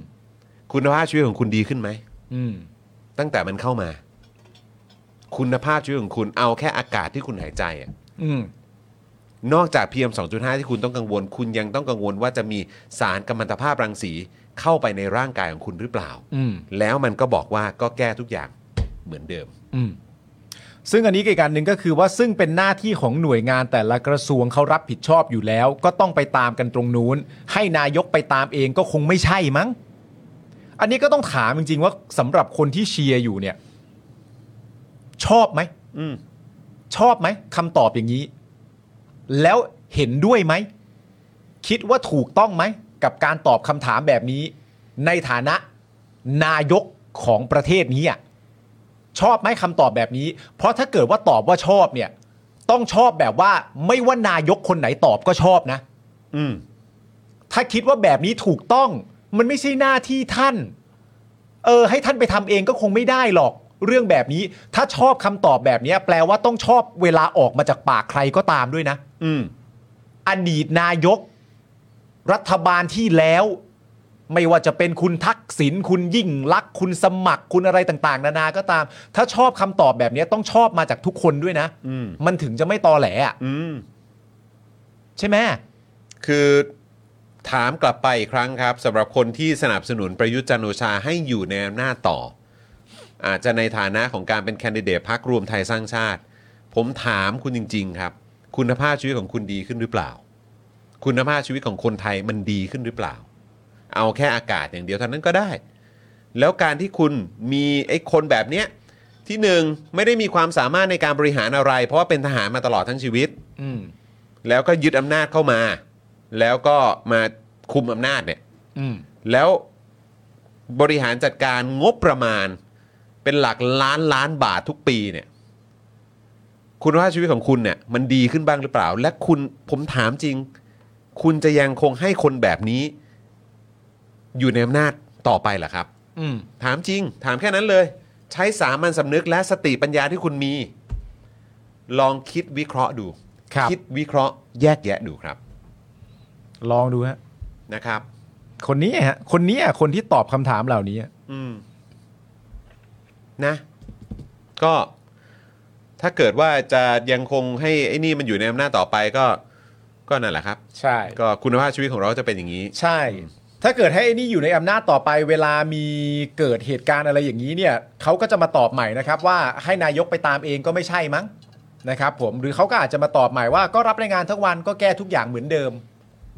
คุณภาพชีวิตของคุณดีขึ้นไหม
อืม
ตั้งแต่มันเข้ามา คุณภาพชีวิตของคุณเอาแค่อากาศที่คุณหายใจอะ
อืม
นอกจาก PM 2.5 ที่คุณต้องกังวล คุณยังต้องกังวลว่าจะมีสารกัมมันตภาพรังสีเข้าไปในร่างกายของคุณหรือเปล่า
อืม
แล้วมันก็บอกว่าก็แก้ทุกอย่างเหมือนเดิม
อืม ซึ่งอันนี้อีกการหนึ่งก็คือว่าซึ่งเป็นหน้าที่ของหน่วยงานแต่ละกระทรวงเขารับผิดชอบอยู่แล้ว ก็ต้องไปตามกันตรงนู้น ให้นายกไปตามเองก็คงไม่ใช่มั้ง อันนี้ก็ต้องถามจริง ๆ ว่าสำหรับคนที่เชียร์อยู่เนี่ย ชอบไหม
อืม
ชอบไหมคำตอบอย่างนี้ แล้วเห็นด้วยไหม คิดว่าถูกต้องไหม กับการตอบคำถามแบบนี้ ในฐานะ นายกของประเทศนี้อ่ะ ชอบไหมคำตอบแบบนี้ เพราะถ้าเกิดว่าตอบว่าชอบเนี่ย ต้องชอบแบบว่าไม่ว่านายกคนไหนตอบก็ชอบนะ
อืม
ถ้าคิดว่าแบบนี้ถูกต้อง มันไม่ใช่หน้าที่ท่าน เออ ให้ท่านไปทำเองก็คงไม่ได้หรอก เรื่องแบบนี้ ถ้าชอบคำตอบแบบเนี้ย แปลว่าต้องชอบเวลาออกมาจากปากใครก็ตามด้วยนะ
อืม
อดีตนายก รัฐบาลที่แล้ว ไม่ว่าจะเป็นคุณทักษิณคุณยิ่งลักษณ์คุณสมัครคุณอะไรต่าง ๆ นานาก็ตาม ถ้าชอบคำตอบแบบนี้ต้องชอบมาจากทุกคนด้วยนะ
อืม
มันถึงจะไม่ตอแหลอะ
อืม
ใช่ไหม
คือถามกลับไปอีกครั้งครับสำหรับคนที่สนับสนุนประยุทธ์จันทร์โอชาให้อยู่ในอำนาจต่อ อาจจะในฐานะของการเป็นแคนดิเดตพักรวมไทยสร้างชาติ ผมถามคุณจริง ๆ ครับ คุณภาพชีวิตของคุณดีขึ้นหรือเปล่า คุณภาพชีวิตของคนไทยมันดีขึ้นหรือเปล่า เอาแค่อากาศอย่างเดียวเท่านั้นก็ได้ แล้วการที่คุณมีไอ้คนแบบเนี้ยที่หนึ่งไม่ได้มีความสามารถในการบริหารอะไร เพราะว่าเป็นทหารมาตลอดทั้งชีวิต
อืม
แล้วก็ยึดอำนาจเข้ามา แล้วก็มาคุมอำนาจเนี่ย
อืม
แล้วบริหารจัดการงบประมาณเป็นหลักล้านล้านบาททุกปีเนี่ย คุณภาพชีวิตของคุณเนี่ยมันดีขึ้นบ้างหรือเปล่า และคุณผมถามจริง คุณจะยังคงให้คนแบบนี้ อยู่ในอำนาจต่อไปเหรอครับ
อืม
ถามจริง ถามแค่นั้นเลย ใช้สามัญสำนึกและสติปัญญาที่คุณมี ลองคิดวิเคราะห์ดู
ครับ
ดวิเคราะห์แยกแยะดูครับ
ลองดูฮะ
นะครับ
คนนี้ฮะ คนนี้อะคนที่ตอบคำถามเหล่านี้อะ
อืม นะ ก็ถ้าเกิดว่าจะยังคงให้ไอ้นี่มันอยู่ในอำนาจต่อไปก็ ก็นั่นแหละครับ
ใช่
ก็คุณภาพชีวิตของเราจะเป็นอย่างนี้
ใช่ ถ้าเกิดให้ไอ้นี่อยู่ในอำนาจต่อไป เวลามีเกิดเหตุการณ์อะไรอย่างนี้เนี่ยเขาก็จะมาตอบใหม่นะครับ ว่าให้นายกไปตามเองก็ไม่ใช่มั้งนะครับ ผมหรือเขาก็อาจจะมาตอบใหม่ว่าก็รับรายงานทั้งวันก็แก้ทุกอย่างเหมือนเดิม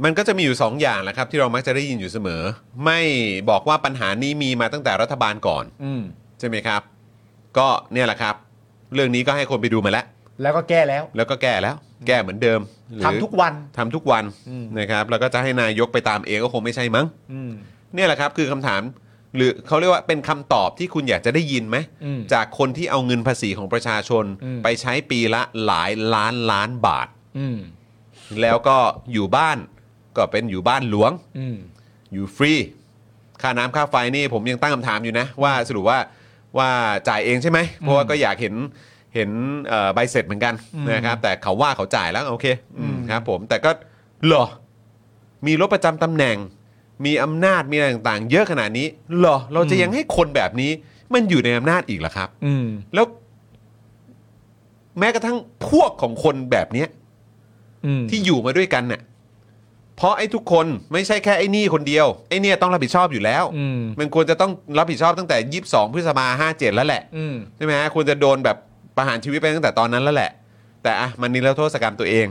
มันก็จะมีอยู่สองอย่างแหละครับ ที่เรามักจะได้ยินอยู่เสมอ ไม่บอกว่าปัญหานี้มีมาตั้งแต่รัฐบาลก่อน
อืม
ใช่ไหมครับ ก็เนี่ยแหละครับ เรื่องนี้ก็ให้คนไปดูมาแล้ว
แล้วก็แก้แล้ว
แล้วก็แก้แล้ว แก้เหมือนเดิมหรือ
ทำทุกวัน
ทำทุกวัน
อืม
นะครับ แล้วก็จะให้นายกไปตามเองก็คงไม่ใช่มั้ง
อืม
เนี่ยแหละครับคือคำถาม หรือเขาเรียกว่าเป็นคำตอบที่คุณอยากจะได้ยินไหม
อืม
จากคนที่เอาเงินภาษีของประชาชน
อืม
ไปใช้ปีละหลายล้านล้านบาท
อืม
แล้วก็อยู่บ้านก็เป็นอยู่บ้านหลวง
อืม
อยู่ฟรี ค่าน้ำค่าไฟนี่ผมยังตั้งคำถามอยู่นะ ว่าสรุปว่าว่าจ่ายเองใช่ไหม เพราะว่าก็อยากเห็นเห็นเอ่อใบเสร็จเหมือนกันนะครับ แต่เขาว่าเขาจ่ายแล้วโอเคอืมครับผมแต่ก็เหรอ มีรถประจำตำแหน่ง มีอำนาจมีอะไรต่างๆ เยอะขนาดนี้เหรอ เราจะยังให้คนแบบนี้ มันอยู่ในอำนาจอีกเหรอครับ
อืม
แล้ว แม้กระทั่งพวกของคนแบบเนี้ย
อืม
ที่อยู่มาด้วยกันเนี่ยเพราะไอ้ทุกคนไม่ใช่แค่ไอ้นี่คนเดียว ไอ้เนี่ยต้องรับผิดชอบอยู่แล้ว
อืม
มันควรจะต้องรับผิดชอบตั้งแต่ 22 พฤษภาห้าเจ็ดแล้วแหละ
อืม
ใช่ไหมฮะควรจะโดนแบบประหารชีวิตไปตั้งแต่ตอนนั้นแล้วแหละ แต่อ่ะมันนิรโทษกรรมตัวเอง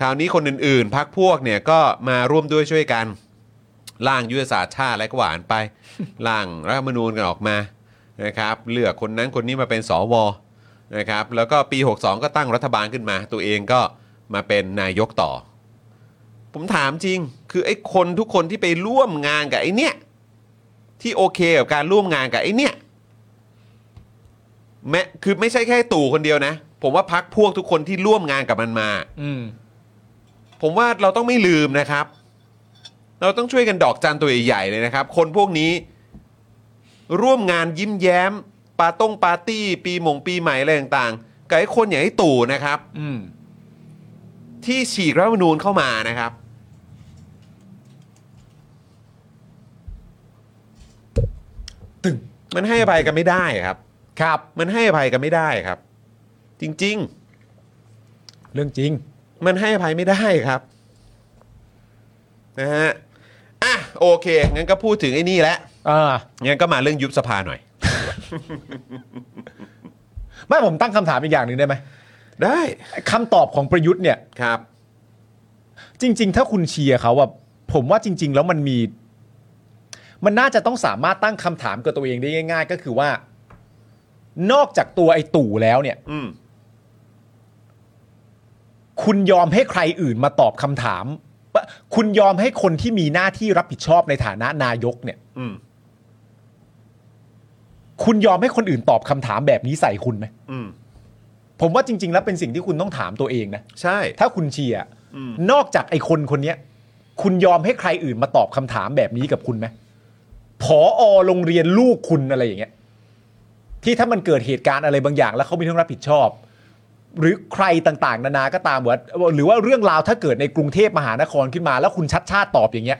คราวนี้คนอื่นๆพักพวกเนี่ยก็มาร่วมด้วยช่วยกันร่างยุทธศาสตร์ชาติอะไรก็หวานไป [laughs] ร่างรัฐธรรมนูญกันออกมานะครับเลือกคนนั้นคนนี้มาเป็นสวนะครับแล้วก็ปี 62 ก็ตั้งรัฐบาลขึ้นมา ตัวเองก็มาเป็นนายกต่อ ผมถามจริง คือไอ้คนทุกคนที่ไปร่วมงานกับไอ้เนี่ย ที่โอเคกับการร่วมงานกับไอ้เนี่ยแม้คือไม่ใช่แค่ตู่คนเดียวนะ ผมว่าพักพวกทุกคนที่ร่วมงานกับมันมา
อืม
ผมว่าเราต้องไม่ลืมนะครับ เราต้องช่วยกันดอกจันตัวใหญ่ๆเลยนะครับ คนพวกนี้ ร่วมงานยิ้มแย้ม ปาต้งปาร์ตี้ ปีหมงปีใหม่อะไรต่างๆกับไอ้คนอย่างไอ้ตู่นะครับ
อืม
ที่ฉีกรัฐธรรมนูญเข้ามานะครับ
ตึง
มันให้อภัยกันไม่ได้ครับ
ครับ
มันให้อภัยกันไม่ได้ครับ จริง
เรื่องจริง
ๆ มันให้อภัยไม่ได้ครับนะฮะอ่ะโอเคงั้นก็พูดถึงไอ้นี่แล้ว
เออ
งั้นก็มาเรื่องยุบสภาหน่อย
ไม่ผมตั้งคำถามอีกอย่างหนึ่งได้ไหม
ได้
คำตอบของประยุทธ์เนี่ย
ครับ
จริง ๆ ถ้าคุณเชียร์เขาอะผมว่าจริง ๆ แล้วมันมี มันน่าจะต้องสามารถตั้งคำถามกับตัวเองได้ง่าย ๆ ก็คือว่า นอกจากตัวไอ้ตู่แล้วเนี่ย
อืม
คุณยอมให้ใครอื่นมาตอบคำถามปะคุณยอมให้คนที่มีหน้าที่รับผิดชอบในฐานะนายกเนี่ย
อืม
คุณยอมให้คนอื่นตอบคำถามแบบนี้ใส่คุณไหม
อืม
ผมว่าจริง ๆ แล้วเป็นสิ่งที่คุณต้องถามตัวเองนะ
ใช่
ถ้าคุณเชียร์อะ
อืม
นอกจากไอ้คนคนเนี้ย คุณยอมให้ใครอื่นมาตอบคำถามแบบนี้กับคุณไหมผอโรงเรียนลูกคุณอะไรอย่างเงี้ย ที่ถ้ามันเกิดเหตุการณ์อะไรบางอย่าง แล้วเขาไม่ต้องรับผิดชอบ หรือใครต่างๆ นานาก็ตามว่าหรือว่าเรื่องราวถ้าเกิดในกรุงเทพมหานครขึ้นมา แล้วคุณชัดชาติตอบอย่างเงี้ย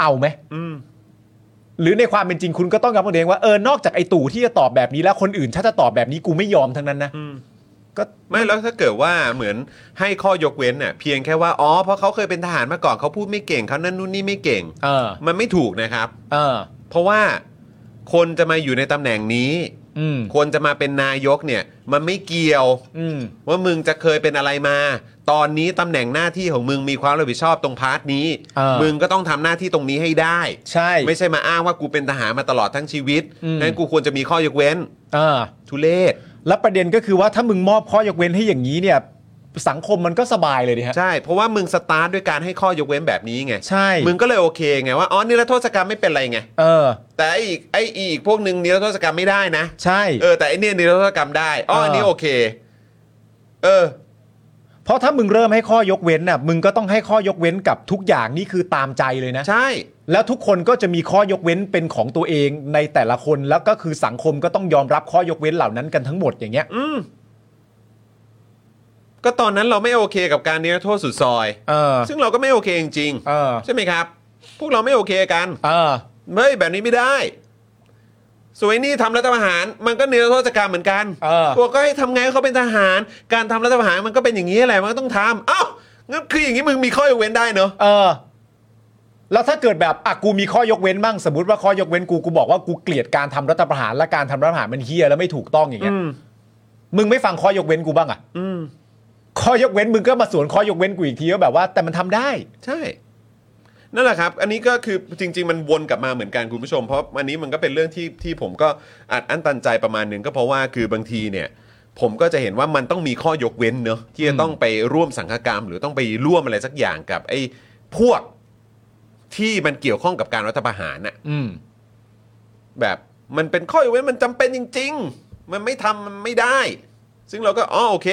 เอาไหม
อืม
หรือในความเป็นจริงคุณก็ต้องยอมรับตัวเองว่าเออนอกจากไอ้ตู่ที่จะตอบแบบนี้แล้วคนอื่นถ้าจะตอบแบบนี้กูไม่ยอมทั้งนั้นนะ
อืม
ก็
ไม่แล้วถ้าเกิดว่าเหมือนให้ข้อยกเว้นเน่ะเพียงแค่ว่าอ๋อเพราะเขาเคยเป็นทหารมาก่อนเขาพูดไม่เก่งเขานั่นนู่นนี่ไม่เก่ง
เออ
มันไม่ถูกนะครับ
เออ
เพราะว่าคนจะมาอยู่ในตำแหน่งนี้
อืม
คนจะมาเป็นนายกเนี่ย มันไม่เกี่ยว
อืม
ว่ามึงจะเคยเป็นอะไรมา ตอนนี้ตำแหน่งหน้าที่ของมึงมีความรับผิดชอบตรงพาร์ทนี้
เออ
มึงก็ต้องทำหน้าที่ตรงนี้ให้ได้
ใช่
ไม่ใช่มาอ้างว่ากูเป็นทหารมาตลอดทั้งชีวิต
อืม
งั้นกูควรจะมีข้อยกเว้น
เออ
ทุเลศ
แล้วประเด็นก็คือว่าถ้ามึงมอบข้อยกเว้นให้อย่างนี้เนี่ย สังคมมันก็สบายเลยดิฮะ
ใช่ เพราะว่ามึงสตาร์ทด้วยการให้ข้อยกเว้นแบบนี้ไง
ใช่
มึงก็เลยโอเคไงว่า อ๋อนิรโทษกรรมไม่เป็นไรไง
เออ
แต่ไอ้อีกไอ้อีกพวกหนึ่งนิรโทษกรรมไม่ได้นะ
ใช่
เออ แต่ไอ้เนี่ยนิรโทษกรรมได้ อ๋อ
เอออั
อันนี้โอเค เออ
เพราะถ้ามึงเริ่มให้ข้อยกเว้นน่ะ มึงก็ต้องให้ข้อยกเว้นกับทุกอย่างนี่คือตามใจเลยนะ
ใช่
แล้วทุกคนก็จะมีข้อยกเว้นเป็นของตัวเองในแต่ละคนแล้วก็คือสังคมก็ต้องยอมรับข้อยกเว้นเหล่านั้นกันทั้งหมดอย่างเงี้ย
อืม ก็ตอนนั้นเราไม่โอเคกับการนิรโทษสุดซอย
เออ
ซึ่งเราก็ไม่โอเคจริง
เออ
ๆใช่ไหมครับ พวกเราไม่โอเคกัน
เออ
เฮ้ยแบบนี้ไม่ได้ สวยนี่ทำรัฐประหาร มันก็เนรโทษกรรมเหมือนกัน
เออ
บอกก็ให้ทำไงให้เขาเป็นทหาร การทำรัฐประหารมันก็เป็นอย่างนี้แหละมันก็ต้องทำเอ้างั้นคืออย่างนี้มึงมีข้อยกเว้นได้เนอะ
เออ แล้วถ้าเกิดแบบอ่ะกูมีข้อยกเว้นบ้างสมมติว่าข้อยกเว้นกูกูบอกว่ากูเกลียดการทำรัฐประหารและการทำรัฐประหารมันเฮี้ยแล้วไม่ถูกต้องอย่างเงี้ย มึงไม่ฟังข้อยกเว้นกูบ้างอะ
อืม
ข้อยกเว้นมึงก็มาสวนข้อยกเว้นกูอีกทีว่าแบบว่า แต่มันทำได้
ใช่ นั่นแหละครับ อันนี้ก็คือจริง ๆ มันวนกลับมาเหมือนกันคุณผู้ชม เพราะอันนี้มันก็เป็นเรื่องที่ที่ผมก็อัดอั้นตันใจประมาณหนึ่งก็เพราะว่าคือบางทีเนี่ย ผมก็จะเห็นว่ามันต้องมีข้อยกเว้นเนอะที่จะต้องไปร่วมสังฆกรรม หรือต้องไปร่วมอะไรสักอย่างกับ ไอ้พวกที่มันเกี่ยวข้องกับการรัฐประหารน่ะ
อืม
แบบมันเป็นข้อยกเว้นมันจำเป็นจริง ๆ มันไม่ทำมันไม่ได้ ซึ่งเราก็อ๋อโอเค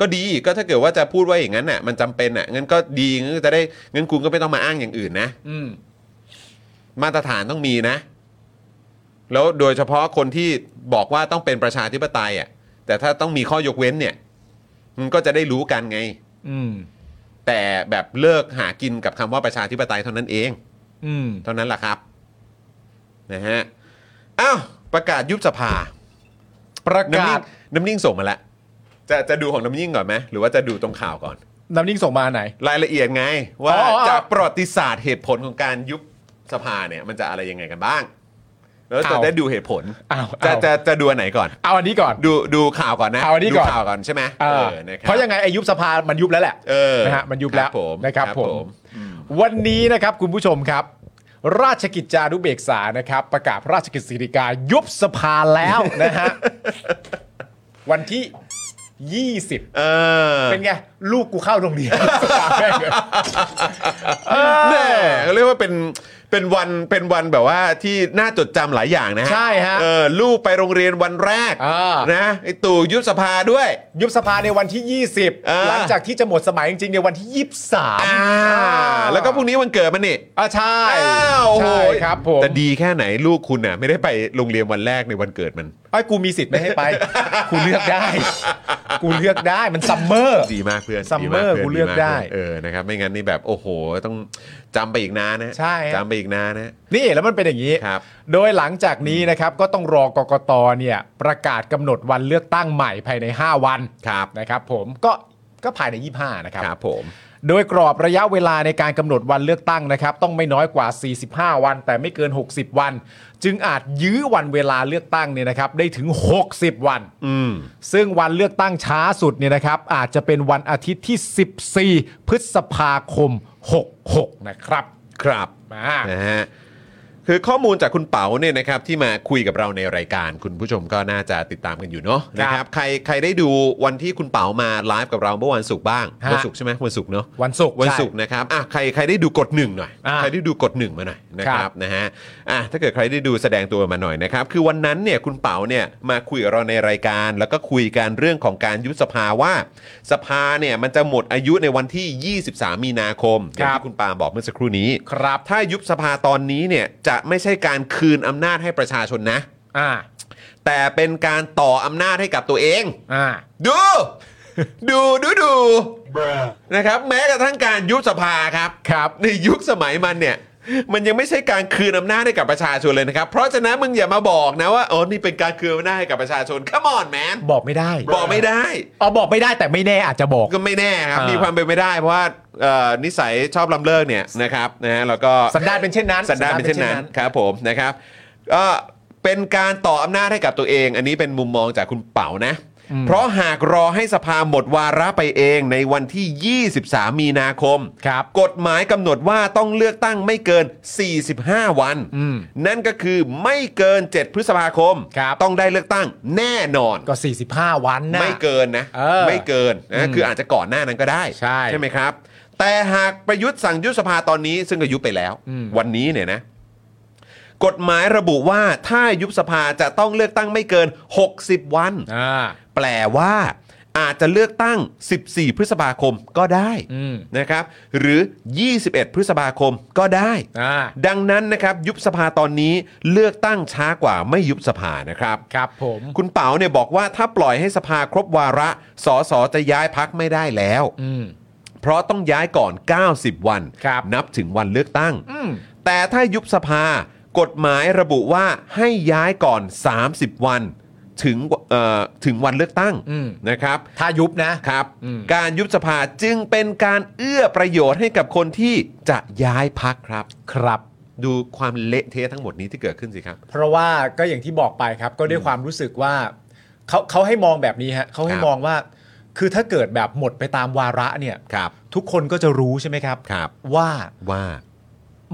ก็ดีก็ถ้าเกิดว่าจะพูดว่าอย่างนั้นน่ะมันจำเป็นน่ะงั้นก็ดีงั้นก็จะได้งั้นคุณก็ไม่ต้องมาอ้างอย่างอื่นนะ
อืม
มาตรฐานต้องมีนะ แล้วโดยเฉพาะคนที่บอกว่าต้องเป็นประชาธิปไตยอ่ะแต่ถ้าต้องมีข้อยกเว้นเนี่ยมันก็จะได้รู้กันไง
อืม
แต่แบบเลิกหากินกับคำว่าประชาธิปไตยเท่านั้นเอง
อืม
เท่านั้นแหละครับนะฮะอ้าวประกาศยุบสภา
ประ
น้ำ
กา
นิ่ง
ศ
น้ำนิ่งส่งมาแล้ว จะจะดูของน้ำนิ่งก่อนไหมหรือว่าจะดูตรงข่าวก่อน
น้ำนิ่งส่งมาไหน
รายละเอียดไง ว่า
อ๋ออ๋อ
จากประวัติศาสตร์เหตุผลของการยุบสภาเนี่ย มันจะอะไรยังไงกันบ้าง แล้วจะได้ดูเหตุผล
อ้าว
จะ
เอา
จะจะดูอันไหนก่อน
เอาอันนี้ก่อน
ดูดูข่าวก่อนนะ
เอาอันนี้ก่อน
ดูข่าวก่อนใช่ไหม
เออ
นะคบ
เพราะยังไงไอายุบสภามันยุบแล้วแหละ
เออ
นะฮะมันยุบแล้ว
ครับผม
นะครับผม วันนี้นะครับคุณผู้ชมครับ ราชกิจจานุเบกษานะครับ ประกาศพระราชกฤษฎีกายุบสภา [laughs] แล้วนะฮะ วันที่ 20
เออ
เป็นไง ลูกกูเข้าโรงเรียน แม่งเลย
แน่เรียกว่าเป็นเป็นวันเป็นวันแบบว่าที่น่าจดจำหลายอย่างนะฮะ
ใช่ฮะ
เออลูกไปโรงเรียนวันแรก
อ่าน
นะไอตู่ยุบสภาด้วย
ยุบสภาในวันที่
อ่า
20 หลังจากที่จะหมดสมัยจริงๆ ในวันที่ 23
อ่าแล้วก็พรุ่งนี้วันเกิดมันนี่
อ่าใช่
อ้าวโอ้โห
ใช่ครับผม
แต่ดีแค่ไหนลูกคุณน่ะ ไม่ได้ไปโรงเรียนวันแรกในวันเกิดมัน
ไอ้ยกูมีสิทธิ์ไม่ [laughs] ให้ไป กูเลือกได้ กูเลือกได้มันซัมเมอร์
ดีมากเพื่อน
Summer
ดีากพื่น
กูเลือก
มาพื่น
ได้
เออนะครับไม่งั้นนี่แบบโอ้โหต้องจำไปอีกนานนะ
ใช่ฮะ
จำไปอีกนานนะ
นี่แล้วมันเป็นอย่างนี้
ครับ
โดยหลังจากนี้นะครับก็ต้องรอกกตเนี่ยประกาศกำหนดวันเลือกตั้งใหม่ภายใน 5 วัน
ครับ
นะครับผมก็ก็ภายใน 25 นะครับ
ครับผม
โดยกรอบระยะเวลาในการกำหนดวันเลือกตั้งนะครับ ต้องไม่น้อยกว่า 45 วัน แต่ไม่เกิน 60 วัน จึงอาจยื้อวันเวลาเลือกตั้งเนี่ยนะครับ ได้ถึง 60 วัน
อืม
ซึ่งวันเลือกตั้งช้าสุดเนี่ยนะครับ อาจจะเป็นวันอาทิตย์ที่ 14 พฤษภาคม 66 นะครับ
ครับ
มา
นะฮะคือข้อมูลจากคุณเป๋าเนี่ยนะครับที่มาคุยกับเราในรายการ คุณผู้ชมก็น่าจะติดตามกันอยู่เนาะ
ครับ
นะครับใครใครได้ดูวันที่คุณเป๋ามาไลฟ์กับเราเมื่อวันศุกร์บ้าง
ฮะ
วันศุกร์ใช่ไหมวันศุกร์เนาะ
วันศุกร์
วันศุกร์นะครับอ่ะใครใครได้ดูกดหนึ่งหน่อย
อ่ะ
ใครได้ดูกดหนึ่งมาหน่อยนะค
ครั
รับบ นะฮะอ่ะถ้าเกิดใครได้ดูแสดงตัวมาหน่อยนะครับ คือวันนั้นเนี่ยคุณเป๋าเนี่ยมาคุยกับเราในรายการ แล้วก็คุยกันเรื่องของการยุบสภาว่า สภาเนี่ยมันจะหมดอายุในวันที่ 23 มีนาคมอย่าง
ครับ
ที่คุณปาล์มบอกเมื่อสักครู่นี้
ครับ
ถ้ายุบสภาตอนนี้เนี่ยจะไม่ใช่การคืนอำนาจให้ประชาชนนะ
อ่า
แต่เป็นการต่ออำนาจให้กับตัวเอง
อ่า
ดู ดูดูดู นะครับแม้กระทั่งการยุบสภาครับ
ครับ
ในยุคสมัยมันเนี่ยมันยังไม่ใช่การคืนอำนาจให้กับประชาชนเลยนะครับเพราะฉะนั้นมึงอย่ามาบอกนะว่าโอ้นี่เป็นการคืนอำนาจให้กับประชาชน come on man
บอกไม่ได้
บอกไม่ได้
อ๋อบอกไม่ได้แต่ไม่แน่อาจจะบอก
ก็ไม่แน่ครับ
อ่ามี
มีความเป็นไม่ได้เพราะว่าเอ่อนิสัยชอบลำเลิกเนี่ยนะครับนะฮะแล้วก็
สันดานเป็นเช่นนั้น
สันดานเป็นเช่นนั้นครับผมนะครับก็เป็นการต่ออำนาจให้กับตัวเอง อันนี้เป็นมุมมองจากคุณเป๋านะ เพราะหากรอให้สภาหมดวาระไปเองในวันที่ 23 มีนาคม
ครับ
กฎหมายกำหนดว่าต้องเลือกตั้งไม่เกิน 45 วัน
อืม
นั่นก็คือไม่เกิน 7 พฤษภาคม
ครับ
ต้องได้เลือกตั้งแน่นอน
ก็ 45 วันนะ
ไม่เกินนะ
เออ
ไม่เกินนะ
อืม
คืออาจจะก่อนหน้านั้นก็ได้
ใช่
ไหมครับ แต่หากประยุทธ์สั่งยุบสภาตอนนี้ ซึ่งก็ยุบไปแล้ว
อืม
วันนี้เนี่ยนะ กฎหมายระบุว่าถ้ายุบสภาจะต้องเลือกตั้งไม่เกิน 60 วัน
อ่า
แปลว่า อาจจะเลือกตั้ง 14 พฤษภาคมก็ได้
อืม
นะครับ หรือ 21 พฤษภาคมก็ได้
อ่า
ดังนั้นนะครับ ยุบสภาตอนนี้เลือกตั้งช้ากว่าไม่ยุบสภานะครับ
ครับผม
คุณเป๋าเนี่ยบอกว่าถ้าปล่อยให้สภาครบวาระสสจะย้ายพักไม่ได้แล้ว
อืม
เพราะต้องย้ายก่อน 90 วัน
ครับ
นับถึงวันเลือกตั้ง
อืม
แต่ถ้ายุบสภา กฎหมายระบุว่าให้ย้ายก่อน 30 วัน ถึงเอ่อถึงวันเลือกตั้ง
อืม
นะครับ
ถ้ายุบนะ
ครับ
อืม
การยุบสภาจึงเป็นการเอื้อประโยชน์ให้กับคนที่จะย้ายพักครับ
ครับ
ดูความเละเทะทั้งหมดนี้ที่เกิดขึ้นสิครับ
เพราะว่าก็อย่างที่บอกไปครับ ก็ด้วยความรู้สึกว่าเขาเขาให้มองแบบนี้ฮะเขา
ค
ให้
รับ
มองว่า คือถ้าเกิดแบบหมดไปตามวาระเนี่ย
ครับ
ทุกคนก็จะรู้ใช่ไหมครับ
ครับ
ว่า
ว่า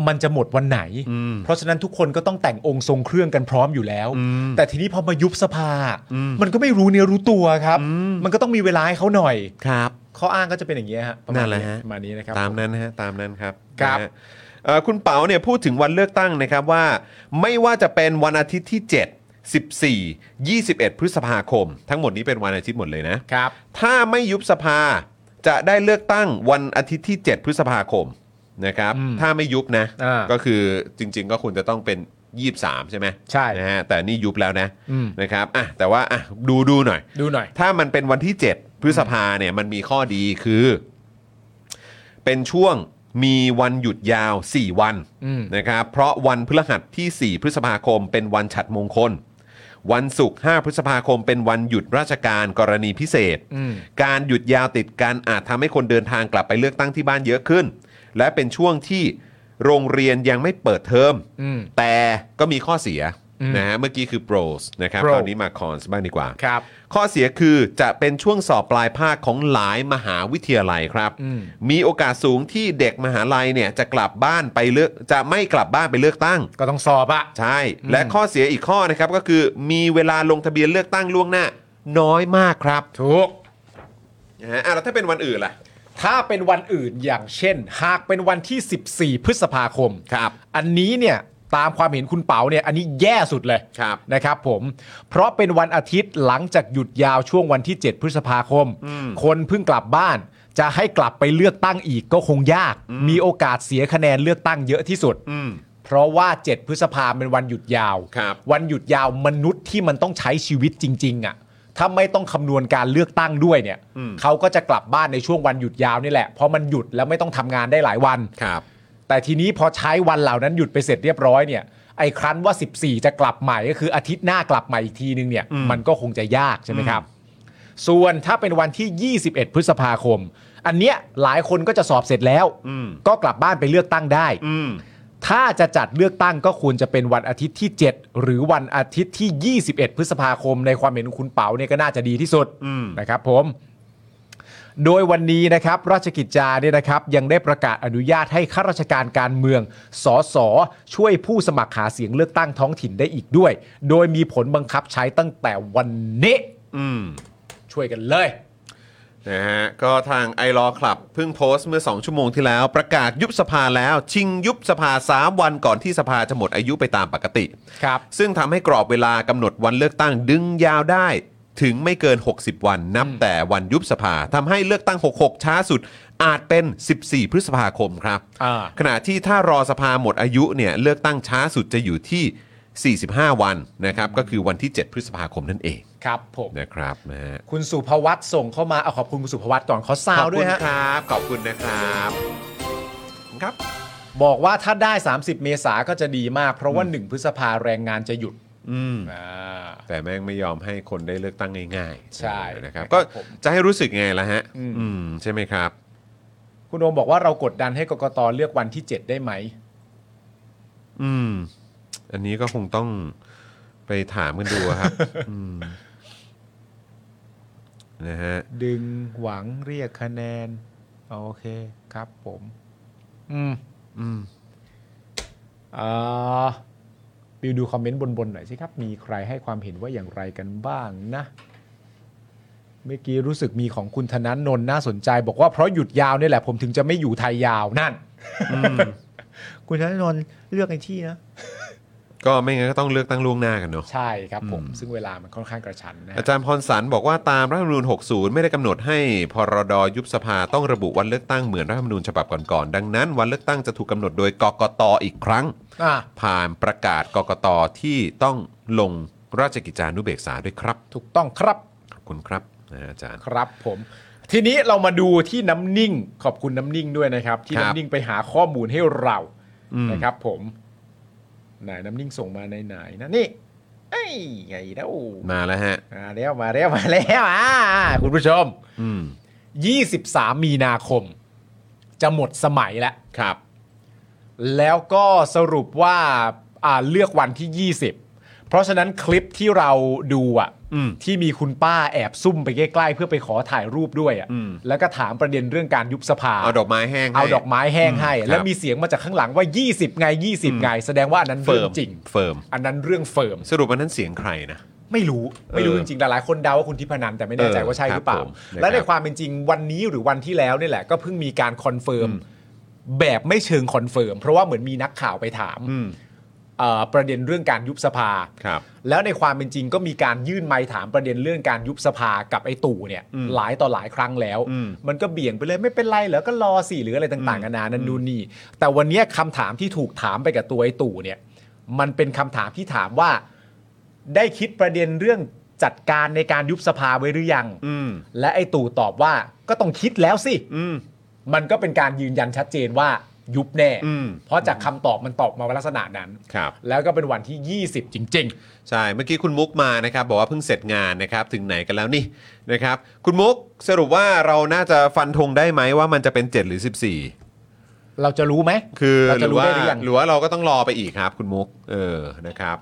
มันจะหมดวันไหน
อืม
เพราะฉะนั้นทุกคนก็ต้องแต่งองค์ทรงเครื่องกันพร้อมอยู่แล้ว
อืม
แต่ทีนี้พอมายุบสภา
อืม
มันก็ไม่รู้เนื้อรู้ตัวครับ
อืม
มันก็ต้องมีเวลาให้เขาหน่อย
ครับ
ข้ออ้างก็จะเป็นอย่างนี้ยฮะประมา
นั่
ณ
นแหละ
นี้
ฮะ
ประมาณนี้นะครับ
ตามนั้นนะฮะตามนั้นครับ
ครับ
นะฮะเอ่อคุณเปาเนี่ยพูดถึงวันเลือกตั้งนะครับว่า ไม่ว่าจะเป็นวันอาทิตย์ที่ 7 14 21 พฤษภาคม ทั้งหมดนี้เป็นวันอาทิตย์หมดเลยนะครับ ถ้าไม่ยุบสภาจะได้เลือกตั้งวันอาทิตย์ที่ 7 พฤษภาคมนะครับ
อืม
ถ้าไม่ยุบนะ
อ่า
ก็คือจริง ๆ ก็ควรจะต้องเป็น 23 ใช่ไหม
ใช่
นะฮะแต่นี่ยุบแล้วนะ
อืม
นะครับอ่ะแต่ว่าอ่ะดูดูหน่อย
ดูหน่อย
ถ้ามันเป็นวันที่ 7 พฤษภาเนี่ยมันมีข้อดีคือ เป็นช่วงมีวันหยุดยาว 4 วัน
อืม
นะครับเพราะวันพฤหัสที่ 4 พฤษภาคม เป็นวันฉัดมงคล วันศุกร์5พฤษภาคม เป็นวันหยุดราชการกรณีพิเศษ
อืม
การหยุดยาวติดกันอาจทำให้คนเดินทางกลับไปเลือกตั้งที่บ้านเยอะขึ้น และเป็นช่วงที่โรงเรียนยังไม่เปิดเทอม
อืม
แต่ก็มีข้อเสีย
อืม
นะฮะเมื่อกี้คือโปรสนะครับค
Pros
ราวนี้มาคอนส์บ้างดีกว่า
ครับ
ข้อเสียคือจะเป็นช่วงสอบปลายภาคของหลายมหาวิทยาลัยครับ
อืม
มีโอกาสสูงที่เด็กมหาลัยเนี่ยจะกลับบ้านไปเลือกจะไม่กลับบ้านไปเลือกตั้ง
ก็ต้องสอบอะ
ใช่ และข้อเสียอีกข้อนะครับก็คือมีเวลาลงทะเบียนเลือกตั้งล่วงหน้า น้อยมากครับ
ถูก
นะฮะอ่ะแล้วถ้าเป็นวันอื่นล่ะ
ถ้าเป็นวันอื่นอย่างเช่น หากเป็นวันที่ 14 พฤษภาคม
ครับ
อันนี้เนี่ยตามความเห็นคุณเป๋าเนี่ยอันนี้แย่สุดเลย
ครับ
นะครับผมเพราะเป็นวันอาทิตย์หลังจากหยุดยาวช่วงวันที่ 7 พฤษภาคม คนเพิ่งกลับบ้าน จะให้กลับไปเลือกตั้งอีกก็คงยาก มีโอกาสเสียคะแนนเลือกตั้งเยอะที่สุด
อืม
เพราะว่า 7 พฤษภาเป็นวันหยุดยาว
ครับ
วันหยุดยาวมนุษย์ที่มันต้องใช้ชีวิตจริง ๆอะ่ะ ถ้าไม่ต้องคำนวณการเลือกตั้งด้วยเนี่ย
อืม
เขาก็จะกลับบ้านในช่วงวันหยุดยาวนี่แหละ เพราะมันหยุดแล้วไม่ต้องทำงานได้หลายวัน
ครับ
แต่ทีนี้พอใช้วันเหล่านั้นหยุดไปเสร็จเรียบร้อยเนี่ย ไอ้ครั้นว่า 14 จะกลับใหม่ก็คืออาทิตย์หน้ากลับใหม่อีกทีนึงเนี่ย มันก็คงจะยากใช่ไหมครับ ส่วนถ้าเป็นวันที่ 21 พฤษภาคม อันเนี้ยหลายคนก็จะสอบเสร็จแล้ว
อืม
ก็กลับบ้านไปเลือกตั้งได้
อืม
ถ้าจะจัดเลือกตั้งก็ควรจะเป็นวันอาทิตย์ที่ 7 หรือวันอาทิตย์ที่ 21 พฤษภาคม ในความเห็นของคุณเปาเนี่ยก็น่าจะดีที่สุด
อืม
นะครับผม โดยวันนี้นะครับราชกิจจาเนี่ยนะครับยังได้ประกาศอนุญาตให้ข้าราชการการเมืองสสช่วยผู้สมัครหาเสียงเลือกตั้งท้องถิ่นได้อีกด้วย โดยมีผลบังคับใช้ตั้งแต่วันนี้
อืม
ช่วยกันเลย
นะฮะก็ทางไอรอคลับเพิ่งโพสต์เมื่อ 2 ชั่วโมงที่แล้ว ประกาศยุบสภาแล้ว ชิงยุบสภา 3 วันก่อนที่สภาจะหมดอายุไปตามปกติ
ครับ
ซึ่งทำให้กรอบเวลากำหนดวันเลือกตั้งดึงยาวได้ถึงไม่เกิน 60 วันนับแต่วันยุบสภาทำให้เลือกตั้ง 66 ช้าสุดอาจเป็น 14 พฤษภาคมครับ
อ่า
ขณะที่ถ้ารอสภาหมดอายุเนี่ยเลือกตั้งช้าสุดจะอยู่ที่ 45 วันนะครับก็คือวันที่ 7 พฤษภาคมนั่นเอง
ครับผม
นะครับนะฮะ
คุณสุภวัตส่งเข้ามาเอาขอบคุณคุณสุภวัตก่อนขอซาวด้วย
ขอบ
ฮะ
คุณครับ ขอบคุณนะครับครับ
บอกว่าถ้าได้ 30 เมษาก็จะดีมาก เพราะว่า 1 พฤษภาแรงงานจะหยุด
อืม
อ่า
แต่แม่งไม่ยอมให้คนได้เลือกตั้งง่ายๆ
ใช่
นะครับ
ครับ
ก็
ผม
จะให้รู้สึกไงล่ะฮะ
อืม
อืม ใช่ไหมครับ
คุณโอมบอกว่าเรากดดันให้กกตเลือกวันที่ 7 ได้ไหม
อืม อันนี้ก็คงต้องไปถามกันดูอะครับ อืมนะฮะ
ดึงหวังเรียกคะแนน โอเคครับผม อืม
อืม
อ่าบิวดูคอมเมนต์บน ๆ หน่อยสิครับ มีใครให้ความเห็นว่าอย่างไรกันบ้างนะ เมื่อกี้รู้สึกมีของคุณธนันนนท์น่าสนใจ บอกว่าเพราะหยุดยาวนี่แหละ ผมถึงจะไม่อยู่ไทยยาวนั่น [laughs] คุณธนันนนท์เลือกไอ้ที่นะ
ก็ไม่งั้นก็ต้องเลือกตั้งล่วงหน้ากันเนาะ
ใช่ครับผม
อืม
ซึ่งเวลามันค่อนข้างกระชั้นนะฮะ
อาจารย์พรสันบอกว่าตามรัฐธรรมนูญ 60 ไม่ได้กำหนดให้พรดยุบสภาต้องระบุวันเลือกตั้งเหมือนรัฐธรรมนูญฉบับก่อนๆ ดังนั้นวันเลือกตั้งจะถูกกำหนดโดยกกตอีกครั้ง
อ่ะ
ผ่านประกาศกกตที่ต้องลงราชกิจจานุเบกษาด้วยครับ
ถูกต้องครับ
ขอบคุณครับนะอาจารย์
ครับผม ทีนี้เรามาดูที่น้ำนิ่ง ขอบคุณน้ำนิ่งด้วยนะครับ ที่
ครับ
น้ำนิ่งไปหาข้อมูลให้เรา
อืม
นะครับ ผมไหนน้ำนิ่งส่งมาในไหนๆนะนี่ไอ้ยไงแล้ว
มาแล้วฮะ
มาแล้วมาแล้วมาแล้วอ่าคุณผู้ชม
อืม
23 มีนาคม จะหมดสมัยแล้ว
ครับ
แล้วก็สรุปว่าอ่าเลือกวันที่ 20 เพราะฉะนั้นคลิปที่เราดูอ่ะ
อืม
ที่มีคุณป้าแอบซุ่มไปใกล้ๆ เพื่อไปขอถ่ายรูปด้วยอ่ะ
อืม
แล้วก็ถามประเด็นเรื่องการยุบสภา
เอาดอกไม้แห้งให้
เอาดอกไม้แห้งให้
อืม
แล้ว
ครับ
มีเสียงมาจากข้างหลังว่า 20 ไง 20 ไง แสดงว่าอันนั้น
เฟิ
เรื่อ
ร์ม
งจริง
เฟิร์ม
อันนั้นเรื่องเฟิร์ม
สรุปวันนั้นเสียงใครนะ
ไม่รู้ไม่รู้
เอ
จ
อ
ริงๆแต่หลายคนเดาว่าคุณทิพนันแต่ไม่แน่ใจ
เออ
ว่าใช่หรือเปล่า
ครับผมนะครับ
และในความเป็นจริงวันนี้หรือวันที่แล้วนี่แหละก็เพิ่งมีการคอนเฟิร์ม
อืม
แบบไม่เชิงคอนเฟิร์มเพราะว่าเหมือนมีนักข่าวไปถาม
อืม
เอ่อประเด็นเรื่องการยุบสภา
ครับ
แล้วในความเป็นจริงก็มีการยื่นไม้ถามประเด็นเรื่องการยุบสภากับไอ้ตู่เนี่ย
อืม
หลายต่อหลายครั้งแล้ว
อืม
มันก็เบี่ยงไปเลยไม่เป็นไรเหรอก็รอสิหรืออะไรต่างๆนานานั่นนู่นนี่แต่วันเนี้ยคำถามที่ถูกถามไปกับตัวไอ้ตู่เนี่ยมันเป็นคำถามที่ถามว่าได้คิดประเด็นเรื่องจัดการในการยุบสภาไว้หรือยัง
อืม
และไอ้ตู่ตอบว่าก็ต้องคิดแล้วสิ
อืม
มันก็เป็นการยืนยันชัดเจนว่ายุบแน่
อืม
เพราะจากคำตอบมันตอบมาว่าลักษณะนั้น
ครับ
แล้วก็เป็นวันที่ 20 จริง
ใช่ เมื่อกี้คุณมุกมานะครับ บอกว่าเพิ่งเสร็จงานนะครับ ถึงไหนกันแล้วนี่นะครับ คุณมุกสรุปว่าเราน่าจะฟันธงได้ไหมว่ามันจะเป็น 7 หรือ 14
ๆ เราจะรู้ไหม
คือ
เรา
ห
จะ
รือ
รู้
ว่า
ได้หรือยัง
หรือว่าเราก็ต้องรอไปอีกครับ คุณมุก เออนะครับ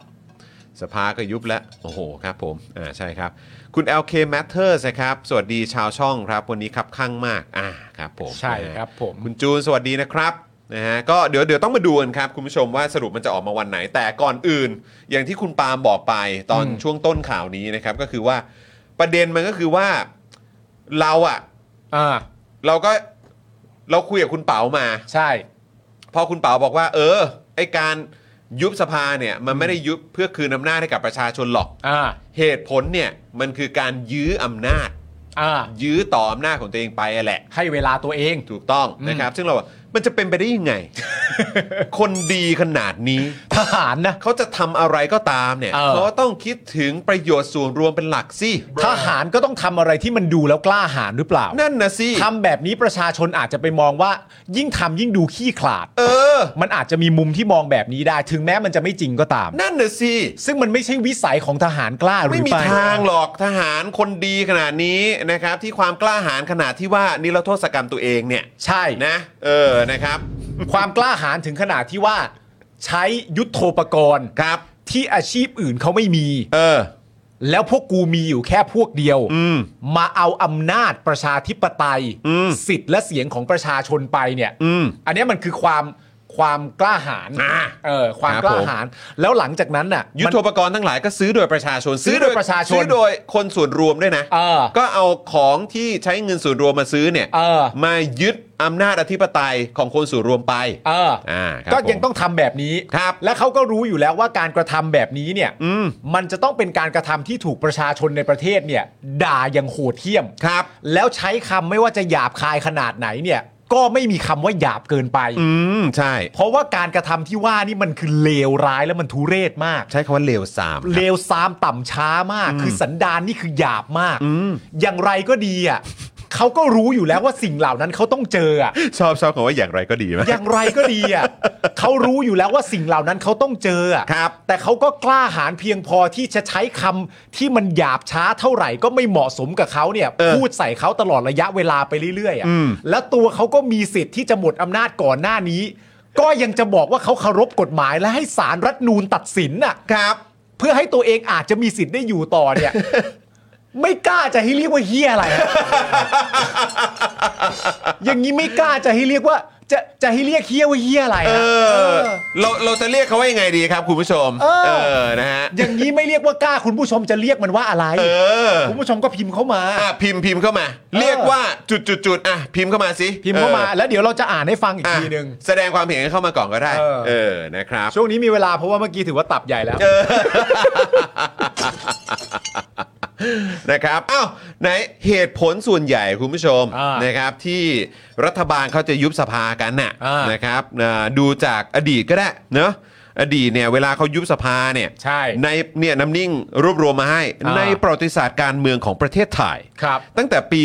สภาก็ยุบแล้ว โอ้โหครับผม อ่าใช่ครับ คุณ LK Matters นะครับ สวัสดีชาวช่องครับ วันนี้ครับข้างมาก อ่าครับผม
ใช่
นะฮะ
ครับผม
คุณจูนสวัสดีนะครับนะฮะก็เดี๋ยวเดี๋ยวต้องมาดูกันครับ คุณผู้ชมว่าสรุปมันจะออกมาวันไหน แต่ก่อนอื่น อย่างที่คุณปาล์มบอกไปตอนช่วงต้นข่าวนี้นะครับ ก็คือว่าประเด็นมันก็คือว่าเราอะ
อ่า
เราก็เราคุยกับคุณเป๋ามา
ใช่
พอคุณเป๋าบอกว่า เออไอการยุบสภาเนี่ยมันไม่ได้ยุบเพื่อคืนอำนาจให้กับประชาชนหรอก
อ่า
เหตุผลเนี่ยมันคือการยื้ออำนาจ
อ่า
ยื้อต่ออำนาจของตัวเองไปอะแหละ
ให้เวลาตัวเอง
ถูกต้อง
อืม
นะครับ ซึ่งเราบอกมันจะเป็นไปได้ยัง
[laughs]
ไง คนดีขนาดนี้
ทหารนะ
เขาจะทำอะไรก็ตามเนี่ย
เออ
เขาต้องคิดถึงประโยชน์ส่วนรวมเป็นหลักสิ
ทหารก็ต้องทำอะไรที่มันดูแล้วกล้าหาญหรือเปล่า
นั่นนะสิ
ทำแบบนี้ประชาชนอาจจะไปมองว่า ยิ่งทำยิ่งดูขี้ขลาด
เออ
มันอาจจะมีมุมที่มองแบบนี้ได้ ถึงแม้มันจะไม่จริงก็ตาม
นั่นนะสิ
ซึ่งมันไม่ใช่วิสัยของทหารกล้าหรื
ไม่
อ
มี
ไป
ทางหรอกทหารคนดีขนาดนี้นะครับ ที่ความกล้าหาญขนาดที่ว่านิรโทษกรรมตัวเองเนี่ย
ใช่
นะ เออนะครับ
ความกล้าหาญถึงขนาดที่ว่า ใช้ยุทโธปกรณ์
ครับ
ที่อาชีพอื่นเขาไม่มี
เออ
แล้วพวกกูมีอยู่แค่พวกเดียว
อืม
มาเอาอำนาจประชาธิปไตย
อืม
สิทธิ์และเสียงของประชาชนไปเนี่ย
อืม
อันเนี้ยมันคือความความกล้าหาญ
อ่า
เออความ
ครับ
กล้า
ผม
หาญแล้วหลังจากนั้นน่ะ
ยุท
มัน
โธปกรณ์ทั้งหลายก็ซื้อโดยประชาชน
ซื้อโดยประชาชน
ซื้อโดยคนส่วนรวมด้วยนะ
เออ
ก็เอาของที่ใช้เงินส่วนรวมมาซื้อเนี่ย
เออ
มายึดอำนาจอธิปไตยของคนส่วนรวมไป
เออ
อ่าครับ
ก็ยัง
ผม
ต้องทำแบบนี้
ครับ
และเขาก็รู้อยู่แล้วว่าการกระทำแบบนี้เนี่ย
อืม
มันจะต้องเป็นการกระทำที่ถูกประชาชนในประเทศเนี่ย ด่าอย่างโหดเหี้ยม
ครับ
แล้วใช้คำไม่ว่าจะหยาบคายขนาดไหนเนี่ย ก็ไม่มีคำว่าหยาบเกินไป
อืม ใช่
เพราะว่าการกระทำที่ว่านี่มันคือเลวร้ายและมันทุเรศมาก
ใช้คำว่าเลวสามครับ
เลวซามต่ำช้ามาก คือสันดานนี่คือหยาบมาก อย่างไรก็ดีอ่ะ เขาก็รู้อยู่แล้วว่าสิ่งเหล่านั้นเขาต้องเจออ่ะ
ชอบชอบคำว่าอย่างไรก็ดีไหมาก
อย่างไรก็ดีอ่ะ เขารู้อยู่แล้วว่าสิ่งเหล่านั้นเขาต้องเจออ่ะ
ครับ
แต่เขาก็กล้าหาญเพียงพอที่จะใช้คำที่มันหยาบช้าเท่าไหร่ก็ไม่เหมาะสมกับเขาเนี่ย พูดใส่เขาตลอดระยะเวลาไปเรื่อยๆอ่ะ แล้วตัวเขาก็มีสิทธิ์ที่จะหมดอำนาจก่อนหน้านี้ ก็ยังจะบอกว่าเขาเคารพกฎหมายและให้ศาลรัฐธรรมนูนตัดสินอ่ะ
ครับ
เพื่อให้ตัวเองอาจจะมีสิทธิ์ได้อยู่ต่อเนี่ย
[laughs]
ไม่กล้าจะให้เรียกว่าเฮียอะไรอะ อย่างนี้ไม่กล้าจะให้เรียกว่า จะจะให้เรียกเฮียว่าเฮียอะไร
เอ
อะ
อ เราเราจะเรียกเขาว่ายังไงดีครับคุณผู้ชม เออ นะฮะ
อย่างนี้ไม่เรียกว่ากล้าคุณผู้ชมจะเรียกมันว่าอะไร
เออ
คุณผู้ชมก็พิมพ์เข้ามา
อ่ะพิมพ์พิมพ์เข้ามา เรียกว่าจุดจุดจุดอ่ะพิมพ์เข้ามาสิ
พิมพ์เข้ามา
ออ
แล้วเดี๋ยวเราจะอ่านให้ฟังอีก
อ่ะ
ทีหนึ่ง
แสดงความเห็นเข้ามาก่อนก็ได้
เออ
เออนะครับ
ช่วงนี้มีเวลาเพราะว่าเมื่อกี้ถือว่าตับใหญ่แล้ว
นะครับอ้าวไหนเหตุผลส่วนใหญ่คุณผู้ชม
อ่าน
นะครับที่รัฐบาลเขาจะยุบสภากันน่ะ
อ่าน
นะครับอ่าดูจากอดีตก็ได้เนอะอดีตเนี่ยเวลาเขายุบสภาเนี่ย
ใช่
ในเนี่ยน้ำนิ่งรวบรวมมาให้
อ่า
ในประวัติศาสตร์การเมืองของประเทศไทย
ครับ
ตั้งแต่ปี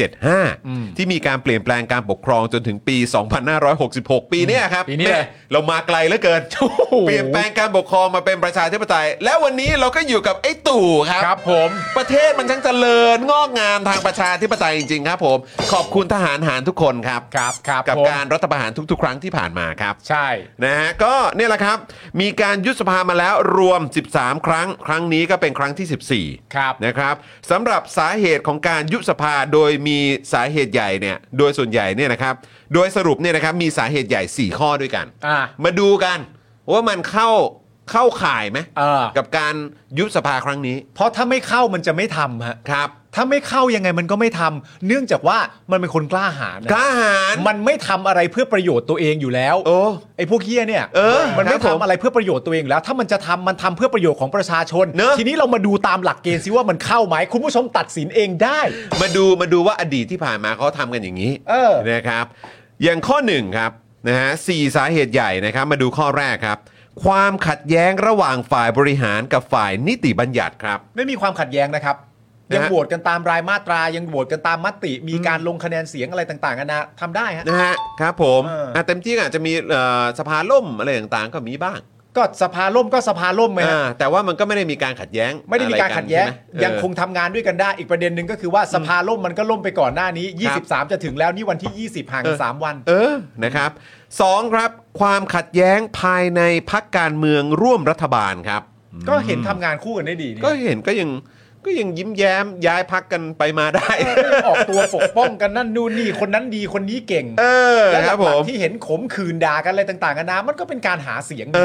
2475 ที่มีการเปลี่ยนแปลงการปกครองจนถึงปี 2566 ปีเนี้ยครับ
ปีนี้
แม่
เลย
เรามาไกลเหลือเกิน เปลี่ยนแปลงการปกครองมาเป็นประชาธิปไตย แล้ววันนี้เราก็อยู่กับไอ้ตู่ครับ
ครับผม
ประเทศมันช่างเจริญงอกงามทางประชาธิปไตยจริงๆครับผม ขอบคุณทหารหารทุกคนครับ
ครับครับ
กับ
ผม
การรัฐประหารทุกๆ ครั้งที่ผ่านมาครับ
ใช่
นะฮะก็เนี่ยแหละครับ มีการยุบสภามาแล้วรวม 13 ครั้ง ครั้งนี้ก็เป็นครั้งที่ 14
ครับ
นะครับสำหรับสาเหตุของการยุบสภาโดยมีสาเหตุใหญ่เนี่ยโดยส่วนใหญ่เนี่ยนะครับโดยสรุปเนี่ยนะครับมีสาเหตุใหญ่ 4 ข้อด้วยกัน
อ่า
มาดูกันว่ามันเข้าเข้าข่ายไหม
เออ
กับการยุบสภาครั้งนี้
เพราะถ้าไม่เข้ามันจะไม่ทำฮะ
ครับ
ถ้าไม่เข้ายังไงมันก็ไม่ทำเนื่องจากว่ามันเป็นคนกล้าหาญนะ
กล้าหาร
มันไม่ทำอะไรเพื่อประโยชน์ตัวเองอยู่แล้ว
โอ้
ไอ้พวกเฮียเนี่ย
เออ
มัน
ค
ไม่
รับผม
ทำอะไรเพื่อประโยชน์ตัวเองอยู่แล้ว ถ้ามันจะทำมันทำเพื่อประโยชน์ของประชาชน
เนอะ
ทีนี้เรามาดูตามหลักเกณฑ์ซิว่ามันเข้าไหมคุณผู้ชมตัดสินเองได้
มาดูมาดูว่าอดีตที่ผ่านมาเขาทำกันอย่างนี้
เออ
นะครับ อย่างข้อหนึ่งครับนะฮะสี่สาเหตุใหญ่นะครับ มาดูข้อแรกครับ ความขัดแย้งระหว่างฝ่ายบริหารกับฝ่ายนิติบัญญัติครับ
ไม่มีความขัดแย้งนะครับ
นะฮะ
ยังโหวตกันตามรายมาตรายังโหวตกันตามมติ มีการลงคะแนนเสียงอะไรต่างๆกันานะทำได้ฮะ
นะฮะครับผม
เอออ่
ะเต็มที่อาจจะมีเอ่อสภาล่มอะไรต่างๆ ก็มีบ้าง
ก็สภาล่มก็สภาล่มไหมฮะ
อ่าแต่ว่ามันก็ไม่ได้มีการขัดแย้ง
ไม่ได้มีการขัดแย้ง
อะไรกันใช่ไหม
ยังคงทำงานด้วยกันได้อีกประเด็นหนึ่งก็คือว่าสภาล่มมันก็ล่มไปก่อนหน้านี้ 23 จะถึงแล้วนี่วันที่ 20ห่างกันสามวัน
เออนะครับสองครับ ความขัดแย้งภายในพักการเมืองร่วมรัฐบาลครับ
ก็เห็นทำงานคู่กันได้ดีนี่
ก็เห็นก็ยังก็ยังยิ้มแย้มย้ายพักกันไปมาได้
ออกตัวปกป้องกันนั่นนู่นนี่คนนั้นดีคนนี้เก่ง
เออ
และ
ครับ
ห
ผ
ลัก
ม
ๆที่เห็นขมขืนด่ากันอะไรต่างๆกันานามันก็เป็นการหาเสียง
เอ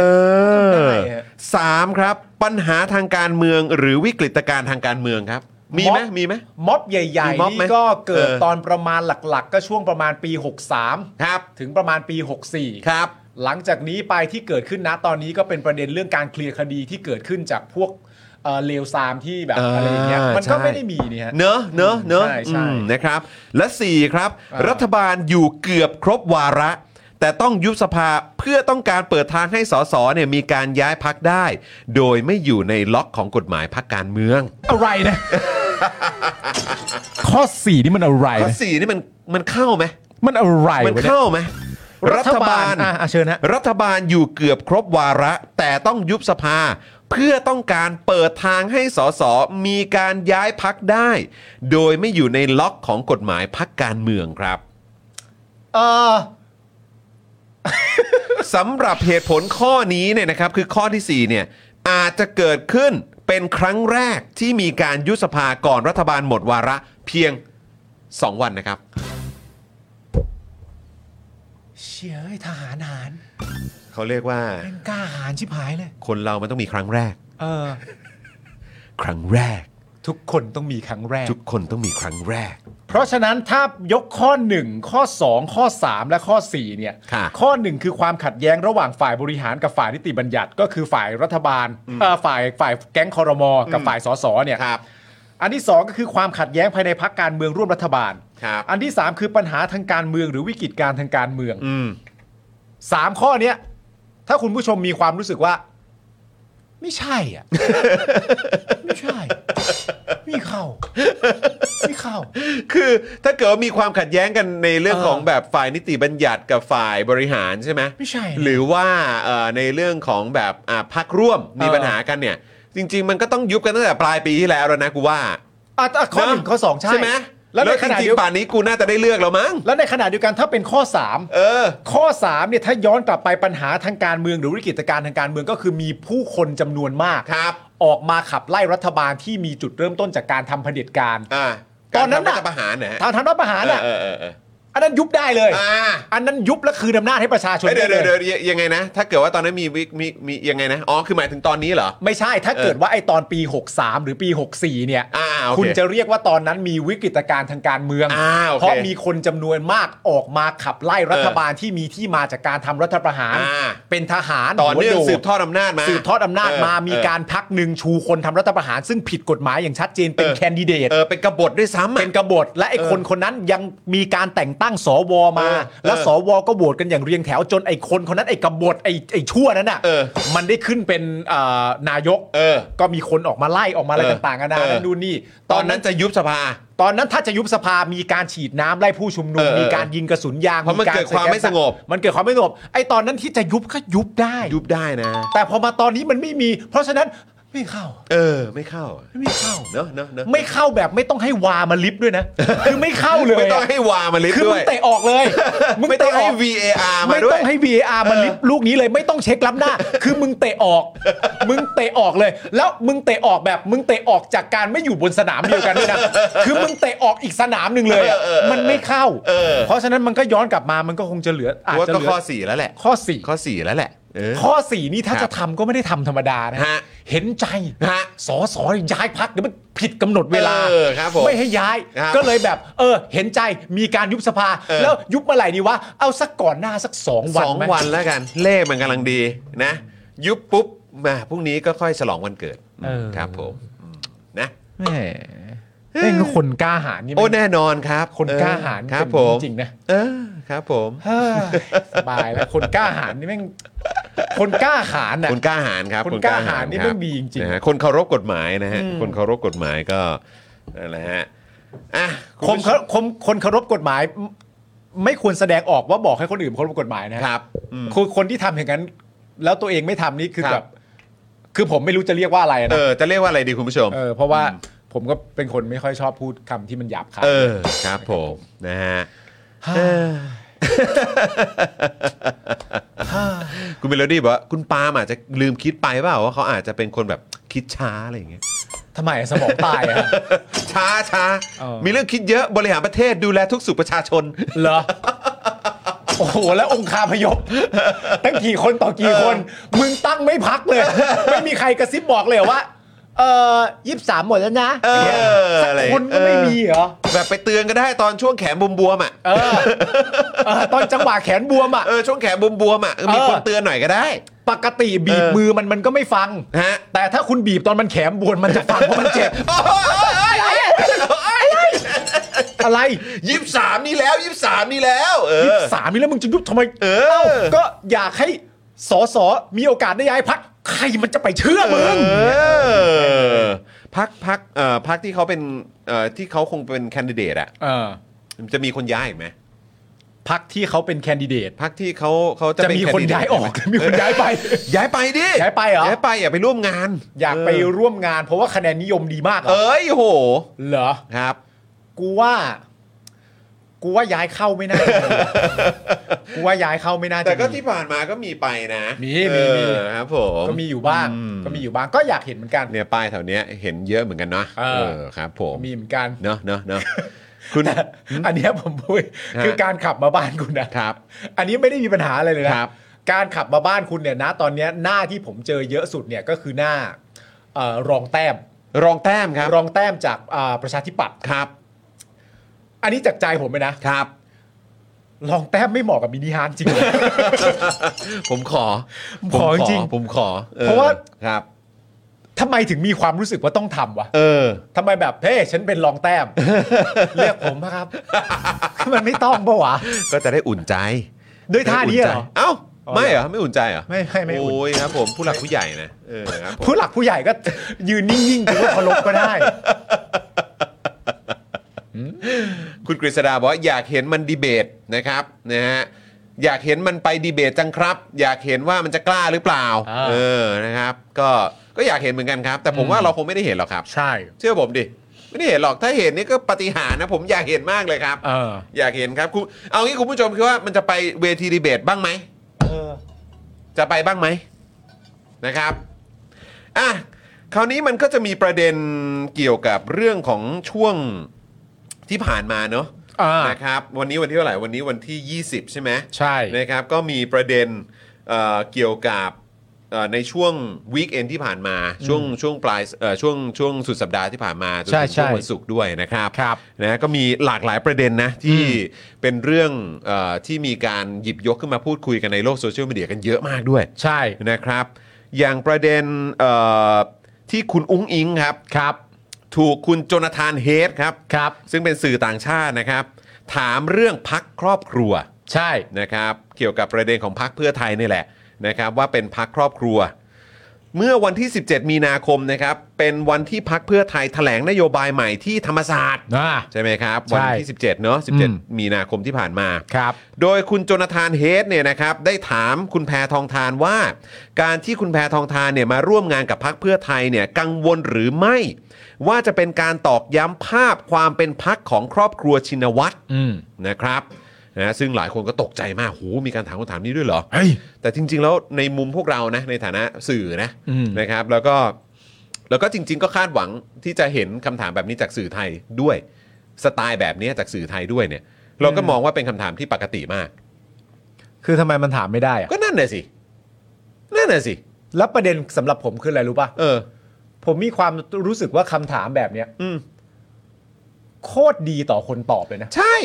ทำได้
อ
ฮะ
สามครับ ปัญหาทางการเมืองหรือวิกฤตการณ์ทางการเมืองครับ มีไหมมีไหม
ม็อบใหญ่
มีม็อบ
ๆ
ไหม
นี่ก็เกิด
เออ
ตอนประมาณหลักๆ ก็ช่วงประมาณปี 63
ครับ
ถึงประมาณปี 64
ครับ
หลังจากนี้ไปที่เกิดขึ้นนะตอนนี้ก็เป็นประเด็นเรื่องการเคลียร์คดีที่เกิดขึ้นจากพวกเอ่อเลวซามที่แบบ
อ่า
อะไรอย่างเงี้ยมันก็
ใช่
ไม่ได้มีนี่ฮะ
เนอะเนอะเนอะ
ใช่ใช่
อืมนะครับ และ 4 ครับ
อ่ารั
รัฐบาลอยู่เกือบครบวาระ แต่ต้องยุบสภาเพื่อต้องการเปิดทางให้สสเนี่ยมีการย้ายพักได้ โดยไม่อยู่ในล็อกของกฎหมายพักการเมือง
อะไรนะ ข้อ 4 นี่มันอะไร
ข้อ
นะ
สี่นี่มันมันเข้าไหม
มันอะไร
มัน
วะเนี่ย
เข้าไหมรัฐบาล
อ่ะอ่ะเชิญฮะ
รัฐบาลอยู่เกือบครบวาระ แต่ต้องยุบสภา เพื่อต้องการเปิดทางให้สสมีการย้ายพักได้ โดยไม่อยู่ในล็อกของกฎหมายพักการเมืองครับ
เออ
สำหรับเหตุผลข้อนี้เนี่ยนะครับคือข้อทีสี่4เนี่ยอาจจะเกิดขึ้นเป็นครั้งแรกที่มีการยุบสภาก่อนรัฐบาลหมดวาระเพียง 2 วันนะครับ
เชี่ยเอ้ยทหารหาร
เขาเรียกว่า
แม่งกล้าหารชิบหายเลย
คนเรามันต้องมีครั้งแรก
เออ
ครั้งแรก
ทุกคนต้องมีครั้งแรก
ทุกคนต้องมีครั้งแรก
เพราะฉะนั้นถ้ายกข้อ 1 ข้อ 2 ข้อ 3 และข้อ 4 เนี่ย
ค่ะ
ข้อ 1 คือความขัดแย้งระหว่างฝ่ายบริหารกับฝ่ายนิติบัญญัติก็คือฝ่ายรัฐบาลเอ่อฝ่ายฝ่ายแก๊งคอรมอกับฝ่ายสสเนี่ย
ครับ
อันที่ 2 ก็คือความขัดแย้งภายในพักการเมืองร่วมรัฐบาล
ครับ
อันที่ 3 คือปัญหาทางการเมืองหรือวิกฤตการณ์ทางการเมือง
อืม
สามข้อเนี้ยถ้าคุณผู้ชมมีความรู้สึกว่า ไม่ใช่อ่ะ [laughs] ไม่ใช่ ไม่เข้า ไม่เข้า
คือถ้าเกิดว่ามีความขัดแย้งกันในเรื่อง
เออ
ของแบบฝ่ายนิติบัญญัติกับฝ่ายบริหารใช่ไหม
ไม่ใช่นะ
หรือว่าเอ่อในเรื่องของแบบอ่ะพักร่วมมี
เออ
ปัญหากันเนี่ย จริง ๆ มันก็ต้องยุบกันตั้งแต่ปลายปีที่แล้วแล้วนะกูว่า
อ่ะอ่ะข้อหนึ่ง
นะ
ข้อสองใช่
ใช่ไหม
แล้วใน
แล้ว
ข
จ
ณะ
ริง
เดียว
ๆป่านนี้กูน่าจะได้เลือกแล้วมั้ง
แล้วในขณะเดียวกันถ้าเป็นข้อสาม
เออ
ข้อสามเนี่ยถ้าย้อนกลับไปปัญหาทางการเมืองหรือวิกฤตการณ์ทางการเมืองก็คือมีผู้คนจำนวนมาก
ครับ
ออกมาขับไล่รัฐบาลที่มีจุดเริ่มต้นจากการทำเผด็จการ
อ่า
ตอนนั้น
การทำ
น่ะ
รัฐประหารนะฮะ
ทางทำรัฐประหารอ่ะ
เออเออเออ
อันนั้นยุบได้เลย
อ่า
อันนั้นยุบและคืนอำนาจให้ประชาชน
เอ้ยเดี๋ยว
ได้ล
เดี๋ยวเดี๋ยวยังไงนะ ถ้าเกิดว่าตอนนั้นมีวิกมีมียังไงนะอ๋อคือหมายถึงตอนนี้เหรอ
ไม่ใช่ถ้า
เออ
เกิดว่าไอตอนปี 63 หรือปี 64 เนี่ย
อ่าโอเค
คุณจะเรียกว่าตอนนั้นมีวิกฤตการณ์ทางการเมือง
อ่าโอเค
เพราะมีคนจำนวนมากออกมาขับไล่รัฐบาลที่มีที่มาจากการทำรัฐประหาร
อ่า
เป็นทหาร
ต่อเนื่อง
หัวโด
สืบทอดอำนาจมา
สืบทอดอำนาจ
เ
มามี
เออ
การพักหนึ่งชูคนทำรัฐประหาร ซึ่งผิดกฎหมายอย่างชัดเจนเป็น
เออ
แคนดิเดต
เออเป็นกบฏด้วยซ้ำอะ
เป็นกบฏและไอ้
เออ
คนคนนั้นยังมีการแต่งตั้งสวมา
เออ
และ
เออ
สวก็โหวตกันอย่างเรียงแถวจนไอ้คนคนนั้นไอ้กบฏไอ้ไอ้ชั่วนั้นอ่ะ
เออ
มันได้ขึ้นเป็นเอ่อนายก
เออ
ก็มีคนออกมาไล่ออกมาอะไร
เออ
ต่างๆกันานา
เออ
นั่นนู่นนี่
ตอนนั้นจะยุบสภา
ตอนนั้นถ้าจะยุบสภามีการฉีดน้ำไล่ผู้ชุมนุม
เออ
มีการยิงกระสุนยาง
เพราะมัน
ก
เกิดความไม่สงบ
มันเกิดความไม่สงบไอ้ตอนนั้นที่จะยุบก็ยุบได้
ยุบได้นะ
แต่พอมาตอนนี้มันไม่มี เพราะฉะนั้นไม่เข้า
เออ ไม่เข้าอะ
ไม่เข้า
เนอะเนอะเนอะ
ไม่เข้าแบบไม่ต้องให้วามาลิฟต์ด้วยนะ คือไม่เข้าเลย
ไม่ต้อง
อะ
ให้วามาลิฟ
คือ
ด้ว
มึง
ย
เตะออกเลยมึง
ไม่ต้อง
เตะอ
ให้
อก
VAR มา
ไม่
ด้ว
ต้
ย
องให้ VAR มาลิฟต์ลูกนี้เลยไม่ต้องเช็คล้ำหน้า คือมึงเตะออก มึงเตะออกเลย แล้วมึงเตะออกแบบมึงเตะออกจากการไม่อยู่บนสนามเดียวกันด้วยนะคือมึงเตะออกอีกสนามหนึ่งเลยอะ
เออเออเออ
มันไม่เข้า
เออ
เพราะฉะนั้นมันก็ย้อนกลับมามันก็คงจะเหลืออาจ
ว่า
จะ
ก็
เหลือ
ข้อสี่แล้วแหละ
ข้อสี่
ข้อสี่แล้วแหละเออ
ข้อสี่นี่ถ้า
ครับ
จะทำก็ไม่ได้ทำธรรมดานะ
ฮะ
เห็นใจ
ฮะ
สอสอย้ายพักเดี๋ยวมันผิดกำหนดเวลา
เออครับผม
ไม่ให้ย้าย
ครับ
ก็เลยแบบเออ เห็นใจมีการยุบสภา
เออ
แล้วยุบเมื่อไหร่ดีวะเอาสักก่อนหน้าสักสองวั
ส
น
อง
ไหม
วันแล้วกัน เลขมันกำลังดีนะ ยุบปุ๊บมาพรุ่งนี้ก็ค่อยฉลองวันเกิด
เออ
ครับผมอืมนะ
แหม่เล่นคนกล้าหาญนี่
โอ้
มัน
แน่นอนครับ
คน
เออก
ล้าหาญ
ครับ
เป็น
ผม
จริงๆนะ
เออครับผม
เฮ้ยสบายแล้วคนกล้าหาญนี่แม่งคนกล้าหาญน่ะ
คนกล้าหาญครับ
คนกล้าหาญนี่
คบ
มันดีจริงๆ
นะฮะคนเคารพกฎหมายนะฮะคนเคารพกฎหมายก็นั่นแหละฮะอ่ะณ
คน
ผู้ช
เคารคนคนเคารพกฎหมายไม่ไม่ควรแสดงออกว่าบอกให้คนอื่นเคารพกฎหมายนะครับ คือคนที่ทำอย่างนั้น แล้วตัวเองไม่ทำนี่คือ
ครับ
แบบคือผมไม่รู้จะเรียกว่าอะไร
เอ
นะ
อ จะเรียกว่าอะไรดีคุณผู้ชม
เออเพราะว่าผมก็เป็นคนไม่ค่อยชอบพูดคำที่มันหยาบคาย
เออ ครับผมนะฮะเออคุณเมโลดี้บอกว่าคุณปาล์มอาจจะลืมคิดไปเปล่าว่าเขาอาจจะเป็นคนแบบคิดช้าอะไรอย่างเงี้ย [laughs]
ทำไมสมองตายอะ
ช้าช้า
เออ
มีเรื่องคิดเยอะบริหารประเทศดูแลทุกสุขประชาชน
เหรอ โอ้โห แล้วองคาพยพ ตั้งกี่คนต่อกี่คน มึงตั้งไม่พักเลย ไม่มีใครกระซิบบอกเลยว่า เออยี่สามหมดแล้วนะ
เออ
สัก
อะไร
คนก็ไม่มีเหรอ
แบบไปเตือนก็ได้ตอนช่วงแขนบวมๆอ่ะ
เออเออตอนจังหวะแขนบวมอ่ะ
เออช่วงแขนบวมๆอ่ะเออมี
เออ
คนเตือนหน่อยก็ได้
ปกติบีบ
เออ
มือมันมันก็ไม่ฟัง
ฮะ
แต่ถ้าคุณบีบตอนมันแขนบวมมันจะฟังเพราะมันเจ็บ อะไร
ยี่สามนี่แล้วยี่สามนี่แล้วเอ
ยี่
อ
สามนี่แล้วมึงจะยุบทำไม
เออ
ก็อยากให้สอสอมีโอกาสได้ย้ายพักใครมันจะไปเชื่อมึง
เออพักพักเอ่อพักที่เขาเป็นเอ่อที่เขาคงเป็นแคนดิเดตอ่ะ
เออ
จะมีคนย้ายอีกไหม
พักที่เขาเป็นแคนดิเดต
พักที่เขาเขาจะ
จะ
เป็
มี
แด
คน
ดิเดต
ย้ายออก
ไห
รือมีคนย้ายไป
ย้ายไปดิ
ย้ายไปเหรอ
ย้ายไปอย่าไปร่วมงาน
อยากไปร่วมงานเพราะว่าคะแนนนิยมดีมากเหรอ
เอ้ยโห
เหรอ
ครับ
กูว่า กูว่าย้ายเข้าไม่น่าจะ [laughs] มีกูว่าย้ายเข้าไม่น่าจะ
แต่ก็
มี
ที่ผ่านมาก็มีไปนะ
มี
เอ
มีมี
อครับผม
ก็มีอยู่บ้าง ก็มีอยู่บ้างก็อยากเห็นเหมือนกัน
เนี่ยป้ายแถวเนี้ยเห็นเยอะเหมือนกันเนาะ
เออ
ครับผม
มีเหมือนกัน
เนาะเนาะเนาะคุณ
อันเนี้ยผมพูด
ฮะ
คือการขับมาบ้านคุณนะครับ อันนี้ไม่ได้มีปัญหาอะไรเลยนะครับ การขับมาบ้านคุณเนี่ยนะตอนเนี้ยหน้าที่ผมเจอเยอะสุดเนี่ยก็คือหน้าเอ่อรองแต้ม
รองแต้มครับ
รองแต้มจากอ่าประชาธิปัตย์
ครับ
อันนี้จากใจผมเลยนะครับ รองแต้มไม่เหมาะกับมินิฮาร์ทจริง
[laughs]
[laughs]
ผมขอ
ผมขอจริงๆ
ผมขอออ
เพราะว่า
ครับ
ทำไมถึงมีความรู้สึกว่าต้องทำวะ
เออ
ทำไมแบบเฮ้ยฉันเป็นรองแต้ม [laughs] เลือกผมนะครับ มันไม่ต้องปะวะ
ก็จะได้อุ่นใจ
ด้วยท่านี้เหรอ
ได้ใจเอ้าไม่เหรอไม่อุ่นใจเหรอ
ไม่ไม่ไม่อุ่น
โอ้ยครับ ผมผู้หลักผู้ใหญ่นะเออครับผม
ผู้หลักผู้ใหญ่ก็ [laughs] ยืนนิ่งๆถือว่าเคารพก็ได้
คุณกฤษดาบอกว่าอยากเห็นมันดีเบตนะครับนะฮะอยากเห็นมันไปดีเบตจังครับ อยากเห็นว่ามันจะกล้าหรือเปล่า
อ่า
เออนะครับ ก็ก็อยากเห็นเหมือนกันครับ แต่ผมว่าเราคงไม่ได้เห็นหรอกครับ
ใช่
เชื่อผมดิไม่ได้เห็นหรอกถ้าเห็นนี่ก็ปาฏิหารย์นะผมอยากเห็นมากเลยครับ
เออ
อยากเห็นครับคุณเอางี้คุณผู้ชมคิดว่ามันจะไปเวทีดีเบตบ้างไหมจะไปบ้างไหมนะครับอ่ะคราวนี้มันก็จะมีประเด็นเกี่ยวกับเรื่องของช่วงที่ผ่านมาเนอะ
อ่าน
นะครับ วันนี้วันที่เท่าไหร่วันนี้วันที่ 20 ใช่ไหม
ใช่
นะครับ ก็มีประเด็นเอ่อเกี่ยวกับเอ่อในช่วงวีคเอนที่ผ่านมาช่วงช่วงปลายเอ่อช่วงช่วงสุดสัปดาห์ที่ผ่านมาจนถึงช่วงวันศุกร์ด้วยนะครับ
ครับ
นะก็มีหลากหลายประเด็นนะที่เป็นเรื่องเออที่มีการหยิบยกขึ้นมาพูดคุยกันในโลกโซเชียลมีเดียกันเยอะมากด้วย
ใช่
นะครับ อย่างประเด็นเอ่อที่คุณอุ้งอิงครับ
ครับ
ถูกคุณโจนาธานเฮดครับ
ครับ
ซึ่งเป็นสื่อต่างชาตินะครับ ถามเรื่องพักครอบครัว
ใช่
นะครับ เกี่ยวกับประเด็นของพักเพื่อไทยนี่แหละนะครับ ว่าเป็นพักครอบครัว เมื่อวันที่ 17 มีนาคมนะครับ เป็นวันที่พักเพื่อไทยแถลงนโยบายใหม่ที่ธรรมศาสตร์
นะ
ใช่ไหมครับ
ใช่
วันที่ 17 เนอะ
อืม
17 มีนาคมที่ผ่านมา
ครับ
โดยคุณโจนาธานเฮดเนี่ยนะครับได้ถามคุณแพทองทานว่า การที่คุณแพทองทานเนี่ยมาร่วมงานกับพักเพื่อไทยเนี่ยกังวลหรือไม่ ว่าจะเป็นการตอกย้ำภาพความเป็นพักของครอบครัวชินวัตร
อืม
นะครับนะซึ่งหลายคนก็ตกใจมากโหมีการถามคำถามนี้ด้วยเหรอ
เฮ้ย
แต่จริง ๆ แล้วในมุมพวกเรานะในฐานะสื่อนะ
อืม
นะครับ แล้วก็แล้วก็จริง ๆ ก็คาดหวังที่จะเห็นคำถามแบบนี้จากสื่อไทยด้วยสไตล์แบบนี้จากสื่อไทยด้วยเนี่ย เราก็มองว่าเป็นคำถามที่ปกติมาก
คือทำไมมันถามไม่ได้อะ
ก็นั่นน่ะสินั่นน่ะสิ
แล้วประเด็นสำหรับผมคืออะไรรู้ป่ะ
เออ
ผมมีความรู้สึกว่าคำถามแบบเนี้ย
อืม
โคตรดีต่อคนตอบเลยนะ
ใช่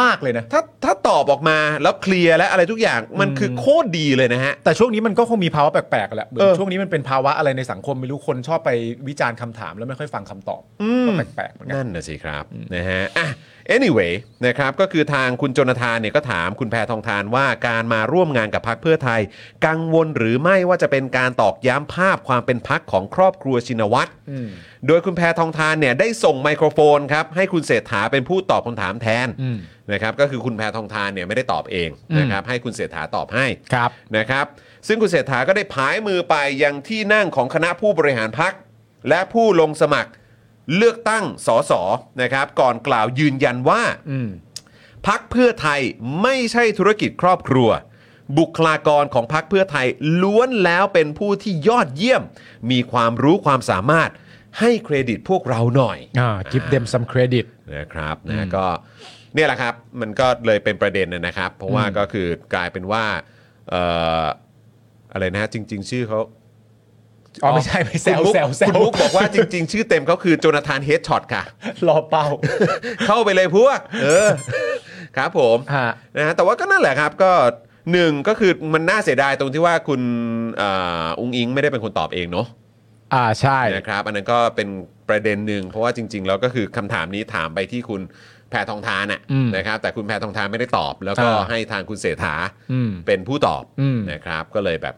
มากเลยนะ
ถ้าถ้าตอบออกมาแล้วเคลียร์และอะไรทุกอย่างมันคือโคตรดีเลยนะฮะ
แต่ช่วงนี้มันก็คงมีภาวะแปลกๆกันแหละเหมือ
เอน อ
ช่วงนี้มันเป็นภาวะอะไรในสังคมไม่รู้คนชอบไปวิจารณ์คำถามแล้วไม่ค่อยฟังคำตอบก็แปลกๆเหมือนกัน
นั่นนะสิครับนะฮะอ่ะ anyway นะครับก็คือทางคุณโจนาธานเนี่ยก็ถามคุณแพทองทานว่าการมาร่วมงานกับพักเพื่อไทย กังวลหรือไม่ว่าจะเป็นการตอกย้ำภาพความเป็นพักของครอบครัวชินวัตร
อืม
โดยคุณแพทองทานเนี่ยได้ส่งไมโครโฟนครับให้คุณเศรษฐาเป็นผู้ตอบคำถามแทน
อืม
นะครับก็คือคุณแพทองทานเนี่ยไม่ได้ตอบเองนะครับให้คุณเศรษฐาตอบให้
ครับ
นะครับซึ่งคุณเศรษฐาก็ได้ผายมือไปยังที่นั่งของคณะผู้บริหารพัก และผู้ลงสมัครเลือกตั้งสสนะครับ ก่อนกล่าวยืนยันว่า
อืม
พักเพื่อไทยไม่ใช่ธุรกิจครอบครัว บุคลากรของพักเพื่อไทยล้วนแล้วเป็นผู้ที่ยอดเยี่ยม มีความรู้ความสามารถให้เครดิตพวกเราหน่อย
give them some credit
นะครับนะก็เนี่ยแหละครับมันก็เลยเป็นประเด็นนะนะครับ เพราะว่าก็คือกลายเป็นว่าเอ่ออะไรนะฮะจริง ๆ ชื่อเขา
อ๋อไม่ใช่ไม่แซว
คุณมุก
แซวแซ
คุณ
ว
มุกบอกว่าจริง [laughs] ๆ ชื่อเต็มเขาคือโจนาธานเฮดช็อตค่ะ
รอเป้า
เข้าไปเลยพวก เออ ครับผม
ฮะ
นะฮะแต่ว่าก็นั่นแหละครับก็หนึ่งก็คือมันน่าเสียดายตรงที่ว่าคุณอ่าอุ้งอิงไม่ได้เป็นคนตอบเองเนาะ
อ่าใช่
นะครับ อันนั้นก็เป็นประเด็นหนึ่งเพราะว่าจริง ๆ แล้วก็คือคำถามนี้ถามไปที่คุณแพทองทานน่ะ
อืม
นะครับ แต่คุณแพทองทานไม่ได้ตอบ แล้วก็
อ่า
ให้ทางคุณเสถา
อืม
เป็นผู้ตอบ
อืม
นะครับ ก็เลยแบบ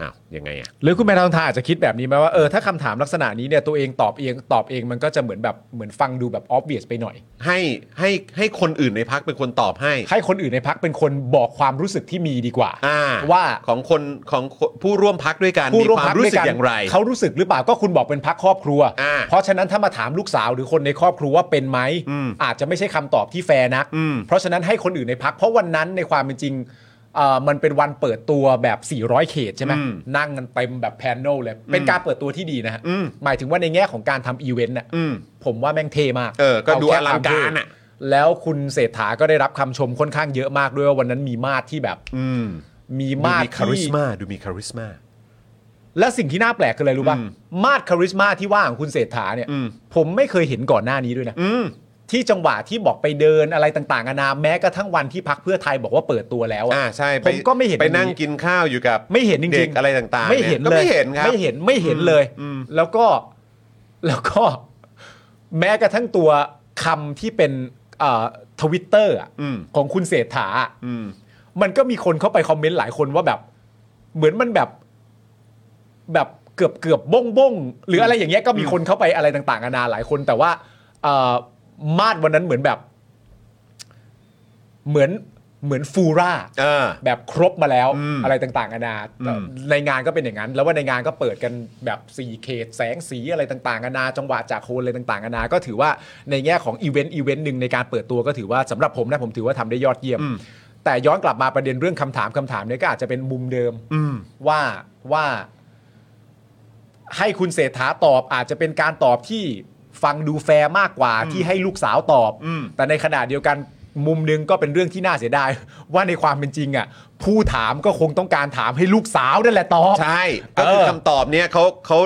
อ้าวยังไงอ่ะ
หรือคุณแม่ทองทานอาจจะคิดแบบนี้ไหมว่าเออถ้าคำถามลักษณะนี้เนี่ยตัวเองตอบเองตอบเองมันก็จะเหมือนแบบเหมือนฟังดูแบบออฟเวียสไปหน่อย
ให้ให้ให้คนอื่นในพักเป็นคนตอบให้
ให้คนอื่นในพักเป็นคนบอกความรู้สึกที่มีดีกว่า
อ่า
ว่า
ของคนของคนผู้ร่วมพักด้วยกัน
ผู้ร่วม
ค
พั
วาก รู้
ด้วย
สึก
กัน
อย่างไร
เขารู้สึกหรือเปล่าก็คุณบอกเป็นพักครอบครัว
อ่า
เพราะฉะนั้นถ้ามาถามลูกสาวหรือคนในครอบครัวว่าเป็นไหม
อืม
อาจจะไม่ใช่คำตอบที่แฟร์นัก
อืม
เพราะฉะนั้นให้คนอื่นในพักเพราะวันนั้นในความเป็นจริงเอ่อมันเป็นวันเปิดตัวแบบ 400 เขตใช่ไหม
อืม
นั่งกันเต็มแบบแพนโนลเลย เป็นการเปิดตัวที่ดีนะฮะ
อืม
หมายถึงว่าในแง่ของการทำอีเวนต์น่ะ
อืม
ผมว่าแม่งเทมาก
เออก็ดู
เาแค่
อลังการอะ
แล้วคุณเศรษฐาก็ได้รับคำชมค่อนข้างเยอะมากด้วยว่าวันนั้นมีมาดที่แบบ
อืม
มี
ดู
มาด
มีคาริส
ที่
มาดูมีคาริสมา
และสิ่งที่น่าแปลกคืออะไรรู้ป่ะ
อืม
มาดคาริสมาที่ว่าของคุณเศรษฐาเนี่ย
อืม
ผมไม่เคยเห็นก่อนหน้านี้ด้วยนะ
อืม
ที่จังหวะที่บอกไปเดินอะไรต่างๆนานาแม้กระทั่งวันที่พักเพื่อไทยบอกว่าเปิดตัวแล้วะ
อ่าใช่ป
ผมก็ไม่เห็น
ไป
อั
นั่งกินข้าวอยู่กับ
ไม่เห็นจริงๆ
เด็กอะไรต่างๆ
ไม่เห็น
ยก็
เลย
ไม่เห็นครับ
ไม่เห็นไม่เห็นเลย
อืม
แล้วก็แล้วก็ แม้กระทั่งตัวคำที่เป็นทวิตเตอร์
อืม
ของคุณเศรษฐาอะ
อืม
มันก็มีคนเข้าไปคอมเมนต์หลายคนว่าแบบ เหมือนมันแบบ แบบเกือบเกือบบ้งบ้งๆหรืออะไรอย่างเงี้ยก็มีคนเข้าไปอะไรต่างๆนานาหลายคน แต่ว่าเอ่อมาดวันนั้นเหมือนแบบ เหมือนเหมือนฟูร่า
เออ
แบบครบมาแล้ว
อืม
อะไรต่างๆนานาแต่
อืม
ในงานก็เป็นอย่างนั้น แล้วว่าในงานก็เปิดกันแบบ4เขตแสงสีอะไรต่างๆนานาจังหวะจากโคนอะไรต่างๆนานาก็ถือว่าในแง่ของอีเวนต์อีเวนต์หนึ่งในการเปิดตัวก็ถือว่าสำหรับผมนะผมถือว่าทำได้ยอดเยี่ยม
อืม
แต่ย้อนกลับมาประเด็นเรื่องคำถามคำถามเนี่ยก็อาจจะเป็นมุมเดิม
อืม
ว่าว่าให้คุณเศรษฐาตอบอาจจะเป็นการตอบที่ฟังดูแฟร์มากกว่าที่ให้ลูกสาวตอบ
อืม
แต่ในขณะเดียวกันมุมหนึงก็เป็นเรื่องที่น่าเสียดาย ว่าในความเป็นจริงอ่ะผู้ถามก็คงต้องการถามให้ลูกสาวนั่นแหละตอบ
ใช่ ก็คือ
เออ
คำตอบเนี้ยเขาเขา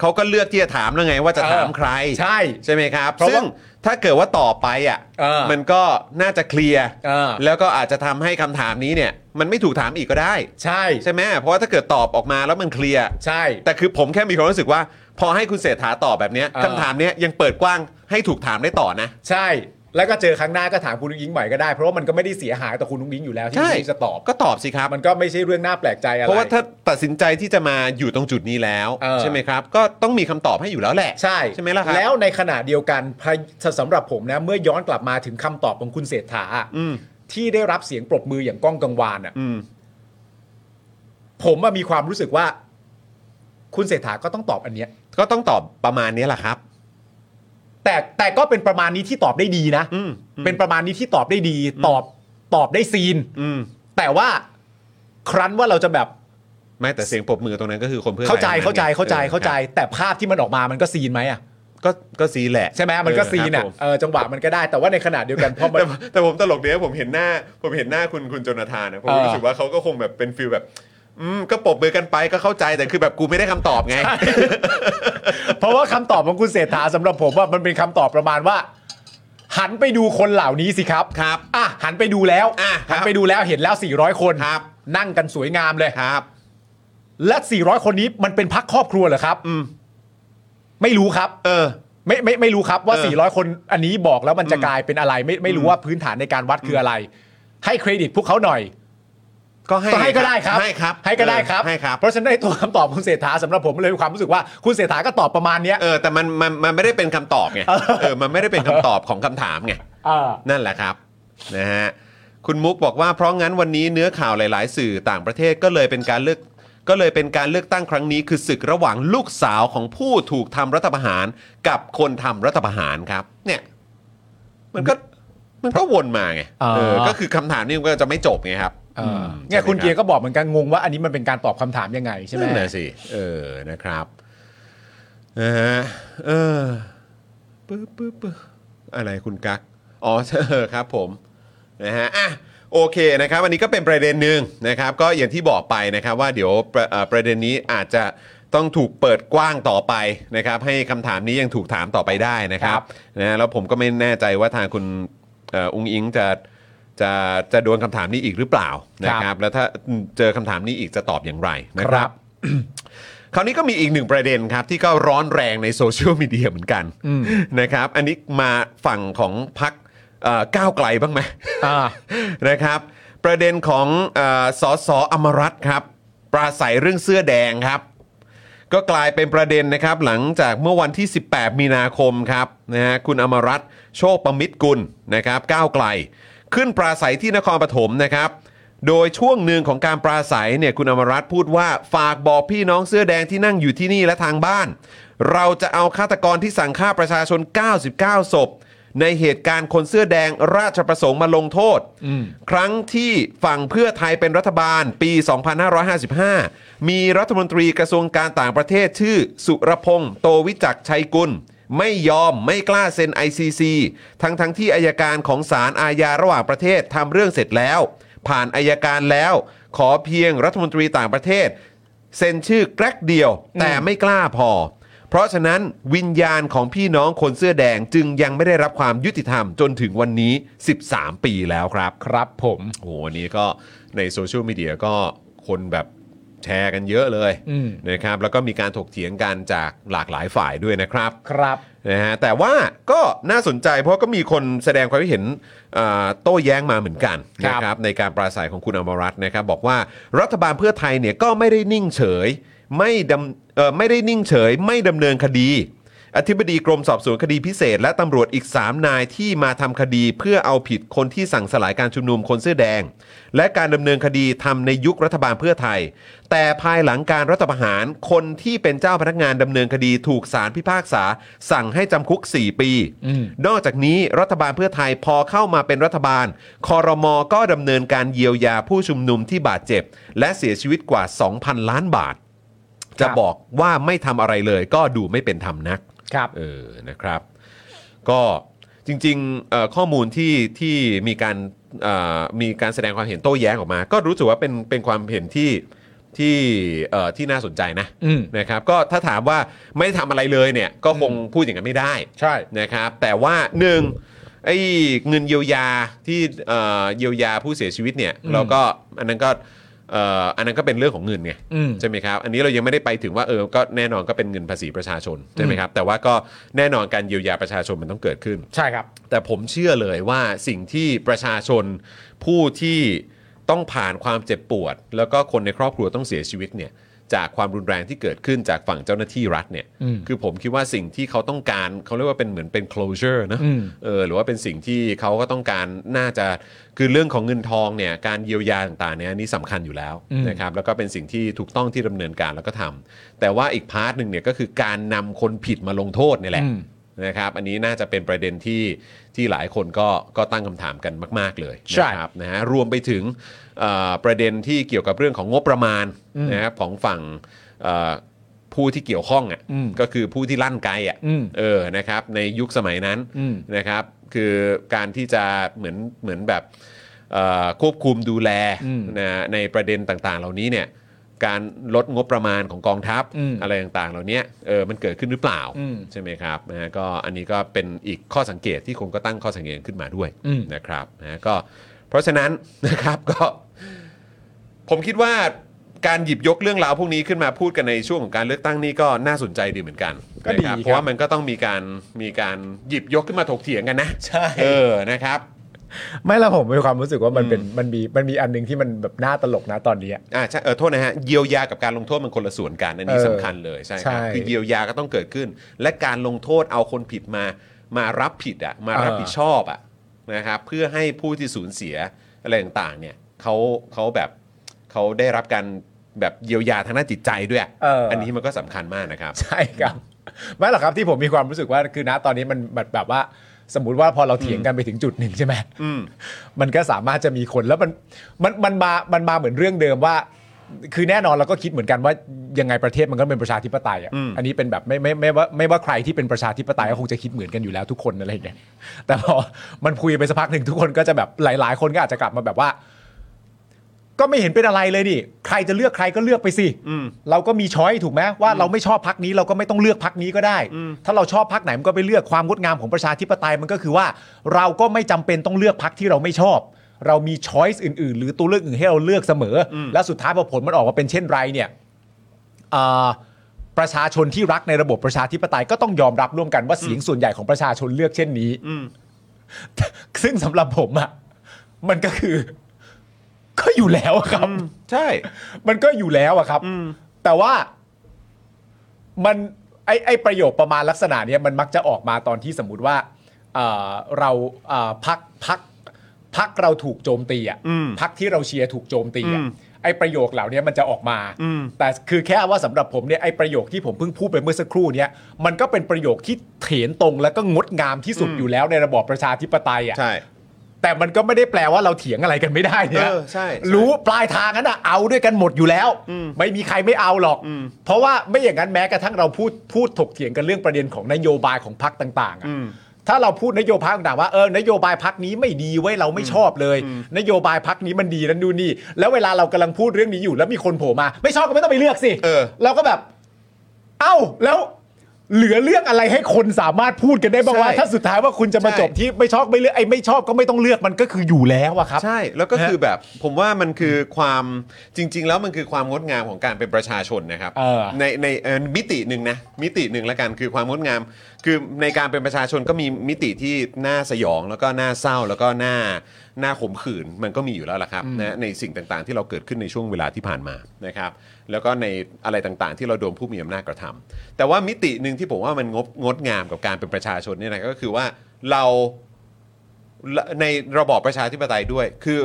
เขาก็เลือกที่จะถามแล้วไงว่าจะ
เออ
ถามใคร
ใช่
ใช่ไหมครับ
เพราะว่า
ซึ่งถ้าเกิดว่าต่อไปอ่ะ
เออ
มันก็น่าจะเคลียร์
เออ
แล้วก็อาจจะทำให้คำถามนี้เนี่ย มันไม่ถูกถามอีกก็ได้
ใช่
ใช่ไหมเพราะว่าถ้าเกิดตอบออกมาแล้วมันเคลียร์
ใช่
แต่คือผมแค่มีความรู้สึกว่า พอให้คุณเศรษฐาตอบแบบเนี้ย
เออ
คำถามเนี้ยยังเปิดกว้างให้ถูกถามได้ต่อนะ
ใช่ แล้วก็เจอครั้งหน้าก็ถามคุณนุ้งยิงใหม่ก็ได้ เพราะว่ามันก็ไม่ได้เสียหายต่อคุณนุ้งยิงอยู่แล้วที่
ใช่
คุณนุ้งอิ๊งจะตอบ
ก็ตอบสิครับ
มันก็ไม่ใช่เรื่องน่าแปลกใจอะไร
เพราะว่าถ้าตัดสินใจที่จะมาอยู่ตรงจุดนี้แล้ว
เออ
ใช่ไหมครับ ก็ต้องมีคำตอบให้อยู่แล้วแหละ
ใช่
ใช่ไหมล่ะครับ
แล้วในขณะเดียวกันพะสำหรับผมนะ เมื่อย้อนกลับมาถึงคำตอบของคุณเศรษฐา
อืม
ที่ได้รับเสียงปรบมืออย่างก้องกังวานอ่ะ
อืม
ผมอะมีความรู้สึกว่า คุณเศรษฐาก็ต้องตอบอันเนี้ย
ก็ต้องตอบประมาณนี้แหละครับ
แต่แต่ก็เป็นประมาณนี้ที่ตอบได้ดีนะ
อืมอืม
เป็นประมาณนี้ที่ตอบได้ดี ตอบตอบได้ซีน
อืม
แต่ว่าครั้นว่าเราจะแบบ
ไม่แต่เสียงปรบมือตรงนั้นก็คือคนเพื่อ
เข้าใจ
ไทย
เข้าใจเข้าใจ
ออ
เข้าใจ
ครับ
แต่ภาพที่มันออกมามันก็ซีนไหมอ่ะ
ก็ก็ซีแหละ
ใช่ไหมมันก็ซีน
เออครับ
อ่ะ
ผม
เออจังหวะมันก็ได้ แต่ว่าในขณะเดียวกันพอมัน
แต่แต่ผมตลกดีนะผมเห็นหน้า ผมเห็นหน้าคุณคุณโจนาธานนะผม
เออ
รู้สึกว่าเขาก็คงแบบเป็นฟิลแบบ อืมก็ปรบมือกันไปก็เข้าใจแต่คือแบบกูไม่ได้คำตอบไง
เพราะว่าคำตอบของคุณเศรษฐาสำหรับผมว่ามันเป็นคำตอบประมาณว่า หันไปดูคนเหล่านี้สิครับ
ครับ
อ่ะหันไปดูแล้ว
อ่ะครับ
หันไปดูแล้วเห็นแล้ว 400 คน
ครับ
นั่งกันสวยงามเลย
ครับ
และ 400 คนนี้มันเป็นพักครอบครัวเหรอครับ
อืม
ไม่รู้ครับ
เออ
ไม่ไม่ไม่รู้ครับว่า
เออ
400 คนอันนี้บอกแล้วมันจะกลายเป็นอะไร ไม่ไม่รู้ว่าพื้นฐานในการวัดคืออะไร ให้เครดิตพวกเขาหน่อย
ก็ให้
ก็ให้ก็ได้ครับ
ให้ครับ
ให้ก็ได้ครับ
เออให้ครับ
เพราะฉะนั้นไอ้ตัวคำตอบคุณเศรษฐาสำหรับผมเลยมีความรู้สึกว่าคุณเศรษฐาก็ตอบประมาณเนี้ย
เออแต่มันมันมันไม่ได้เป็นคำตอบไงเออมันไม่ได้เป็นคำตอบของคำถามไงนั่นแหละครับนะฮะคุณมุกบอกว่าเพราะงั้นวันนี้เนื้อข่าวหลาย ๆ สื่อต่างประเทศก็เลยเป็นการเลือกก็เลยเป็นการเลือกตั้งครั้งนี้ คือศึกระหว่างลูกสาวของผู้ถูกทำรัฐประหาร กับคนทำรัฐประหารครับ เนี่ย มันก็มันก็วนมาไง
อ่า
เออก็คือคำถามนี่มันก็จะไม่จบไงครับ
เออ
ม
เนี่ยคุณ
ใช่ไหมรับ
เกียร์ก็บอกเหมือนกันงงว่าอันนี้มันเป็นการตอบคำถามยังไงใช่ไหม
นั่นน่ะสิ เออ นะครับนะฮะเออปึ๊บปึ๊บปึ๊บอะไรคุณกั๊กอ๋อเออครับผม นะฮะ อ่ะ โอเคนะครับ อันนี้ก็เป็นประเด็นหนึ่งนะครับ ก็อย่างที่บอกไปนะครับว่าเดี๋ยวประเอ่อประเด็นนี้อาจจะ ต้องถูกเปิดกว้างต่อไปนะครับ ให้คำถามนี้ยังถูกถามต่อไปได้นะครับ
ครับ
นะฮะแล้วผมก็ไม่แน่ใจว่าทางคุณเอ่ออุ้งอิงจะจะจะโดนคำถามนี้อีกหรือเปล่านะครับ แล้วถ้าเจอคำถามนี้อีกจะตอบอย่างไรนะ
ค
ครั
รับ บ
คราวนี้ก็มีอีกหนึ่งประเด็นครับที่ก็ร้อนแรงในโซเชียลมีเดียเหมือนกัน
อืม
นะครับ อันนี้มาฝั่งของพักก้าวไกลบ้างไหม
อ่า
[laughs] นะครับ ประเด็นของเออสสอมรัตน์ครับ ปราศัยเรื่องเสื้อแดงครับ ก็กลายเป็นประเด็นนะครับ หลังจากเมื่อวันที่ 18 มีนาคมครับนะฮะคุณอมรัตน์โชคประมิตรกุลนะครับก้าวไกล ขึ้นปราศัยที่นครปฐมนะครับ โดยช่วงหนึ่งของการปราศัยเนี่ยคุณอมรัตน์พูดว่าฝากบอกพี่น้องเสื้อแดงที่นั่งอยู่ที่นี่และทางบ้าน เราจะเอาฆาตกรที่สั่งฆ่าประชาชน 99 ศพ ในเหตุการณ์คนเสื้อแดงราชประสงค์มาลงโทษ ครั้งที่ฝั่งเพื่อไทยเป็นรัฐบาลปี 2555 มีรัฐมนตรีกระทรวงการต่างประเทศชื่อ สุรพงษ์โตวิจักรชัยกุล ไม่ยอมไม่กล้าเซ็น ICC ทั้งทั้งๆที่อายการของศาลอาญาระหว่างประเทศทำเรื่องเสร็จแล้ว ผ่านอายการแล้ว ขอเพียงรัฐมนตรีต่างประเทศ เซ็นชื่อแกรกเดียว แต่ไม่กล้าพอ เพราะฉะนั้นวิญญาณของพี่น้องคนเสื้อแดงจึงยังไม่ได้รับความยุติธรรมจนถึงวันนี้ 13 ปีแล้วครับ
ครับผม
โอ้โหวันนี้ก็ในโซเชียลมีเดียก็คนแบบแชร์กันเยอะเลย
อืม
นะครับ แล้วก็มีการถกเถียงกันจากหลากหลายฝ่ายด้วยนะครับ
ครับ
นะฮะแต่ว่าก็น่าสนใจเพราะก็มีคนแสดงความคิดเห็นอ่าโต้แย้งมาเหมือนกัน
ครับ
นะครับในการปราศัยของคุณอมรรัตน์นะครับ บอกว่ารัฐบาลเพื่อไทยเนี่ยก็ไม่ได้นิ่งเฉย ไม่ดำเอ่อไม่ได้นิ่งเฉย ไม่ดำเนินคดี อธิบดีกรมสอบสวนคดีพิเศษ และตำรวจอีก 3 นายที่มาทำคดีเพื่อเอาผิดคนที่สั่งสลายการชุมนุมคนเสื้อแดง และการดำเนินคดีทำในยุครัฐบาลเพื่อไทย แต่ภายหลังการรัฐประหารคนที่เป็นเจ้าพนักงานดำเนินคดีถูกศาลพิพากษา สั่งให้จำคุก 4 ปี นอกจากนี้รัฐบาลเพื่อไทยพอเข้ามาเป็นรัฐบาลคอรมอก็ดำเนินการเยียวยาผู้ชุมนุมที่บาดเจ็บ และเสียชีวิตกว่า 2,000 ล้านบาท จะ
ครับ
บอกว่าไม่ทำอะไรเลยก็ดูไม่เป็นธรรมนัก
ครับ
เออ นะครับ ก็จริงๆเอ่อข้อมูลที่ที่มีการเอ่อมีการแสดงความเห็นโต้แย้งออกมา ก็รู้สึกว่าเป็นเป็นความเห็นที่ที่เอ่อที่น่าสนใจนะ
อืม
นะครับ ก็ถ้าถามว่าไม่ทำอะไรเลยเนี่ย ก็คงพูดอย่างนั้นไม่ได้
ใช่
นะครับแต่ว่าหนึ่งไอ้เงินเยียวยาที่เอ่อเยียวยาผู้เสียชีวิตเนี่ย
อืม
เราก็อันนั้นก็เอ่ออันนั้นก็เป็นเรื่องของเงินไง
อืม
ใช่ไหมครับอันนี้เรายังไม่ได้ไปถึงว่าเออก็แน่นอนก็เป็นเงินภาษีประชาชนใช่ไหมครับแต่ว่าก็แน่นอนการเยียวยาประชาชนมันต้องเกิดขึ้น
ใช่ครับ
แต่ผมเชื่อเลยว่าสิ่งที่ประชาชนผู้ที่ต้องผ่านความเจ็บปวด แล้วก็คนในครอบครัวต้องเสียชีวิตเนี่ยจากความรุนแรงที่เกิดขึ้นจากฝั่งเจ้าหน้าที่รัฐเนี่ย
อืม
คือผมคิดว่าสิ่งที่เขาต้องการเขาเรียกว่าเป็นเหมือนเป็น closure นะ
อืม
เออหรือว่าเป็นสิ่งที่เขาก็ต้องการน่าจะคือเรื่องของเงินทองเนี่ยการเยียวยาต่างๆเนี่ยอันนี่สำคัญอยู่แล้ว
อืม
นะครับแล้วก็เป็นสิ่งที่ถูกต้องที่ดำเนินการแล้วก็ทำแต่ว่าอีกพาร์ทหนึ่งเนี่ยก็คือการนำคนผิดมาลงโทษเนี่ยแหละ
อืม
นะครับอันนี้น่าจะเป็นประเด็นที่ที่หลายคนก็ก็ตั้งคำถามกันมาก ๆ เลย
ใช่
นะครับนะฮะรวมไปถึงเอ่อประเด็นที่เกี่ยวกับเรื่องของงบประมาณ
อืม
นะครับของฝั่งเอ่อผู้ที่เกี่ยวข้องอ่ะ
อืม
ก็คือผู้ที่ลั่นไกลอ่ะ
อืม
เออนะครับในยุคสมัยนั้น
อืม
นะครับคือการที่จะเหมือนเหมือนแบบเอ่อควบคุมดูแล
อืม
นะในประเด็นต่างๆ เหล่านี้เนี่ยการลดงบประมาณของกองทัพ
อืม
อะไรต่างๆ เหล่านี้เออมันเกิดขึ้นหรือเปล่า
อืม
ใช่ไหมครับนะฮะก็อันนี้ก็เป็นอีกข้อสังเกตที่คนก็ตั้งข้อสังเกตขึ้นมาด้วย
อืม
นะครับนะฮะก็เพราะฉะนั้น [laughs] นะครับ ก็ ผมคิดว่าการหยิบยกเรื่องราวพวกนี้ขึ้นมาพูดกันในช่วงของการเลือกตั้งนี่ก็น่าสนใจดีเหมือนกัน
ก็ดี
นะครั
ครับ บ
เพราะว่ามันก็ต้องมีการมีการหยิบยกขึ้นมาถกเถียงกันนะ
ใช่
เออนะครับ
ไม่ละผมมีความรู้สึกว่ามันเป็น
อืม
มันมีมันมีอันหนึงที่มันแบบน่าตลกนะตอนนี้อะ
อ่าใช่เออโทษนะฮะเยียวยากับการลงโทษมันคนละส่วนกันอันนี้
เออ
สำคัญเลยใช่ครับ
ใช่
คือเยียวยาก็ต้องเกิดขึ้น และการลงโทษเอาคนผิดมามารับผิดอ่ะมารับ
เออ
ผิดชอบอ่ะนะครับเพื่อให้ผู้ที่สูญเสียอะไรต่างๆเนี่ยเขาเขาแบบเขาได้รับการแบบเยียวยาทางด้านจิตใจด้วยอะ
เอออั
นนี้มันก็สำคัญมากนะครับ
ใช่ครับไม่หรอกครับที่ผมมีความรู้สึกว่าคือนะตอนนี้มันแบบแบบว่า สมมติว่าพอเราเถียงกันไปถึงจุดหนึ่งใช่ไหม
อืม
มันก็สามารถจะมีคนแล้วมันมันมันมามันมาเหมือนเรื่องเดิมว่า คือแน่นอนเราก็คิดเหมือนกันว่ายังไงประเทศมันก็เป็นประชาธิปไตยอ่ะ
อืม
อันนี้เป็นแบบไม่ไม่ไม่ว่าไม่ว่าใครที่เป็นประชาธิปไตยก็คงจะคิดเหมือนกันอยู่แล้วทุกคนอะไรอย่างเงี้ยแต่พอมันคุยไปสักพักหนึ่งทุกคนก็จะแบบหลาย ๆ คนก็อาจจะกลับมาแบบว่า ก็ ก็ไม่เห็นเป็นอะไรเลยดิใครจะเลือกใครก็เลือกไปสิเราก็มีช้อยถูกไหมว่าเราไม่ชอบพักนี้เราก็ไม่ต้องเลือกพักนี้ก็ได้ ถ้าเราชอบพักไหนมันก็ไปเลือกความงดงามของประชาธิปไตยมันก็คือว่า เราก็ไม่จำเป็นต้องเลือกพักที่เราไม่ชอบ เรามีช้อยส์อื่น ๆ หรือตัวเลือกอื่นให้เราเลือกเสมออและสุดท้ายพอผลมันออกมาเป็นเช่นไรเนี่ย เอ่อประชาชนที่รักในระบบประชาธิปไตยก็ต้องยอมรับร่วมกันว่าเสียงส่วนใหญ่ของประชาชนเลือกเช่นนี้แต่ซึ่งสำหรับผมอะ่ะ มันก็คือ ก็อยู่แล้วอะครับ
ใช่
มันก็อยู่แล้วอะครับ แต่ว่ามันไอไอประโยคประมาณลักษณะเนี้ยมันมักจะออกมาตอนที่สมมติว่าเอ่อเราเอ่อพักพักพักเราถูกโจมตีอะ
อืม
พักที่เราเชียร์ถูกโจมตีอะ
อืม
ไอประโยคเหล่านี้มันจะออกมา
อืม
แต่คือแค่ว่าสำหรับผมเนี่ยไอประโยคที่ผมเพิ่งพูดไปเมื่อสักครู่เนี้ยมันก็เป็นประโยคที่เถนตรงและก็งดงามที่สุดอยู่แล้วในระบอบประชาธิปไตยอ่ะ
ใช่
แต่มันก็ไม่ได้แปลว่าเราเถียงอะไรกันไม่ได้เนี่ย
เออใช่ใช่
รู้ปลายทางนั้นอะเอาด้วยกันหมดอยู่แล้ว ไม่มีใครไม่เอาหรอก เพราะว่าไม่อย่างนั้นแม้กระทั่งเราพูดพูดถกเถียงกันเรื่องประเด็นของนโยบายของพรรคต่างๆอะถ้าเราพูดนโยบายต่างๆว่าเออนโยบายพักนี้ไม่ดีไว้ยเราไม่ชอบเลย นโยบายพักนี้มันดีนั้นดูนนี่ แล้วเวลาเรากำลังพูดเรื่องนี้อยู่แล้วมีคนโผล่มา ไม่ชอบก็ไม่ต้องไปเลือกสิ
เออ
เราก็แบบ เอ้าแล้วเหลือเรื่องอะไรให้คนสามารถพูดกันได้บ้างว่า
ใช่
ถ้าสุดท้ายว่าคุณจะมา
ใช่
จบที่ไม่ชอบไม่เลือกไอ้ไม่ชอบก็ไม่ต้องเลือกมันก็คืออยู่แล้วอะครับ
ใช่ แล้วก็คือ
ฮะ
แบบผมว่ามันคือความจริง ๆ แล้วมันคือความงดงามของการเป็นประชาชนนะครับ
เออ
ในในเอ่อมิติหนึ่งนะมิติหนึ่งละกันคือความงดงาม คือในการเป็นประชาชนก็มีมิติที่น่าสยองแล้วก็น่าเศร้าแล้วก็น่าน่าขมขื่นมันก็มีอยู่แล้วล่ะครับนะในสิ่งต่างๆ ที่เราเกิดขึ้นในช่วงเวลาที่ผ่านมานะครับ แล้วก็ในอะไรต่างๆ ที่เราโดนผู้มีอำนาจกระทำแต่ว่ามิติหนึ่งที่ผมว่ามันงดงดงามกับการเป็นประชาชนเนี่ยนะก็คือว่าเรา ในระบอบประชาธิปไตยด้วย คือ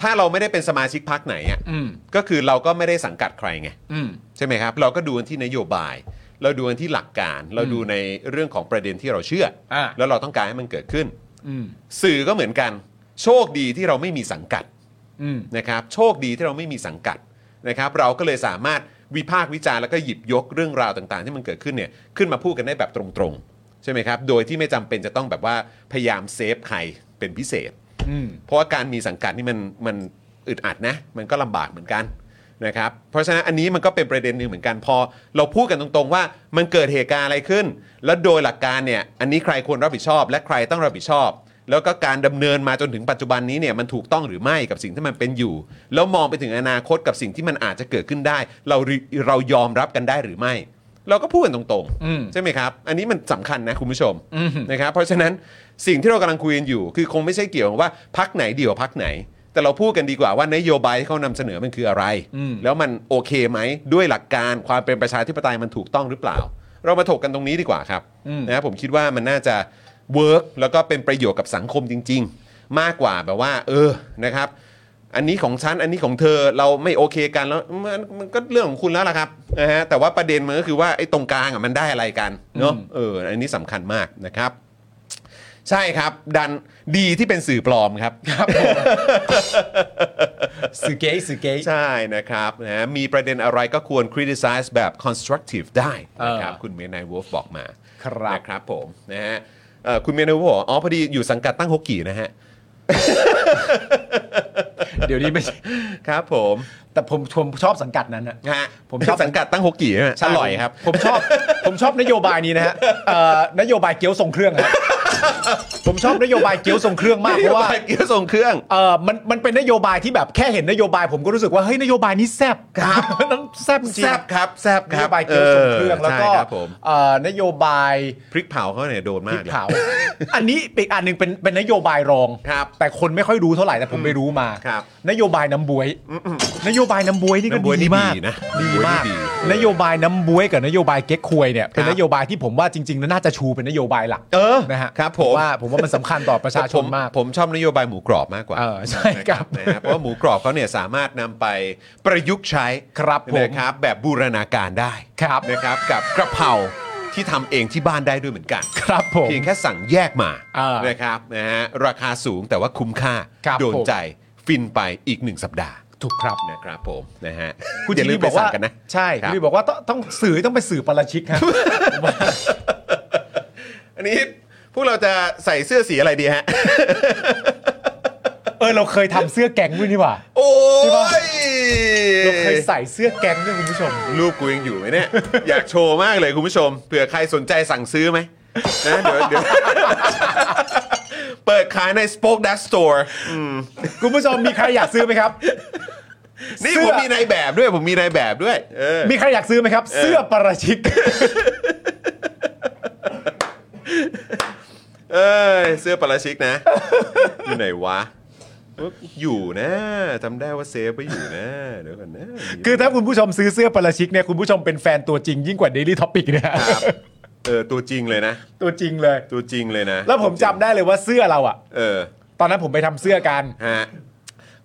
ถ้าเราไม่ได้เป็นสมาชิกพรรคไหนอ่ะ
อืม
ก็คือเราก็ไม่ได้สังกัดใครไง
อืม
ใช่ไหมครับ เราก็ดูกันที่นโยบาย เราดูกันที่หลักการ เราดูในเรื่องของประเด็นที่เราเชื่อ
อ่า
แล้วเราต้องการให้มันเกิดขึ้น
อืม
สื่อก็เหมือนกัน โชคดีที่เราไม่มีสังกัด
อืม
นะครับโชคดีที่เราไม่มีสังกัดนะครับเราก็เลยสามารถวิพากษ์วิจารณ์แล้วก็หยิบยกเรื่องราวต่างๆ ที่มันเกิดขึ้นเนี่ยขึ้นมาพูดกันได้แบบตรงๆใช่ไหมครับโดยที่ไม่จำเป็นจะต้องแบบว่าพยายามเซฟใครเป็นพิเศษ
อืม
เพราะว่าการมีสังกัดนี่มันมันอึดอัดนะ มันก็ลำบากเหมือนกันนะครับเพราะฉะนั้นอันนี้มันก็เป็นประเด็นหนึ่งเหมือนกันพอ เราพูดกันตรงๆว่ามันเกิดเหตุการณ์อะไรขึ้น แล้วโดยหลักการเนี่ยอันนี้ใครควรรับผิดชอบ และใครต้องรับผิดชอบ แล้วก็การดำเนินมาจนถึงปัจจุบันนี้เนี่ยมันถูกต้องหรือไม่กับสิ่งที่มันเป็นอยู่ แล้วมองไปถึงอนาคตกับสิ่งที่มันอาจจะเกิดขึ้นได้ เราเรายอมรับกันได้หรือไม่ เราก็พูดกันตรง
อืม
ๆ ใช่ไหมครับ อันนี้มันสำคัญนะคุณผู้ชมนะครับ เพราะฉะนั้นสิ่งที่เรากำลังคุยกันอยู่ คือคงไม่ใช่เกี่ยวกับว่าพักไหนเดี่ยวพักไหน แต่เราพูดกันดีกว่าว่านโยบายที่เขานำเสนอมันคืออะไร แล้วมันโอเคไหมด้วยหลักการความเป็นประชาธิปไตยมันถูกต้องหรือเปล่า เรามาถกกันตรงนี้ดีกว่าครับนะครับผมคิดว่ามันน่าจะเวิร์กแล้วก็เป็นประโยชน์กับสังคมจริง ๆ มากกว่าแบบว่า เออนะครับ อันนี้ของฉัน อันนี้ของเธอเราไม่โอเคกันแล้วมันมันก็เรื่องของคุณแล้วล่ะครับนะฮะแต่ว่าประเด็นมันก็คือว่าไอ้ตรงกลางอ่ะมันได้อะไรกันเนาะเอออันนี้สำคัญมากนะครับ ใช่ครับ ดันดีที่เป็นสื่อปลอมครับ
สื่อเกย์สื่อเกย์
ใช่นะครับนะฮะมีประเด็นอะไรก็ควร criticize แบบ constructive ได้นะครับ
เออ
คุณเมนาย w ว l ฟบอกมา
ครับ
นะครับผมนะฮะเอ่อคุณเมนาย w ว l ฟบอกอ๋อพอดีอยู่สังกัดตั้งฮกกี่นะฮะ
เดี๋ยวนี้ไม่ใช่
ครับผม
แต่ผมผมชอบสังกัดนั้นอะ
ฮะ
ผมชอบ
สังกัดตั้งฮกกี่นะฮะอ
ใช่
ร่อยครับ
ผมชอบ ผมชอบนโยบายนี้นะฮะเอ่อนโยบายเกี๊ยวทรงเครื่องครับผมชอบนโยบายเกี๊ยวทรงเครื่องมากเพราะ
น
ว่า
โยบยเกี๊ยวส่งเครื่อง
เออมัน มันเป็นนโยบายที่แบบแค่เห็นนโยบายผมก็รู้สึกว่า เฮ้ย นโยบายนี้แซบครับ [laughs] นั้นแซบจริง
แซบครับแซบคน รับบ
โยายเกี่ยวกับเครื่อง แล้วก็
ใช่ครับผม
เอ่อนโยบาย
พริกเผาเขาเนี่ยโดน
พริ
มาก
ก
เลย
เผา อันนี้อีกอันหนึงเป็นเป็นนโยบายรอง
ครับ
แต่คนไม่ค่อยรู้เท่าไหร่แต่ผมไปรู้มา
ครับ
นโยบายน้ำบวย นโยบายน้ำบวยนี่ก็
น้ำบ๊วย
ดี
นี่
มาก
ดีนะ
ดีมาก
น้ำบ๊วยนี่ดี
นโยบายน้ำบวยกับนโยบายเก๊กควยเนี่ย เป็น
ครับ
นโยบายที่ผมว่าจริงๆแล้วน่าจะชูเป็นนโยบายหลัก
เออ
นะฮะ
ครับผม
ว่าผมว่ามันสำคัญต่อประชาชนมาก
ผมชอบนโยบายหมูกรอบมากกว่า
เออใช่ครับ
นะฮะเพราะว่าหมูกรอบเขาเนี่ยสามารถนำไปประยุกต์ใช้
ครับผม
นะครับแบบบูรณาการได้
ครับ
นะครับกับกระเพราที่ทำเองที่บ้านได้ด้วยเหมือนกัน
ครับผม
เพียงแค่สั่งแยกมา
อ่าน
นะครับนะฮะราคาสูงแต่ว่าคุ้มค่า
ครับ
โดน
ผม
ใจฟินไปอีกหนึ่งสัปดาห์
ถูกครับ
นะครับผมนะฮะ
คุณ
อย่า
จิ
ลืม
นีบ
ไป
อก
สั่
ว่าง
กันนะ
ใช่
ครับ
คุณจินีบอกว่าต้องต้องสื่อต้องไปสื่อปาราชิก
[laughs]
ฮะ
อันนี้พวกเราจะใส่เสื้อสีอะไรดีฮะ
เออเราเคยทำเสื้อแก๊งด้วยนี่หว่า
โอ้
ใช่ปะ
ย
เราเคยใส่เสื้อแก๊งด้วยคุณผู้ชม
รูปกูยังอยู่ไหมเนี่ย อยากโชว์มากเลยคุณผู้ชมเผื่อใครสนใจสั่งซื้อไหมนะเดี๋ยวเดี๋ยว [laughs] เปิดขายใน Spoke Dark Store อืม
คุณผู้ชมมีใครอยากซื้อไหมครับ
นี่
เสื้อ
ผมมีในแบบด้วยผมมีในแบบด้วยเออ
[laughs] มีใครอยากซื้อไหมครับ เสื้อประชิก [laughs]
เอ้ยเสื้อปาราชิก
[laughs]
นะ อยู่ไหนวะ อยู่นะจำได้ว่าเซฟไปอยู่นะเดี๋ยวก่อนนะมี
คือถ้าคุณผู้ชมซื้อเสื้อประชิกเนี่ยคุณผู้ชมเป็นแฟนตัวจริงยิ่งก [laughs] ว่า Daily Topic นะฮะ
ครับเออตัวจริงเลยนะ
ตัวจริงเลย
ตัวจริงเลยนะ
แล้วผมจำได้เลยว่าเสื้อเราอะ
เออ
ตอนนั้นผมไปทำเสื้อกัน
ฮะ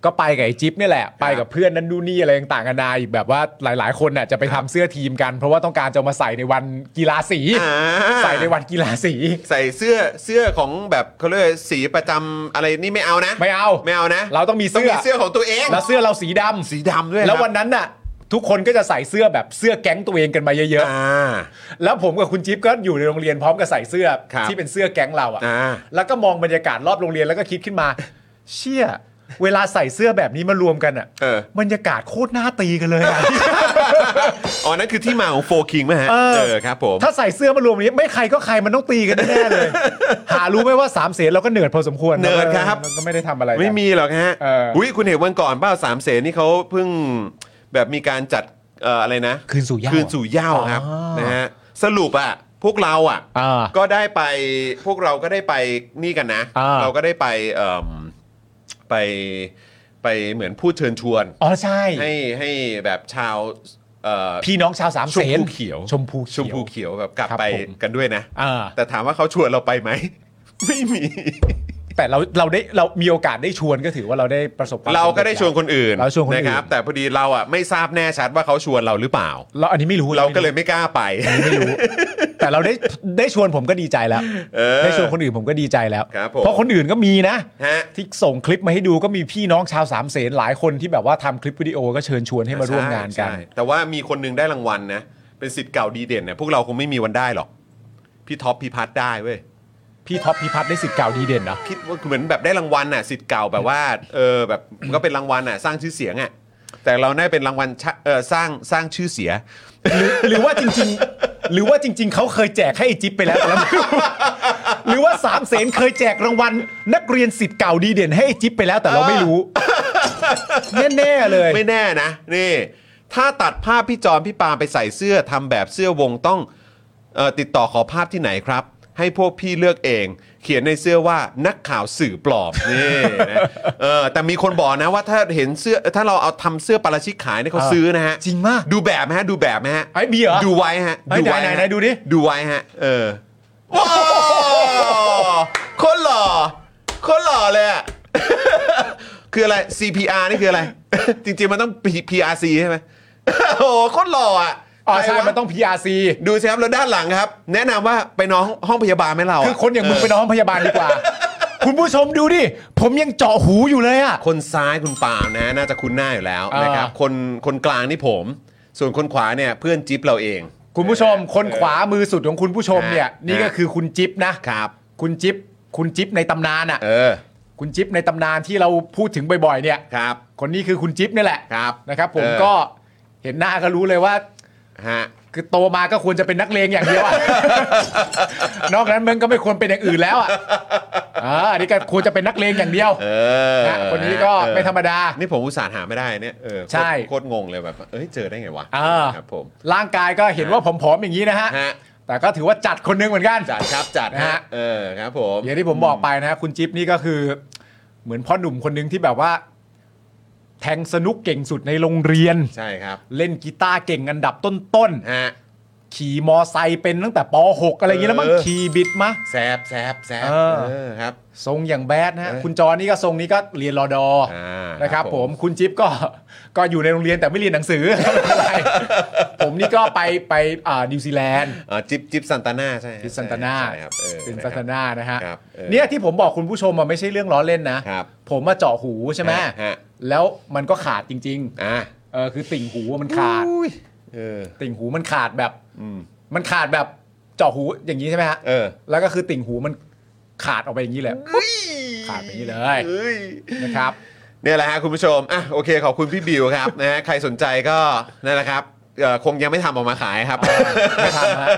ก็ไปกับไอ้จิ๊บเนี่ยแหละ ไปกับเพื่อนนั่นดูนนี่อะไรต่างๆกันานาอีกแบบว่าหลาย ๆ คนน่ะจะไปทำเสื้อทีมกัน เพราะว่าต้องการจะเอามาใส่ในวันกีฬาสี
อ่า
ใส่ในวันกีฬาสี
ใส่เสื้อเสื้อของแบบเขาเรียกสีประจำอะไรนี่ไม่เอานะ
ไม่เอา
ไม่เอานะ
เราต้องมี
ต้อง
เสื้อ
มีเสื้อของตัวเอง
แล้วเสื้อเราสีดำ
สีดำด้วย
แล้ววันนั้นน่ะ ทุกคนก็จะใส่เสื้อแบบเสื้อแก๊งตัวเองกันมาเยอะ
อ่า
ๆแล้วผมกับคุณจิ๊บก็อยู่ในโรงเรียนพร้อมกับใส่เสื้อ
ครับ
ที่เป็นเสื้อแก๊งเรา
อ่า
อะ่ะแล้วก็มองบรรยากาศรอบโรงเรียนแล้วก็คิดขึ้นมา เชี่ยเวลาใส่เสื้อแบบนี้มารวมกันอ่ะ
เออบ
รรยากาศโคตรน่าตีกันเลยอะ
อ๋อนั่นคือที่มาของโฟคิงไหมฮะ
เออ
ครับผม
ถ้าใส่เสื้อมารวมอย่างนี้ไม่ใครก็ใครมันต้องตีกันแน่ๆเลย หารู้ไหมว่าสามเสนเราก็เหนื่อยพอสมควร
เนิร์ดครับ
มันก็ไม่ได้ทำอะไรกัน
ไม่มีหรอกฮะ
เอออุ๊
อุ้ยคุณเห็นวันก่อนเป้าสามเสนนี่เขาเพิ่งแบบมีการจัดเอ่ออะไรนะ
คืนสู่หญ้า
คืนสู่เหย้าครับ
อ๋อ
นะฮะสรุปอ่ะพวกเราอ่ะ
อ่า
ก็ได้ไปพวกเราก็ได้ไปนี่กันนะ
อ่า
เราก็ได้ไปเอิ่มไปไปเหมือนพูดเชิญชวน
อ๋อใช่
ให้ให้แบบชาวเอ่อ
พี่น้องชาวสามเสน
ชมพูเขียว
ชมพูเขียว
ชมพูเขียวแบบกลับ
ครับ
ไป
ผม
กันด้วยนะ
อ่า
แต่ถามว่าเขาชวนเราไปไหม [laughs] ไม่มี
แต่เราเราได้เรามีโอกาสได้ชวนก็ถือว่าเราได้ประสบควม
เราก็
สำจ
ได้ชวนคนอื่น
เราชวนคนอื่น
ครับ แต่พอดีเราอ่ะไม่ทราบแน่ชัดว่าเขาชวนเราหรือเปล่า
เราอันนี้ไม่รู้
เราก็เลยไม่กล้าไป
ไม่รู้ แต่เราได้ได้ชวนผมก็ดีใจแล้ว
เออ
ได้ชวนคนอื่นผมก็ดีใจแล้ว
ครับผม
เพราะคนอื่นก็มีนะ
ฮะ
ที่ส่งคลิปมาให้ดูก็มีพี่น้องชาวสามเสนหลายคนที่แบบว่าทำคลิปวิดีโอก็เชิญชวนให้มาร่วมงานกัน
ใช่ใช่แต่ว่ามีคนหนึงได้รางวัลนะ เป็นสิทธิ์เก่าดีเด่นเนี่ยพวกเราคงไม่มีวันได้หรอก พี่ท็อปพี่พัทได้เว้ย
พี่ท็อปพิพัฒน์ได้สิทธิ์เก่าดีเด่นนะ
พี่ว่าเหมือนแบบได้รางวัลน่ะสิทธิ์เก่าแบบว่าเออแบบก็เป็นรางวัลน่ะสร้างชื่อเสียงอ่ะแต่เราได้เป็นรางวัลชะเออสร้างสร้างชื่อเสีย
หรือหรือว่าจริงๆ หรือว่าจริง ๆ เขาเคยแจกให้ไอ้จิ๊บไปแล้วแต่เราไม่รู้หรือว่าสามเสนเคยแจกรางวัลนักเรียนสิทธิ์เก่าดีเด่นให้ไอ้จิ๊บไปแล้วแต่เราไม่รู้ แน่ๆเลย
ไม่แน่นะนี่ ถ้าตัดภาพพี่จอมพี่ปาล์มไปใส่เสื้อทำแบบเสื้อวงต้องเออติดต่อขอภาพที่ไหนครับ ให้พวกพี่เลือกเอง เขียนในเสื้อว่านักข่าวสื่อปลอมนี่นะเออแต่มีคนบอกนะว่าถ้าเห็นเสื้อถ้าเราเอาทำเสื้อปาราชิกขายเนี่ยเขา
อ่า
ซื้อนะฮะ
จริงมาก
ดูแบบไหมฮะดูแบบไหมฮะ
ไอ้มีเหรอ
ดูไว้ฮะ
ไอ้ไหนไหนไหน
ฮะ
ดูดิ
ดูไว้ฮะ เออว้าวคนหล่อคนหล่อเลยอะ คืออะไร CPR นี่คืออะไร [laughs] จริง ๆ มันต้อง P- PRC ใช่ไหม [laughs] โอ้โหโคตรหล่ออ่ะ
อ๋อใช่
ใครวะ
มันต้อง PRC
ดูสิครับแล้วด้านหลังครับ แนะนำว่าไปนอนห้องห้องพยาบาลไหมเราะ
คือคนอย่างมึงไปนอนห้องพยาบาลดีกว่า คุณผู้ชมดูดิ ผมยังเจาะหูอยู่เลยอ่ะ
คนซ้ายคุณปาล์มนะ น่าจะคุ้นหน้าอยู่แล้ว
อ่าน
นะครับ คนคนกลางนี่ผม ส่วนคนขวาเนี่ยเพื่อนจิ๊บเราเอง
คุณผู้ชม คนขวามือสุดของคุณผู้ชมเนี่ย
ฮะ
นี่ก็คือคุณจิ๊บนะครับ คุณจิ๊บคุณจิ๊บในตำนานอ่ะ
เออ
คุณจิ๊บในตำนานที่เราพูดถึงบ่อยๆเนี่ย
ครับ
คนนี้คือคุณจิ๊บนี่แหละ
ครับ
นะครับ ผม
เออ
ก็เห็นหน้าก็รู้เลยว่า
ฮะ
คือโตมาก็ควรจะเป็นนักเลงอย่างเดียวอะ นอกนั้นมึงก็ไม่ควรเป็นอย่างอื่นแล้วอะอ่าอันนี้ก็ควรจะเป็นนักเลงอย่างเดียว
เออ
นะคนนี้ก็
เออ
ไม่ธรรมดา
นี่ผมอุตส่าห์หาไม่ได้เนี่ยเออโคตร
ใช่
โคตรงงเลยแบบเอ้ยเจอได้ไงวะ
อ่า
ครับผม
ร่างกายก็เห็นว่าผอมๆอย่างนี้นะฮะ
ฮะ
แต่ก็ถือว่าจัดคนนึงเหมือนกัน
จัดครับจัด
นะ
ฮะ
ฮะ
เออครับผม
อย่างที่ผมบอกไปนะฮะคุณจิ๊บนี่ก็คือ เหมือนพ่อหนุ่มคนหนึงที่แบบว่า แทงสนุกเก่งสุดในโรงเรียน
ใช่ครับ
เล่นกีตาร์เก่งอันดับต้นๆ
ฮะ
ขี่มอไซค์เป็นตั้งแต่ป .6 อะไรอย่างงี้แล้วมั้ง
เออ
ขี่บิดมา
แซบแซบแซบ
เออ
เออครับ
ทรงอย่างแบดนะฮะ
เออ
คุณจอนี่ก็ทรงนี้ก็เรียนรอดอ
อ่า
นะครับ
ครับผ
ผม มคุณจิ๊บก็ ก็อยู่ในโรงเรียนแต่ไม่เรียนหนังสือ [laughs] ไม่เป็น
[laughs]
ไรผมนี่ก็ไปไปอ่านิวซีแลนด์
เอ่อจิบจิบซันตาน่าใช่ฮะ
พิซซันตานา
ใช่ครับเออ
พิซ
ะค
ซั
รั
น
บ
ตานานะฮะ
ครับเออ
เนี่ยที่ผมบอกคุณผู้ชมมันไม่ใช่เรื่องล้อเล่นนะ
ครับ
ผมมาเจาะหูใช่ไหม
ฮะฮะ
แล้วมันก็ขาดจริง
อ่ะ
ๆเออคือติ่งหูมันขาด
เออ
ติ่งหูมันขาดแบบ
อืม
มันขาดแบบเจาะหูอย่างนี้ใช่ไหมฮะ
เออ
แล้วก็คือติ่งหูมันขาดออกไปอย่างนี้แหละปุ๊บ ขาดไปนี่เลย
เฮ้ย
นะครับ
เนี่ยแหละฮะคุณผู้ชม อ่ะโอเคขอบคุณพี่บิวครับ นะฮะใครสนใจก็นั่นแหละครับเอ่อคงยังไม่ทำออกมาขายครับ
ไม่ทำฮะ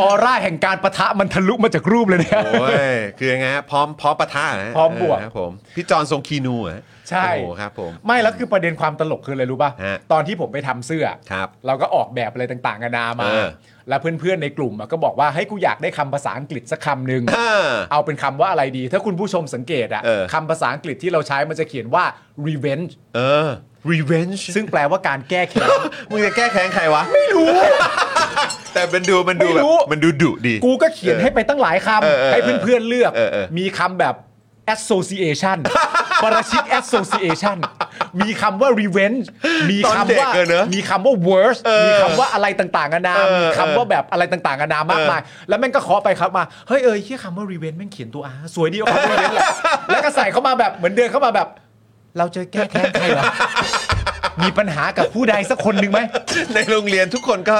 ออร่าแห่งการประทะมันทะลุมาจากรูปเลยเนี่ย
โอ้ย คือยังไงฮะพร้อมพร้อมปะทะนะฮะ
พร้อมบวก
เครับผม พี่จอนทรงคีนูเหรอ
ใช่
โอ้โหครับผม
ไม่แล้วคือประเด็นความตลกคืออะไรรู้ป่ะ
ฮะ
ตอนที่ผมไปทำเสื้อ
ครับ
เราก็ออกแบบอะไรต่างๆนานามา
เออ
แล้วเพื่อนๆในกลุ่มอะก็บอกว่าให้ยกูอยากได้คำภาษาอังกฤษสักคำหนึ่ง
อ่า
เอาเป็นคำว่าอะไรดี ถ้าคุณผู้ชมสังเกตอะ
เออ
คำภาษาอังกฤษที่เราใช้มันจะเขียนว่า revenge
เออ revenge
ซึ่งแปลว่าการแก้แค้น
มึงจะแก้แค้นใครวะ ไม่รู้ แต่มันดูมันดู
ไม่
แบบ
รู้
มันดูดุดี
กูก็เขียนให้ไปตั้งหลาย
เออเออ
คำให้เพื่อนๆเลือก
เออเออ
มีคำแบบ association ประชิก association มีคำว่า revenge มี
ตอนเด็
คำ
ก
ว่า
เลยเนอะ
มีคำว่า worse
เออ
มีคำว่าอะไรต่างๆนานา
เออ
มีคำว่าแบบอะไรต่างๆนานามาก
เออ
มาย แล้วแม่งก็ขอไปครับมาเฮ้ยเอ้ยที่คำว่า revenge แม่งเขียนตัวอาสวยดีกว่าคำว่า revenge แหละแล้วก็ใส่เข้ามาแบบเหมือนเดินเข้ามาแบบ เราจะแก้แค้นใครเหรอมีปัญหากับผู้ใดสักคนหนึ่งไหม
ในโรงเรียนทุกคนก็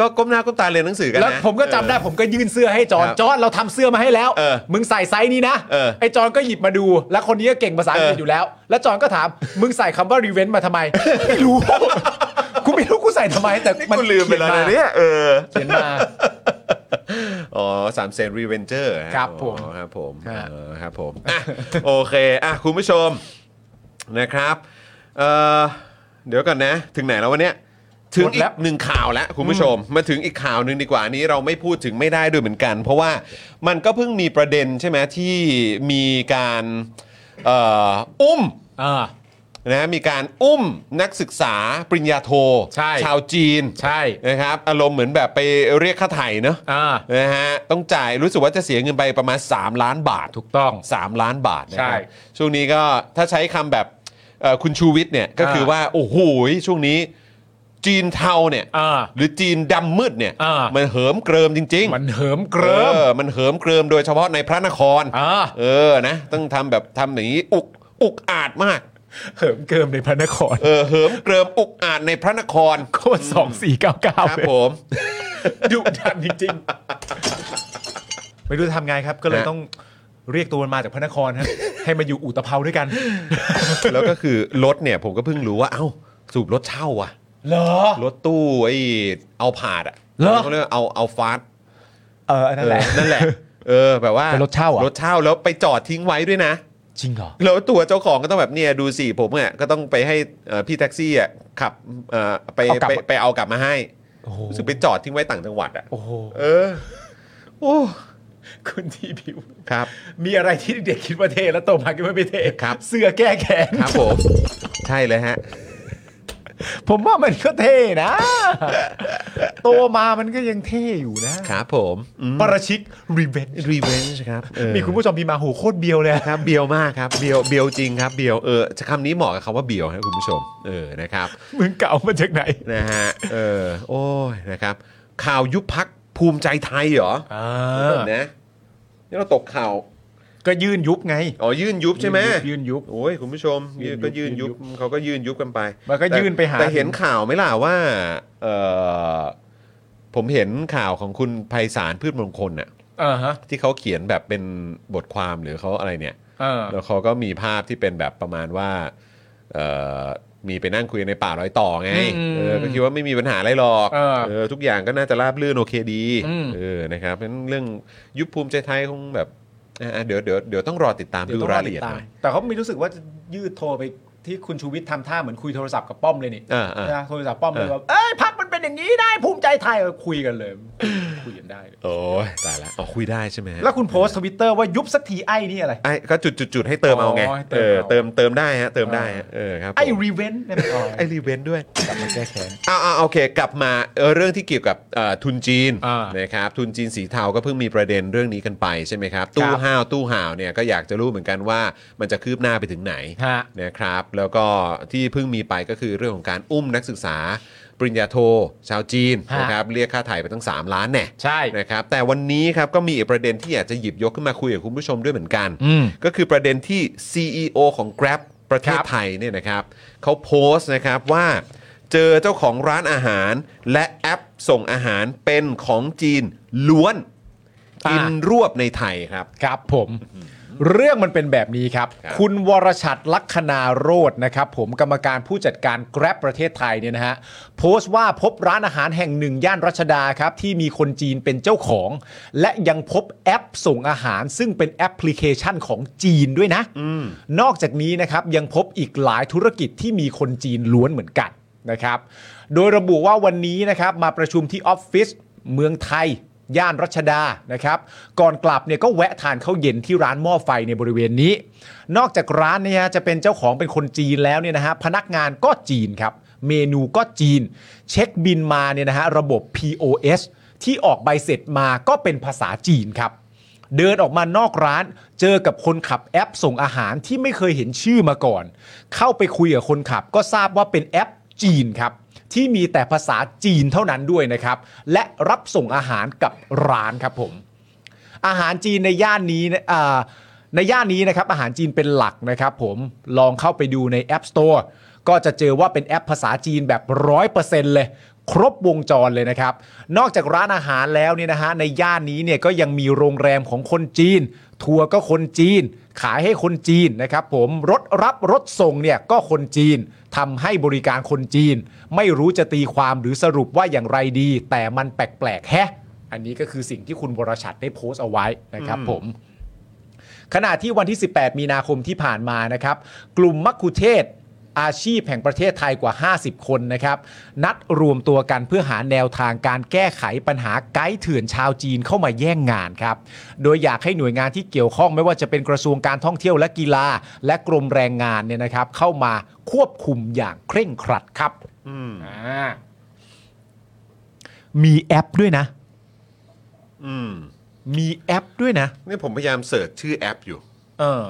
ก็ก้มหน้าก้มตาเรียนหนังสือกันนะ
แล้วผมก็จำได้ผมก็ยื่นเสื้อให้จอน
ครับ
จอนเราทำเสื้อมาให้แล้ว
เออ
มึงใส่ไซส์นี้นะ
เออ
ไอ้จอนก็หยิบมาดู แล้วคนนี้ก็เก่งภาษาอัง
เอ
กฤษ
อ
อ
อ
ยู่แล้ว แล้วจอนก็ถาม มึงใส่คำว่า รีเวนต์มาทำไม [laughs] ไม่รู้ กูไม่รู้กูใส่ทำไม แต่
นี่
มัน
กูลืมไปแล้วนะเนี่ยเออ
เขียนมา
อ๋อสามเซนรีเวนเจอร์
ครับผม
ครับผม
ฮะ
เออครับผมอ่ะโอเคอ่ะคุณผู้ชมนะครับเอ่อเดี๋ยวก่อนนะ ถึงไหนแล้ววันเนี้ยถึงอี
หมดแล้
ก
ว
หนึ่งข่าวแล้วคุณผู้ชม มาถึงอีกข่าวหนึ่งดีกว่านี้เราไม่พูดถึงไม่ได้ด้วยเหมือนกัน เพราะว่ามันก็เพิ่งมีประเด็นใช่ไหมที่มีการเอ่ออุ้ม
อ่า
นะมีการอุ้มนักศึกษาปริญญาโท
ใช่
วจีน
ใช่
นะครับอารมณ์เหมือนแบบไปเรียกค่าไถ่เนอะ
อ่า
นะฮะต้องจ่ายรู้สึกว่าจะเสียเงินไปประมาณ 3 ล้านบาท
ถูกต้อง
3ล้านบาทนะ
ใช่
ครับช่วงนี้ก็ถ้าใช้คำแบบเอ่อคุณชูวิทย์เนี่ยก็คือว่า โอ้โหช่วงนี้จีนเทาเนี่ย
อ่า
หรือจีนดำมืดเนี่ย
อ่ามั
มันเหิมเกริมจริง ๆ
มันเหิมเกริม
ออมันเหิมเกริมโดยเฉพาะในพระนคร
อ่า
เออนะต้องทำแบบทำอย่างนี้อุกอุกอาจมาก
เหิมเกริมในพระนคร
เออเหิมเกริมอุกอาจในพระนคร
โคตรสองสี่เก้าเก้า
ครับผม
[laughs] ดุดันจริงๆไม่รู้จะทำไงครับ ก็เลยต้องเรียกตัวมันมาจากพระนครฮะให้มาอยู่อุตภเปาด้วยกัน
แล้วก็คือรถเนี่ยผมก็เพิ่งรู้ว่าเอ้าสูบรถเช่าว่ะ
เหรอ
รถตู้ไอ้เอาผาดอ่ะ
เหรอ
เขาเรียกว่าเอาเอาฟาสต์
เออนั่นแหละ
เออนั่นแหละเออแบบว่า
เป็นรถเช่าเหรอ
รถเช่าแล้วไปจอดทิ้งไว้ด้วยนะ
จริงเหรอ
แล้วตัวเจ้าของก็ต้องแบบเนี่ยดูสิผมเนี่ยก็ต้องไปให้เอ่อพี่แท็กซี่อ่ะขับเอ่อไป
เอากลับ
ไปไปเอากลับมาให้
โอ้โห
รู้สึกไปจอดทิ้งไว้ต่างจังหวัดอ่ะ
โอ้โห
เออโอ้
คุณทีพิว
ครับ
มีอะไรที่เด็กคิดว่าเท่แล้วโตมาคิดว่าไม่เท่
ครับ
เสื้อแก้แขน
ครับผมใช่เลยฮะ
ผมว่ามันก็เท่นะ โตมามันก็ยังเท่อยู่นะครับ
ผม
ประชิกรีเวน
รีเวนจ์ครับเออ
มีคุณผู้ชมพิมพ์มาโหโคตรเบียวเลย
ครับเบียวมากครับเบียวเบียวจริงครับเบียวเออคำนี้เหมาะกับคำว่าเบียวครับคุณผู้ชมเออนะครับ
มึงเก่ามาจากไหน
นะฮะเออโอ้ยนะครับ ข่าวยุบพักภูมิใจไทยเหรอ
อ่
เออนะนี่เราตกข่าว
ก็ยื่นยุบไง
อ๋อยื่นยุบใช่ไหม
ยื่นยุบ
โอ้ยคุณผู้ชม
ยื่นยุบ
ก็ยื่นยุบ
ยื่นยุบ
เขาก็ยื่นยุบกันไป
มันก็
แต่
ยื่นไปหา
แต่เห็นข่าวไหมล่ะว่าเออผมเห็นข่าวของคุณไพศาลพืชมงคลน่ะ
อ่าฮะ
ที่เขาเขียนแบบเป็นบทความหรือเขาอะไรเนี่ย
อ่า
แล้วเขาก็มีภาพที่เป็นแบบประมาณว่าเอ่อมีไปนั่งคุยกันในป่าร้อยต่อไง
อืม
เออก็คิดว่าไม่มีปัญหาอะไรหรอก
เออ
เออทุกอย่างก็น่าจะราบรื่นโอเคดี
อืม
เออนะครับเพราะฉะนั้นเรื่องยุบภูมิใจไทยคงแบบอ่ะเดี๋ยวเดี๋ยวเดี๋ยวต้องรอติดตามดูรายละเอียดหน่อย
แต่เขาไม่รู้สึกว่าจะยืดโทรไปที่คุณชูวิทย์ทำท่าเหมือนคุยโทรศัพท์กับป้อมเลยนี่
อ่าอ่า
นะโทรศัพท์ป้อมเลย
เออ
ว่าเอ้ยพักมันเป็นอย่างนี้ได้ภูมิใจไทยเออคุยกันเลย คุยกันได้เลย
โอ้ยตายละอ๋อคุยได้ใช่ไหมฮะ
แล้วคุณโพสต์ทวิตเตอร์ว่ายุบสักทีไอ้นี่อะไร
ไอ้ก็จุดจุดจุดให้เติมเอาไง
อ๋อให้เติ
เอ
ม
อ
เอา
เติมเติมได้ฮะเติมได้ฮะเออครับผม
ไอ้รีเวนต์นั่นเอง
ไอ้รีเวนต์ด้วย
กลับมาแก้แค้น
อ่าโอเค กลับมาเออเรื่องที่เกี่ยวกับเอ่อทุนจีน
อ่า
นะครับทุนจีนสีเทาก็เพิ่งมีประเด็นเรื่องนี้กันไปใช่ไหมครับ ตู้ห้าวตู้ห่าวเนี่ยก็อยากจะรู้เหมือนกันว่ามันจะคืบหน้าไปถึงไหน
ฮะ
นะครับแล้วก็ที่เพิ่งมีไปก็คือเรื่องของการอุ้มนักศึกษา ปริญญาโท ชาวจีน
ฮะ
นะครับเรียกค่าไถ่ายไปตั้ง 3 ล้านแน่
ใช่
นะครับแต่วันนี้ครับก็มีอีกประเด็นที่อยากจะหยิบยกขึ้นมาคุยกับคุณผู้ชมด้วยเหมือนกัน
อืม
ก็คือประเด็นที่ CEO ของ Grab ประเทศ
ครับ
ไทยเนี่ยนะครับเขาโพสต์นะครับว่า เจอเจ้าของร้านอาหาร และแอปส่งอาหารเป็นของจีนล้วน กิน
อ่ะ
รวบในไทยครับ
ครับผม เรื่องมันเป็นแบบนี้ครับ
ครับ
คุณวรชัดลัคนาโรธนะครับ ผมกรรมการผู้จัดการ Grab ประเทศไทยเนี่ยนะฮะโพสต์ว่าพบร้านอาหารแห่งหนึ่งย่านรัชดาครับ ที่มีคนจีนเป็นเจ้าของ และยังพบแอปส่งอาหาร ซึ่งเป็นแอปพลิเคชันของจีนด้วยนะ นอกจากนี้นะครับยังพบอีกหลายธุรกิจที่มีคนจีนล้วนเหมือนกันนะครับ โดยระบุว่าวันนี้นะครับมาประชุมที่ออฟฟิศเมืองไทย ย่านรัชดานะครับ ก่อนกลับเนี่ยก็แวะทานข้าวเย็นที่ร้านหม้อไฟในบริเวณนี้ นอกจากร้านเนี่ยจะเป็นเจ้าของเป็นคนจีนแล้วเนี่ยนะฮะพนักงานก็จีนครับ เมนูก็จีน เช็คบินมาเนี่ยนะฮะระบบ POS ที่ออกใบเสร็จมาก็เป็นภาษาจีนครับ เดินออกมานอกร้าน เจอกับคนขับแอปส่งอาหารที่ไม่เคยเห็นชื่อมาก่อน เข้าไปคุยกับคนขับ ก็ทราบว่าเป็นแอปจีนครับ ที่มีแต่ภาษาจีนเท่านั้นด้วยนะครับ และรับส่งอาหารกับร้านครับผม อาหารจีนในย่านนี้นะอ่าในย่านนี้นะครับอาหารจีนเป็นหลักนะครับผมลองเข้าไปดูใน App Store ก็จะเจอว่าเป็นแอปภาษาจีนแบบ 100%เลย ครบวงจรเลยนะครับ นอกจากร้านอาหารแล้วเนี่ยนะฮะในย่านนี้เนี่ยก็ยังมีโรงแรมของคนจีน ทัวร์ก็คนจีน ขายให้คนจีนนะครับผมรถรับรถส่งเนี่ยก็คนจีนทำให้บริการคนจีน ไม่รู้จะตีความหรือสรุปว่าอย่างไรดี แต่มันแปลกๆแฮะ อันนี้ก็คือสิ่งที่คุณวรชัดได้โพสต์เอาไว้นะครับผม ขณะที่วันที่ 18 มีนาคมที่ผ่านมานะครับ กลุ่มมักคุเทศก์อาชีพแห่งประเทศไทยกว่า 50 คนนะครับ นัดรวมตัวกันเพื่อหาแนวทางการแก้ไขปัญหาไกด์เถื่อนชาวจีนเข้ามาแย่งงานครับ โดยอยากให้หน่วยงานที่เกี่ยวข้องไม่ว่าจะเป็นกระทรวงการท่องเที่ยวและกีฬา และกรมแรงงานเนี่ยนะครับ เข้ามาควบคุมอย่างเคร่งครัดครับอ่ามีแอปด้วยนะ
อืม
มีแอปด้วยนะ
นี่ผมพยายามเสิร์ชชื่อแอปอยู่
เออ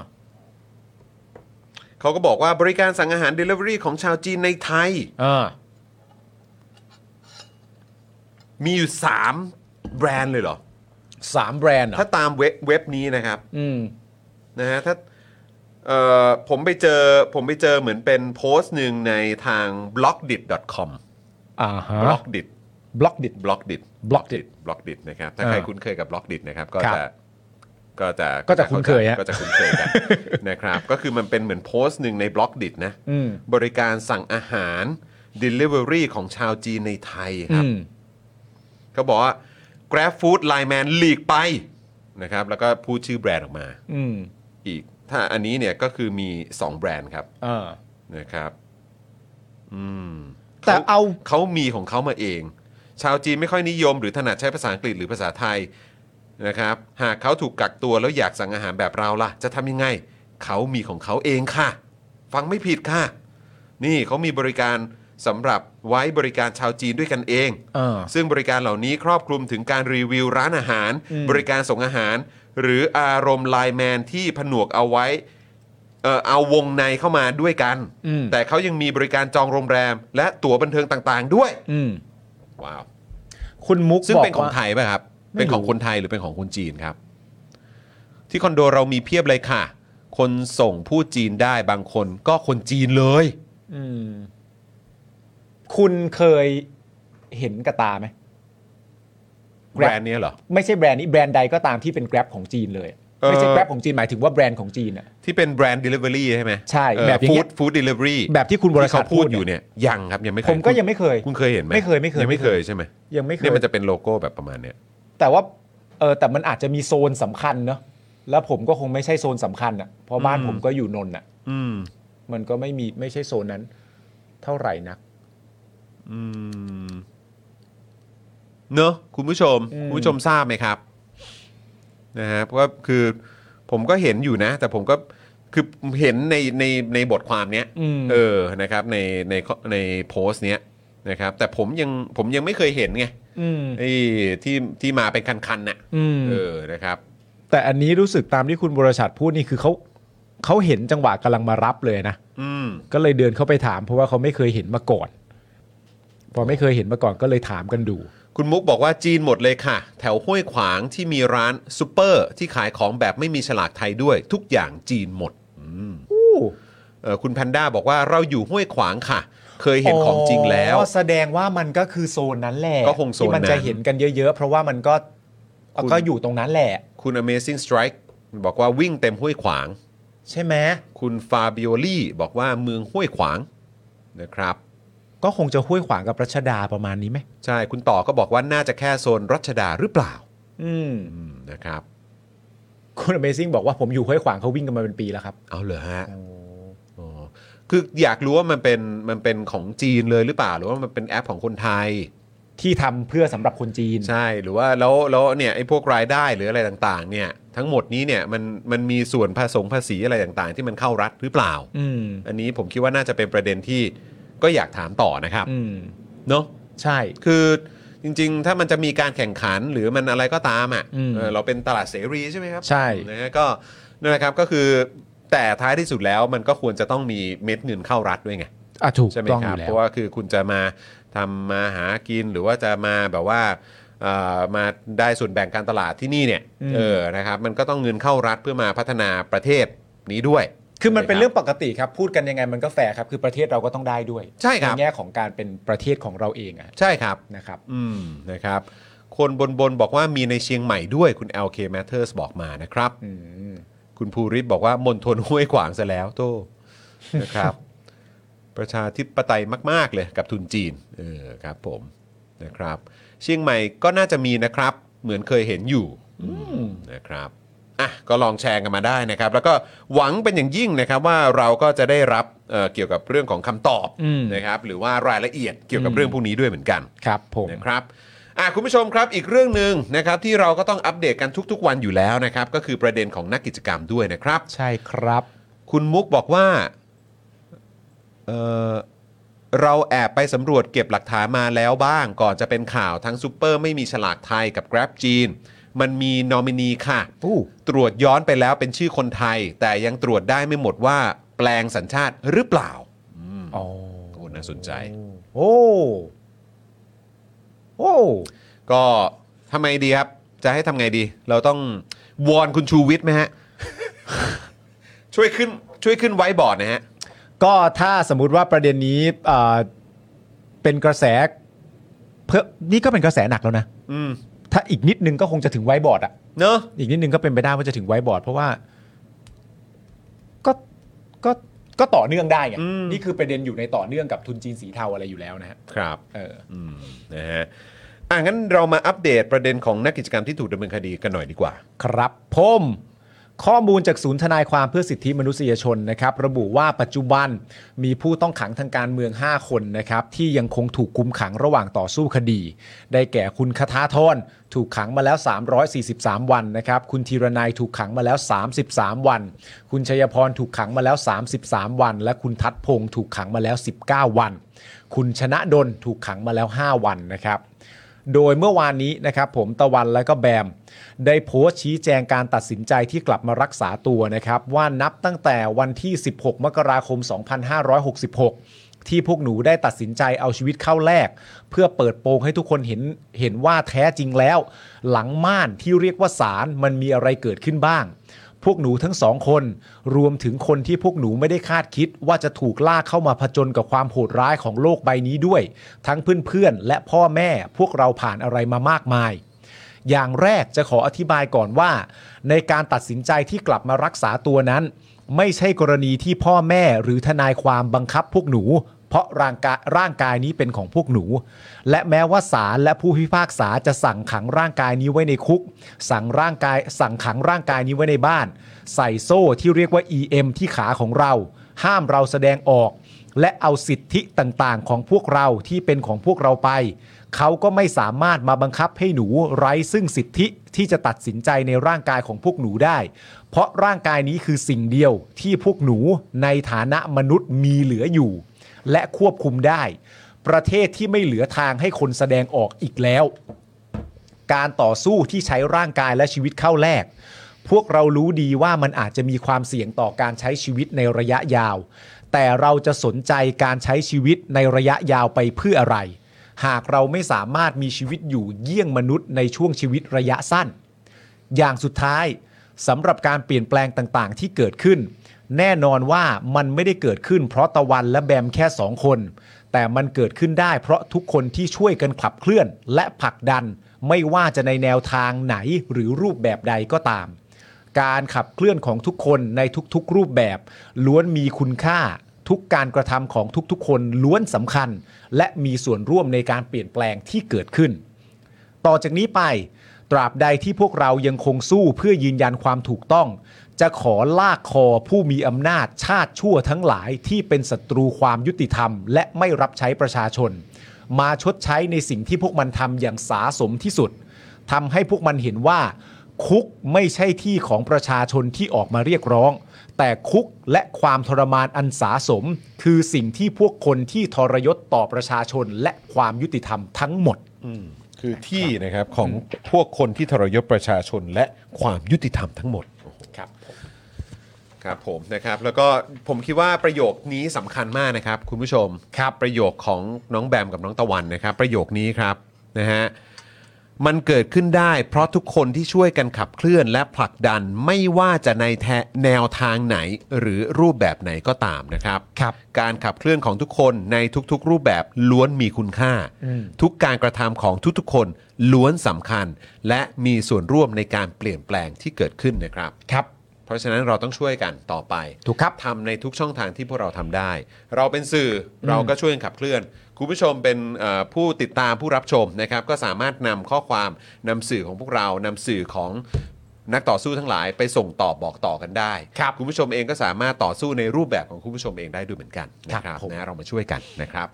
เขาก็บอกว่าบริการสั่งอาหาร Delivery ของชาวจีนในไทย
เออ
มีอยู่ 3 แบรนด์เลยเหรอ
สามแบรนด์เหรอ
ถ้าตามเว็บเว็บนี้นะครับ
อืม
นะฮะถ้าเอ่อผมไปเจอผมไปเจอเหมือนเป็นโพสต์หนึ่งในทาง blockdit.com
อ่าฮะ
blockdit
บล็อกดิด
blockdit
บล็อกดิด
blockdit นะครับ ถ้า
เออ
ใครคุ้นเคยกับ blockdit นะครับ ก็
ครับ
จะก็จะ
ก็จะคุ้นเคยฮะ
ก็จะคุ้นเคยกัน [laughs] นะครับ ก็คือมันเป็นเหมือนโพสต์หนึ่งใน blockdit นะ
อืม
บริการสั่งอาหาร Delivery ของชาวจีนในไทยค
อื
รับ
ม
เขาบอกว่า Grab Food Line Man หลีกไปนะครับ แล้วก็พูดชื่อแบรนด์ออกมา
อืม
อีก ถ้าอันนี้เนี่ยก็คือมี 2 แบรนด์ครับ
เออ
นะครับอืม
แต่เอา
เขามีของเขามาเอง ชาวจีนไม่ค่อยนิยม หรือถนัดใช้ภาษาอังกฤษหรือภาษาไทยนะครับ หากเขาถูกกักตัวแล้วอยากสั่งอาหารแบบเราล่ะ จะทำยังไง เขามีของเขาเองค่ะ ฟังไม่ผิดค่ะ นี่เขามีบริการสำหรับไว้บริการชาวจีนด้วยกันเอง
เออ
ซึ่งบริการเหล่านี้ครอบคลุมถึงการรีวิวร้านอาหาร บริการส่งอาหาร หรืออารมณ์ไลน์แมนที่ผนวกเอาไว้เอ่อเอาวงในเข้ามาด้วยกัน
อืม
แต่เขายังมีบริการจองโรงแรม และตั๋วบันเทิงต่างๆ ด้วย
อืม
ว้าว
คุณมุก
ซึ่ง
บอก
เป็นของ
ว่า
ไทยป่ะครับ
ไม่รู้
เป็นของคนไทยหรือเป็นของคนจีนครับ ที่คอนโดเรามีเพียบเลยค่ะ คนส่งพูดจีนได้บางคนก็คนจีนเลย
อืม คุณเคยเห็นกระตาไหม
แบรนด์เนี้ยเหรอ
ไม่ใช่แบรนด์นี้แบรนด์ใดก็ตามที่เป็น Grab ของจีนเลย ไม่ใช่
เออ
Grab ของจีนหมายถึงว่าแบรนด์ของจีนอ่ะ
ที่เป็นแบรนด์ Delivery ใช่ไหม
ใช่แบบอย่าง
ฟู้
เงี้
ด
ย
ฟู้ดเดลิเวอรี่
แบบที่คุณวรชั
เขา
ด
พูด
พูด
อยู่เนี่ยยังครับยังไม่เคย
ผมก็ยังไม่เคย
คุณเคยเห็นไหม
ไม่เคยไม่เคย
ยังไม่
ไม่
เค
เค
ย
ย
ใช่ไหม
ยังไม่เคย
เนี่ยมันจะเป็นโลโก้แบบประมาณเนี้ย
แต่ว่าเออแต่มันอาจจะมีโซนสำคัญเนอะแล้วผมก็คงไม่ใช่โซนสำคัญอ่ะเพราะบ้านผมก็อยู่นนท์อ่ะ
อืม
มันก็ไม่มีไม่ใช่โซนนั้น เท่าไหร่นัก
อืมเนอะคุณผู้ชม
อืม
คุณผู้ชมทราบไหมครับนะฮะเพราะว่าคือผมก็เห็นอยู่นะ แต่ผมก็คือเห็นในในในบทความเนี้ย
อืม
เออนะครับในในในโพสต์เนี้ยนะครับ แต่ผมยังผมยังไม่เคยเห็นไง
อืม
ไอ้ที่ที่มาเป็นคันๆน่ะ
อืม
เออ นะครับ
แต่อันนี้รู้สึกตามที่คุณบริษัทพูดนี่คือเขาเขาเห็นจังหวะกำลังมารับเลยนะ
อืม
ก็เลยเดินเข้าไปถาม เพราะว่าเขาไม่เคยเห็นมาก่อน พอไม่เคยเห็นมาก่อนก็เลยถามกันดู
คุณมุกบอกว่าจีนหมดเลยค่ะ แถวห้วยขวางที่มีร้านซูเปอร์ ที่ขายของแบบไม่มีฉลากไทยด้วย ทุกอย่างจีนหมดเออคุณแพนด้าบอกว่าเราอยู่ห้วยขวางค่ะ เคยเห็นของจริงแล้ว
อ๋อแสดงว่ามันก็คือโซนนั้นแหละ
ก็คงโซนนั้น
ที่มันจะเห็นกันเยอะ ๆ เพราะว่ามันก็
คุณ
ก็อยู่ตรงนั้นแหละ
คุณ Amazing Strike บอกว่าวิ่งเต็มห้วยขวาง
ใช่ไหม
คุณฟาบิโอลี่บอกว่าเมืองห้วยขวางนะครับ
ก็คงจะห้วยขวางกับรัชดาประมาณนี้ไหม
ใช่คุณต่อก็บอกว่าน่าจะแค่โซนรัชดาหรือเปล่า
อืม
อืมนะครับ
คุณ Amazing บอกว่าผมอยู่ห้วยขวางเขาวิ่งกันมาเป็นปีแล้วครับ
เอาเหรอฮะอ๋อคืออยากรู้ว่ามันเป็นมันเป็นของจีนเลยหรือเปล่า หรือว่ามันเป็นแอปของคนไทย
ที่ทำเพื่อสำหรับคนจีน
ใช่หรือว่าแล้วแล้วเนี่ยไอ้พวกรายได้หรืออะไรต่างๆ เนี่ย ทั้งหมดนี้เนี่ยมันมันมีส่วนผสมภาษีอะไรต่างๆ ที่มันเข้ารัฐหรือเปล่า
อืม
อันนี้ผมคิดว่าน่าจะเป็นประเด็นที่ก็อยากถามต่อนะครับ
อืม
เนาะ
ใช่
คือจริงๆ ถ้ามันจะมีการแข่งขันหรือมันอะไรก็ตามอ่ะ
อืม
เออเราเป็นตลาดเสรีใช่ไหมครับ
ใช่
นะฮะก็นั่นแหละครับก็คือแต่ท้ายที่สุดแล้วมันก็ควรจะต้องมีเม็ดเงินเข้ารัฐด้วยไง
อ่ะถูก
ใช่ไหม
ต้อง
ค
อ
รับ
ยู่แล้
เพ
ว
ราะว่าคือคุณจะมาทำมาหากินหรือว่าจะมาแบบว่าเอ่อมาได้ส่วนแบ่งการตลาดที่นี่เนี่ย
อืม
เออนะครับมันก็ต้องเงินเข้ารัฐเพื่อมาพัฒนาประเทศนี้ด้วย
คือมันเป็น
ใช่ไห
เรื่องปกติครับ พูดกันยังไงมันก็แฟร์ครับ คือประเทศเราก็ต้องได้ด้วย
ใช่ครับ
ในแง่ของการเป็นประเทศของเราเองอะ
ใช่ครับ
นะครับ
อืมนะครับ คนบนบนๆบอกว่ามีในเชียงใหม่ด้วยคุณ LK Matters บอกมานะครับ
อืม
คุณภูริศบอกว่ามณฑลห้วยขวางซะแล้วโตนะครับ ประชาธิปไตยมาก ๆ เลยกับทุนจีนเออครับผมนะครับ เชียงใหม่ก็น่าจะมีนะครับ เหมือนเคยเห็นอยู่
ม
นะครับอ่ะก็ลองแชร์กันมาได้นะครับ แล้วก็หวังเป็นอย่างยิ่งนะครับว่าเราก็จะได้รับเอ่อเกี่ยวกับเรื่องของคำตอบ
อืม
นะครับ หรือว่ารายละเอียดเกี่ยวกับเรื่องพวกนี้ด้วยเหมือนกัน
ครับผม
นะครับอ่ะคุณผู้ชมครับอีกเรื่องหนึ่งนะครับที่เราก็ต้องอัปเดตกันทุกๆวันอยู่แล้วนะครับ ก็คือประเด็นของนักกิจกรรมด้วยนะครับ
ใช่ครับ
คุณมุกบอกว่าเออเราแอบไปสำรวจเก็บหลักฐานมาแล้วบ้าง ก่อนจะเป็นข่าวทั้งซูเปอร์ไม่มีฉลากไทยกับ Grab จีน มันมีนอมินีค่ะ
อู้
ตรวจย้อนไปแล้วเป็นชื่อคนไทย แต่ยังตรวจได้ไม่หมดว่าแปลงสัญชาติหรือเปล่า
อ๋อ
โอ้น่าสนใจ
โอ้ โอ้
ก็ทำไมดีครับ จะให้ทำไงดี เราต้องวอนคุณชูวิทย์ไหมฮะ [laughs] ช่วยขึ้นช่วยขึ้นไว้บอร์ดนะฮะ
ก็ถ้าสมมุติว่าประเด็นนี้เอ่อเป็นกระแสเพิ่มนี่ก็เป็นกระแสหนักแล้วนะ
อืม
ถ้าอีกนิดนึงก็คงจะถึงไวท์บอร์ดอะ
เนอะ
อีกนิดนึงก็เป็นไปได้ว่าจะถึงไวท์บอร์ด เพราะว่า ก็ก็ก็ต่อเนื่องได้ไงนี่คือประเด็นอยู่ในต่อเนื่องกับทุนจีนสีเทาอะไรอยู่แล้วนะฮะ
ครับ
เออ
อืมนะฮะอ่ะงั้นเรามาอัปเดตประเด็นของนักกิจกรรมที่ถูกดำเนินคดีกันหน่อยดีกว่า
ครับผมข้อมูลจากศูนย์ทนายความเพื่อสิทธิมนุษยชนนะครับ ระบุว่าปัจจุบันมีผู้ต้องขังทางการเมือง 5 คนนะครับ ที่ยังคงถูกคุมขังระหว่างต่อสู้คดี ได้แก่คุณคทาทรถูกขังมาแล้ว 343 วันนะครับ คุณธีรนายถูกขังมาแล้ว 33 วัน คุณชัยพรถูกขังมาแล้ว 33 วัน และคุณทัดพงศ์ถูกขังมาแล้ว 19 วัน คุณชนะดลถูกขังมาแล้ว 5 วันนะครับ โดยเมื่อวานนี้นะครับผมตะวันและก็แบม ได้โพสต์ชี้แจงการตัดสินใจที่กลับมารักษาตัวนะครับ ว่านับตั้งแต่วันที่ 16 มกราคม 2566 ที่พวกหนูได้ตัดสินใจเอาชีวิตเข้าแลกเพื่อเปิดโปงให้ทุกคนเห็นเห็นว่าแท้จริงแล้ว หลังม่านที่เรียกว่าศาลมันมีอะไรเกิดขึ้นบ้าง พวกหนูทั้งสองคน รวมถึงคนที่พวกหนูไม่ได้คาดคิด ว่าจะถูกลากเข้ามาผจญกับความโหดร้ายของโลกใบนี้ด้วย ทั้งเพื่อนๆ และพ่อแม่พวกเราผ่านอะไรมามากมาย อย่างแรกจะขออธิบายก่อนว่า ในการตัดสินใจที่กลับมารักษาตัวนั้น ไม่ใช่กรณีที่พ่อแม่หรือทนายความบังคับพวกหนู เพราะร่างกายร่างกายนี้เป็นของพวกหนู และแม้ว่าศาลและผู้พิพากษาจะสั่งขังร่างกายนี้ไว้ในคุก สั่งร่างกายสั่งขังร่างกายนี้ไว้ในบ้าน ใส่โซ่ที่เรียกว่า EM ที่ขาของเรา ห้ามเราแสดงออก และเอาสิทธิต่างๆ ของพวกเราที่เป็นของพวกเราไป เขาก็ไม่สามารถมาบังคับให้หนูไร้ซึ่งสิทธิที่จะตัดสินใจในร่างกายของพวกหนูได้ เพราะร่างกายนี้คือสิ่งเดียวที่พวกหนูในฐานะมนุษย์มีเหลืออยู่ และควบคุมได้ ประเทศที่ไม่เหลือทางให้คนแสดงออกอีกแล้ว การต่อสู้ที่ใช้ร่างกายและชีวิตเข้าแลก พวกเรารู้ดีว่ามันอาจจะมีความเสี่ยงต่อการใช้ชีวิตในระยะยาว แต่เราจะสนใจการใช้ชีวิตในระยะยาวไปเพื่ออะไร หากเราไม่สามารถมีชีวิตอยู่เยี่ยงมนุษย์ในช่วงชีวิตระยะสั้น อย่างสุดท้ายสำหรับการเปลี่ยนแปลงต่างๆ ที่เกิดขึ้น แน่นอนว่ามันไม่ได้เกิดขึ้น เพราะตะวันและแบมแค่สองคน แต่มันเกิดขึ้นได้เพราะทุกคนที่ช่วยกันขับเคลื่อนและผลักดัน ไม่ว่าจะในแนวทางไหนหรือรูปแบบใดก็ตาม การขับเคลื่อนของทุกคนในทุกๆรูปแบบ ล้วนมีคุณค่า ทุกการกระทำของทุกๆ คนล้วนสำคัญ และมีส่วนร่วมในการเปลี่ยนแปลงที่เกิดขึ้น ต่อจากนี้ไป ตราบใดที่พวกเรายังคงสู้เพื่อยืนยันความถูกต้อง จะขอลากคอผู้มีอำนาจชาติชั่วทั้งหลายที่เป็นศัตรูความยุติธรรม และไม่รับใช้ประชาชน มาชดใช้ในสิ่งที่พวกมันทำอย่างสาสมที่สุดทำให้พวกมันเห็นว่า คุกไม่ใช่ที่ของประชาชนที่ออกมาเรียกร้อง แต่คุกและความทรมานอันสาสม คือสิ่งที่พวกคนที่ทรยศต่อประชาชนและความยุติธรรมทั้งหมด
คือที่นะครับของพวกคนที่ทรยศประชาชนและความยุติธรรมทั้งหมด
ครับผมนะครับแล้วก็ผมคิดว่าประโยคนี้สำคัญมากนะครับ คุณผู้ชมครับประโยคของน้องแบมกับน้องตะวันนะครับ ประโยคนี้ครับนะฮะมันเกิดขึ้นได้ เพราะทุกคนที่ช่วยกันขับเคลื่อนและผลักดันไม่ว่าจะในแทแนวทางไหนหรือรูปแบบไหนก็ตามนะครับ
ครับ
การขับเคลื่อนของทุกคนในทุกๆ รูปแบบล้วนมีคุณค่า
อืม
ทุกการกระทำของทุกๆ คนล้วนสำคัญ และมีส่วนร่วมในการเปลี่ยนแปลงที่เกิดขึ้นนะครับ
ครับ
เพราะฉะนั้นเราต้องช่วยกันต่อไป
ถูกครับ
ทำในทุกช่องทางที่พวกเราทำได้ เราเป็นสื่อเราก็ช่วยกันขับเคลื่อน คุณผู้ชมเป็นเอ่อผู้ติดตามผู้รับชมนะครับ ก็สามารถนำข้อความนำสื่อของพวกเรานำสื่อของนักต่อสู้ทั้งหลายไปส่งต่อบอกต่อกันได้
ครับ
คุณผู้ชมเองก็สามารถต่อสู้ในรูปแบบของคุณผู้ชมเองได้ด้วยเหมือนกันนะครับ
ผม
นะเรามาช่วยกันนะครับ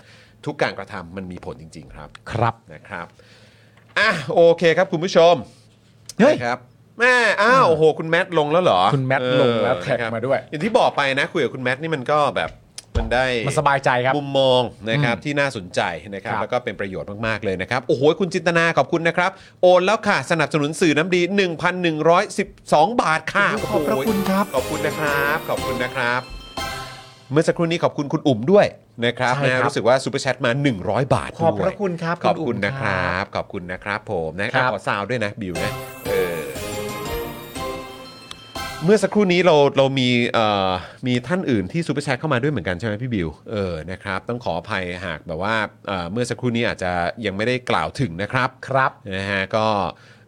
ทุกการกระทำมันมีผลจริง ๆ ครับ
ครับ
นะครับอ่ะโอเคครับคุณผู้ชม
เฮ้ย
นะครับแม่อ้าวโอ้โหคุณแมทลงแล้วเหรอ
คุณแมท
เออ
ลงแล้วแท็ก
นะครับ
มาด้วย
อย่างที่บอกไปนะคุยกับคุณแมทนี่มันก็แบบมันได้
มันสบายใจครับ
มุมมองนะครับที่น่าสนใจนะครับ
ครับ
แล้วก็เป็นประโยชน์มากๆเลยนะครับ โอ้โห คุณจินตนาขอบคุณนะครับ โอนแล้วค่ะ สนับสนุนสื่อน้ำดี 1,112 บาทค่ะ
ขอบพระคุณครับ
โอ้โหขอบคุณนะครับ ขอบคุณนะครับ เมื่อสักครู่นี้ขอบคุณคุณอุ่มด้วยนะครับ
ใช่ครับ
นะรู้สึกว่าซูเปอร์แชทมา 100 บาทด้วย
ขอบพระคุณครับ
ขอบ
คุณอุ่
คุณ
ม
นะครับ ขอบคุณนะครับผมนะครับ อ่ะขอซาวด้วยนะบิวนะเออ เมื่อสักครู่นี้เราเรามีเอ่อมีท่านอื่นที่ซูเปอร์แชทเข้ามาด้วยเหมือนกันใช่ไหมพี่บิวเออนะครับต้องขออภัยหากแบบว่าเอ่อเมื่อสักครู่นี้อาจจะยังไม่ได้กล่าวถึงนะครับ
ครับ
นะฮะก็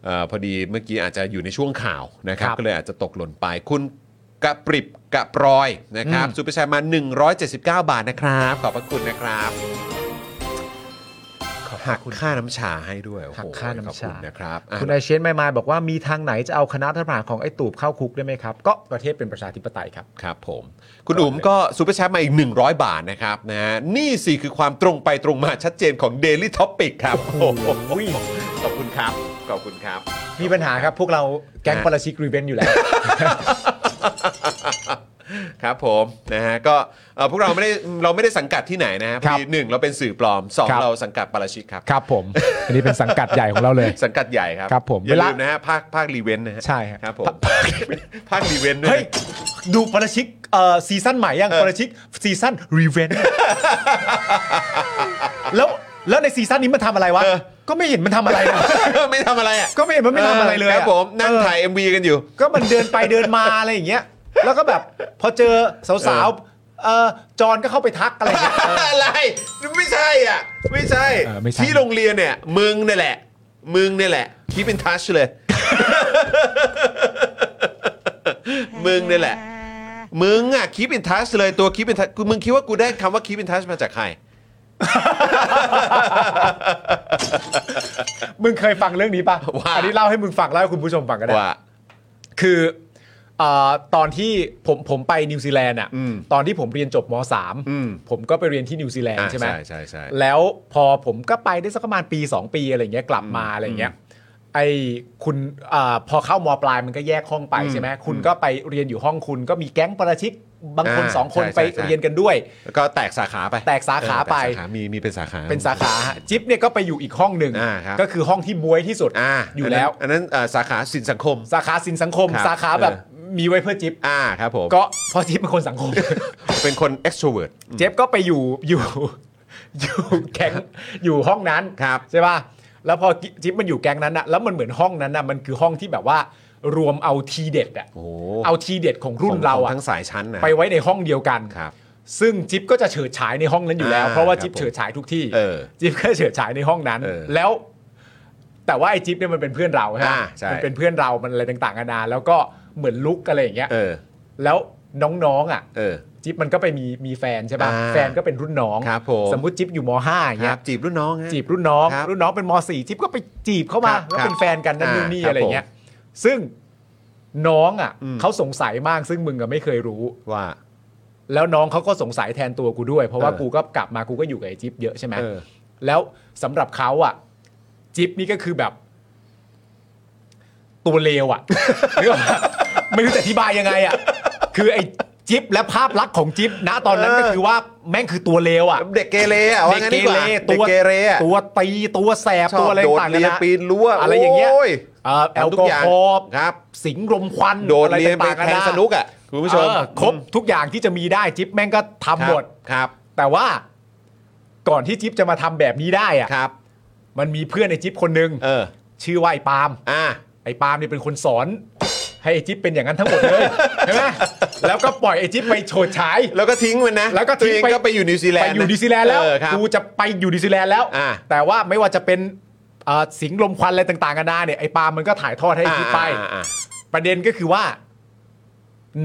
เอ่อพอดีเมื่อกี้อาจจะอยู่ในช่วงข่าวนะครับ
ครับ
ก็เลยอาจจะตกหล่นไปคุณกระปริบกระปรอยนะครับ
อืม
ซูเปอร์แชทมา 179 บาทนะครับขอบพระคุณนะครับหักค่าน้ำชาให้ด้วยโอ้โ
หักค่าน้ำ
ขอบคุณ
ชาน
นะครับอ่ะ
คุณไอเชนไม่มาบอกว่ามีทางไหนจะเอาคณะทหารของไอ้ตูบเข้าคุกได้ไหมครับ ก็ประเทศเป็นประชาธิปไตยครับ
ครับผมคุณอุ๋มก็ซูเปอร์แชทมาอีก 100 บาทนะครับนะฮะนี่สิคือความตรงไปตรงมาชัดเจนของ Daily Topic ครับโอ้โหขอบคุณครับขอบคุณครับ
มีปัญหาครับ พวกเราแก๊ง
ฮะ
ปาราชิกรีเวนอยู่แล้ว
[laughs] ครับผมนะฮะก็เอ่อพวกเราไม่ได้เราไม่ได้สังกัดที่ไหนนะฮะพอดีหนึ่งเราเป็นสื่อปลอมสอง
ครับ
เราสังกัดปาราชิกครับ
ครับผม อันนี้เป็นสังกัดใหญ่ของเราเลย
[laughs] สังกัดใหญ่ครับ
ครับผม
อย่า
เวลา
ลืมนะฮะภาคภาครีเวนนะฮะ
ใช่ฮะ
ครับผม [laughs] ภาครีเวนด้วย
เฮ้ย
นะ
ดูปาราชิกเอ่อซีซั่นใหม่ยัง
เออ
ปาราชิกซีซั่นรีเวนแล้วแล้วในซีซั่นนี้มันทำอะไรวะ ก็ไม่เห็นมันทำอะไรนะ
ไม่ทำอะไรอ่ [laughs] ะ
ก็ไม่เห็นมันไม่ทำอะไรเลย
ครับผมนั่ง
เออ
ถ่าย MV กันอยู่
ก็มันเดินไปเดินมาอะไรอย่างเงี้ย แล้วก็แบบพอเจอสาวๆเออจอนก็เข้าไปทักอะไรอย่างเงี้ย
[laughs] อะไรไม่ใช่อ่ะ ไม่ใช่
เออไม่ใช่
ที่โรงเรียนเนี่ย มึงนี่แหละ มึงนี่แหละคิดเป็นทัช
[laughs]
เลย [laughs] มึงนี่แหละ มึงอ่ะคิดเป็นทัชเลยตัวคิดเป็นทัชมึงคิดว่ากูได้คำว่าคิดเป็นทัชมาจากใคร
มึงเคยฟังเรื่องนี้ปะ
ว่า
อันี้เล่าให้มึงฟังเล่าให้คุณผู้ชมฟังก็ได้
ว่า
คือเอ่อตอนที่ผมผมไปนิวซีแลนด์อ่ะ
อืม
ตอนที่ผมเรียนจบมสาม
อืม
ผมก็ไปเรียนที่นิวซีแลนด์
อ่า
ใช่ไหม
ใช่ใช่ใช่
แล้วพอผมก็ไปได้สักประมาณปี 2 ปีอะไรเงี้ยกลับมาอะไรเงี้ยไอ้คุณอาพอเข้ามปลายมันก็แยกห้องไปใช่ไหมคุณก็ไปเรียนอยู่ห้องคุณก็มีแก๊งประชิกบางคน
อ่า
สองคน
ใช่ใช่
ไป
ใช่
เรียนกันด้วย
แล้วก็แตกสาขาไป
แตกสาขาไป
เออแตกสาขามีมีเป็นสาขา
เป็นสาขาฮะจิ๊บเนี่ยก็ไปอยู่อีกห้องหนึ่ง
อ่าครับ
ก็คือห้องที่บวยที่สุด
อ่า
อยู่แล้ว
อันนั้นอันนั้นเอ่อสาขาสินสังคม
สาขาสินสังคม
ครับ
สาขาแบบ
เอ
มีไว้เพื่อจิ๊บ
อ่าครับผม
ก็ [laughs] เพราะจิ๊บเป็นคนสังคม
[laughs] เป็นคน extrovert
เจฟก็ไปอยู่อยู่ [laughs] อยู่แก๊งอยู่ห้องนั้น
ครับ
ใช่ป่ะแล้วพอจิ๊บมันอยู่แก๊งนั้นอะแล้วมันเหมือนห้องนั้นอะมันคือห้องที่แบบว่ารวมเอาทีเด็ดอะ
โอ้โห
เอาทีเด็ดของรุ่นเรา
ของ
อะ
ทั้งสายชั้นนะ
ไปไว้ในห้องเดียวกัน
ครับ
ซึ่งจิ๊บก็จะเฉิดฉายในห้องนั้นอยู่แล้ว
อ่า
เพราะว่า
ครับ
จิ๊บ
ผม
เฉิดฉายทุกที่
เออ
จิ๊บก็เฉิดฉายในห้องนั้น
เออ
แล้ว แต่ว่าไอ้จิ๊บเนี่ยมันเป็นเพื่อนเราฮะ
อ่าใช่
มัเป็นเพื่อนเรามันอะไรต่างๆนานาแล้วก็เหมือนลุกอะไรอย่างเงี้ย
เออ
แล้วน้องๆอ่ะ
เออ
จิ๊บมันก็ไปมีมีแฟนใช่ป่ะ
อ่า
แฟนก็เป็นรุ่นน้อง
ครับผม
สมมติจิ๊บอยู่ม5อย่าง
ค
เงี้
รั
ย
บจีบรุ่นน้องฮะ
จีบรุ่นน้อง
ครับ
รุ่นน้องเป็นมสี่จิ๊บก็ไปจีบเข้ามา
ครับ
แล้วเป็
ค
น
รับ
แฟนกันนั่น
อ่า
นู่นนี่
ครับ
อะไรเงี้ย ซึ่งน้องอ่ะ
อืม
เขาสงสัยมากซึ่งมึงอะไม่เคยรู้
ว่า
แล้วน้องเขาก็สงสัยแทนตัวกูด้วย เพราะว่า
เออ
กูก็กลับมากูก็อยู่กับไอ้จิ๊บเยอะใช่ไหม
เออ
แล้วสำหรับเขาอ่ะ จิ๊บนี่ก็คือแบบ ตัวเลวอ่ะ [laughs] นึกออกปะไม่รู้จะอธิบายยังไงอ่ะคือไอ้จิ๊บและภาพลักษณ์ของจิ๊บนะตอนนั้นก็
เออ
คือว่าแม่งคือตัวเลวอ่ะ
เด็กเกเรอ่ะว่า
เด็ก
งั้น
เก
ดีกว่าเด็กเก
เร
เรอ่ะ
ตัวตีตัวแสบ
ชอ
ตั
บ
วอะไร
โดด
ต่างๆ
เรียน
นะ
ปีนรั้ว
อะไรอย่างเงี้ย
โ
เอ่อแอล
ทำทุ
ก
ก
อ
อย่าง
ฮอล์
ครับ
สิงรมควัน
โดด
อะไร
เรียนไป
ต่าง
แทง
ๆะะ
สนุกอ่ะคุณผู้ชม
เออครบทุกอย่างที่จะมีได้จิ๊บแม่งก็ทำหมด
ครับ
แต่ว่าก่อนที่จิ๊บจะมาทำแบบนี้ได้อ่ะ
ครับ
มันมีเพื่อนในจิ๊บคนหนึ่ง
เออ
ชื่อว่าไอ้ปาล์ม
อ่ะ
ไอ้ปาล์มเนี่ยเป็นคนสอน ให้ไอ้จิ๊บเป็นอย่างนั้นทั้งหมดเลยใช่ไหมแล้วก็ปล่อยไอ้จิ๊บไปโฉดฉาย
แล้วก็ทิ้งมันนะ
แล้วก็
ตัว
ทิ้
เอง ง
ไป
ก็ไปอยู่นิวซีแลน
ไปอยู่
ด์ะ
นิวซีแลนด์แล้ว
เออครับ
กูจะไปอยู่นิวซีแลนด์แล้ว
อ่า
แต่ว่าไม่ว่าจะเป็นเอ่อสิงห์ลมควันอะไรต่างๆกันานาเนี่ยไอ้ปาล์มมันก็ถ่ายทอดให้จิ๊บไป
อ่าอ่าอ่า
ประเด็นก็คือว่า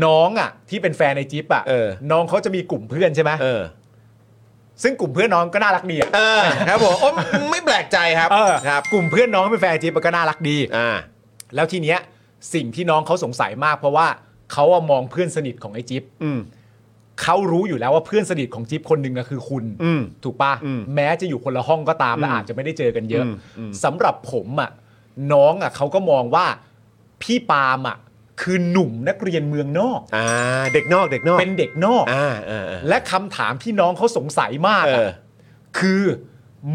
น้องอ่ะ ที่เป็นแฟนไอ้จิ๊บอ่ะ
เออ
น้องเขาจะมีกลุ่มเพื่อนใช่ไหม
เออ
ซึ่งกลุ่มเพื่อนน้องก็น่ารักดีอ่ะ
เออ ครับผมโอ้ไม่แปลกใจครับ
เออ
ครับ
กลุ่มเพื่อนน้องที่เป็นแฟนไอ้จิ๊บก็น่ารักดี
อ่า
แล้วทีเนี้ยสิ่งที่น้องเขาสงสัยมาก เพราะว่าเขาอะมองเพื่อนสนิทของไอ้จิ๊บ
อืม
เขารู้อยู่แล้วว่าเพื่อนสนิทของจิ๊บคนหนึ่งอะคือคุณ
อืม
ถูกปะ
อืม
แม้จะอยู่คนละห้องก็ตามและอาจจะไม่ได้เจอกันเยอะ
อืมอืม
สำหรับผมอ่ะน้องอ่ะเขาก็มองว่าพี่ปาล์มอ่ะคือหนุ่มนักเรียนเมืองนอก
อ่า เด็กนอกเด็กนอก
เป็นเด็กนอก
อ่าเออเออ
และคำถามที่น้องเขาสงสัยมาก
เอ
อะ
อ
คือ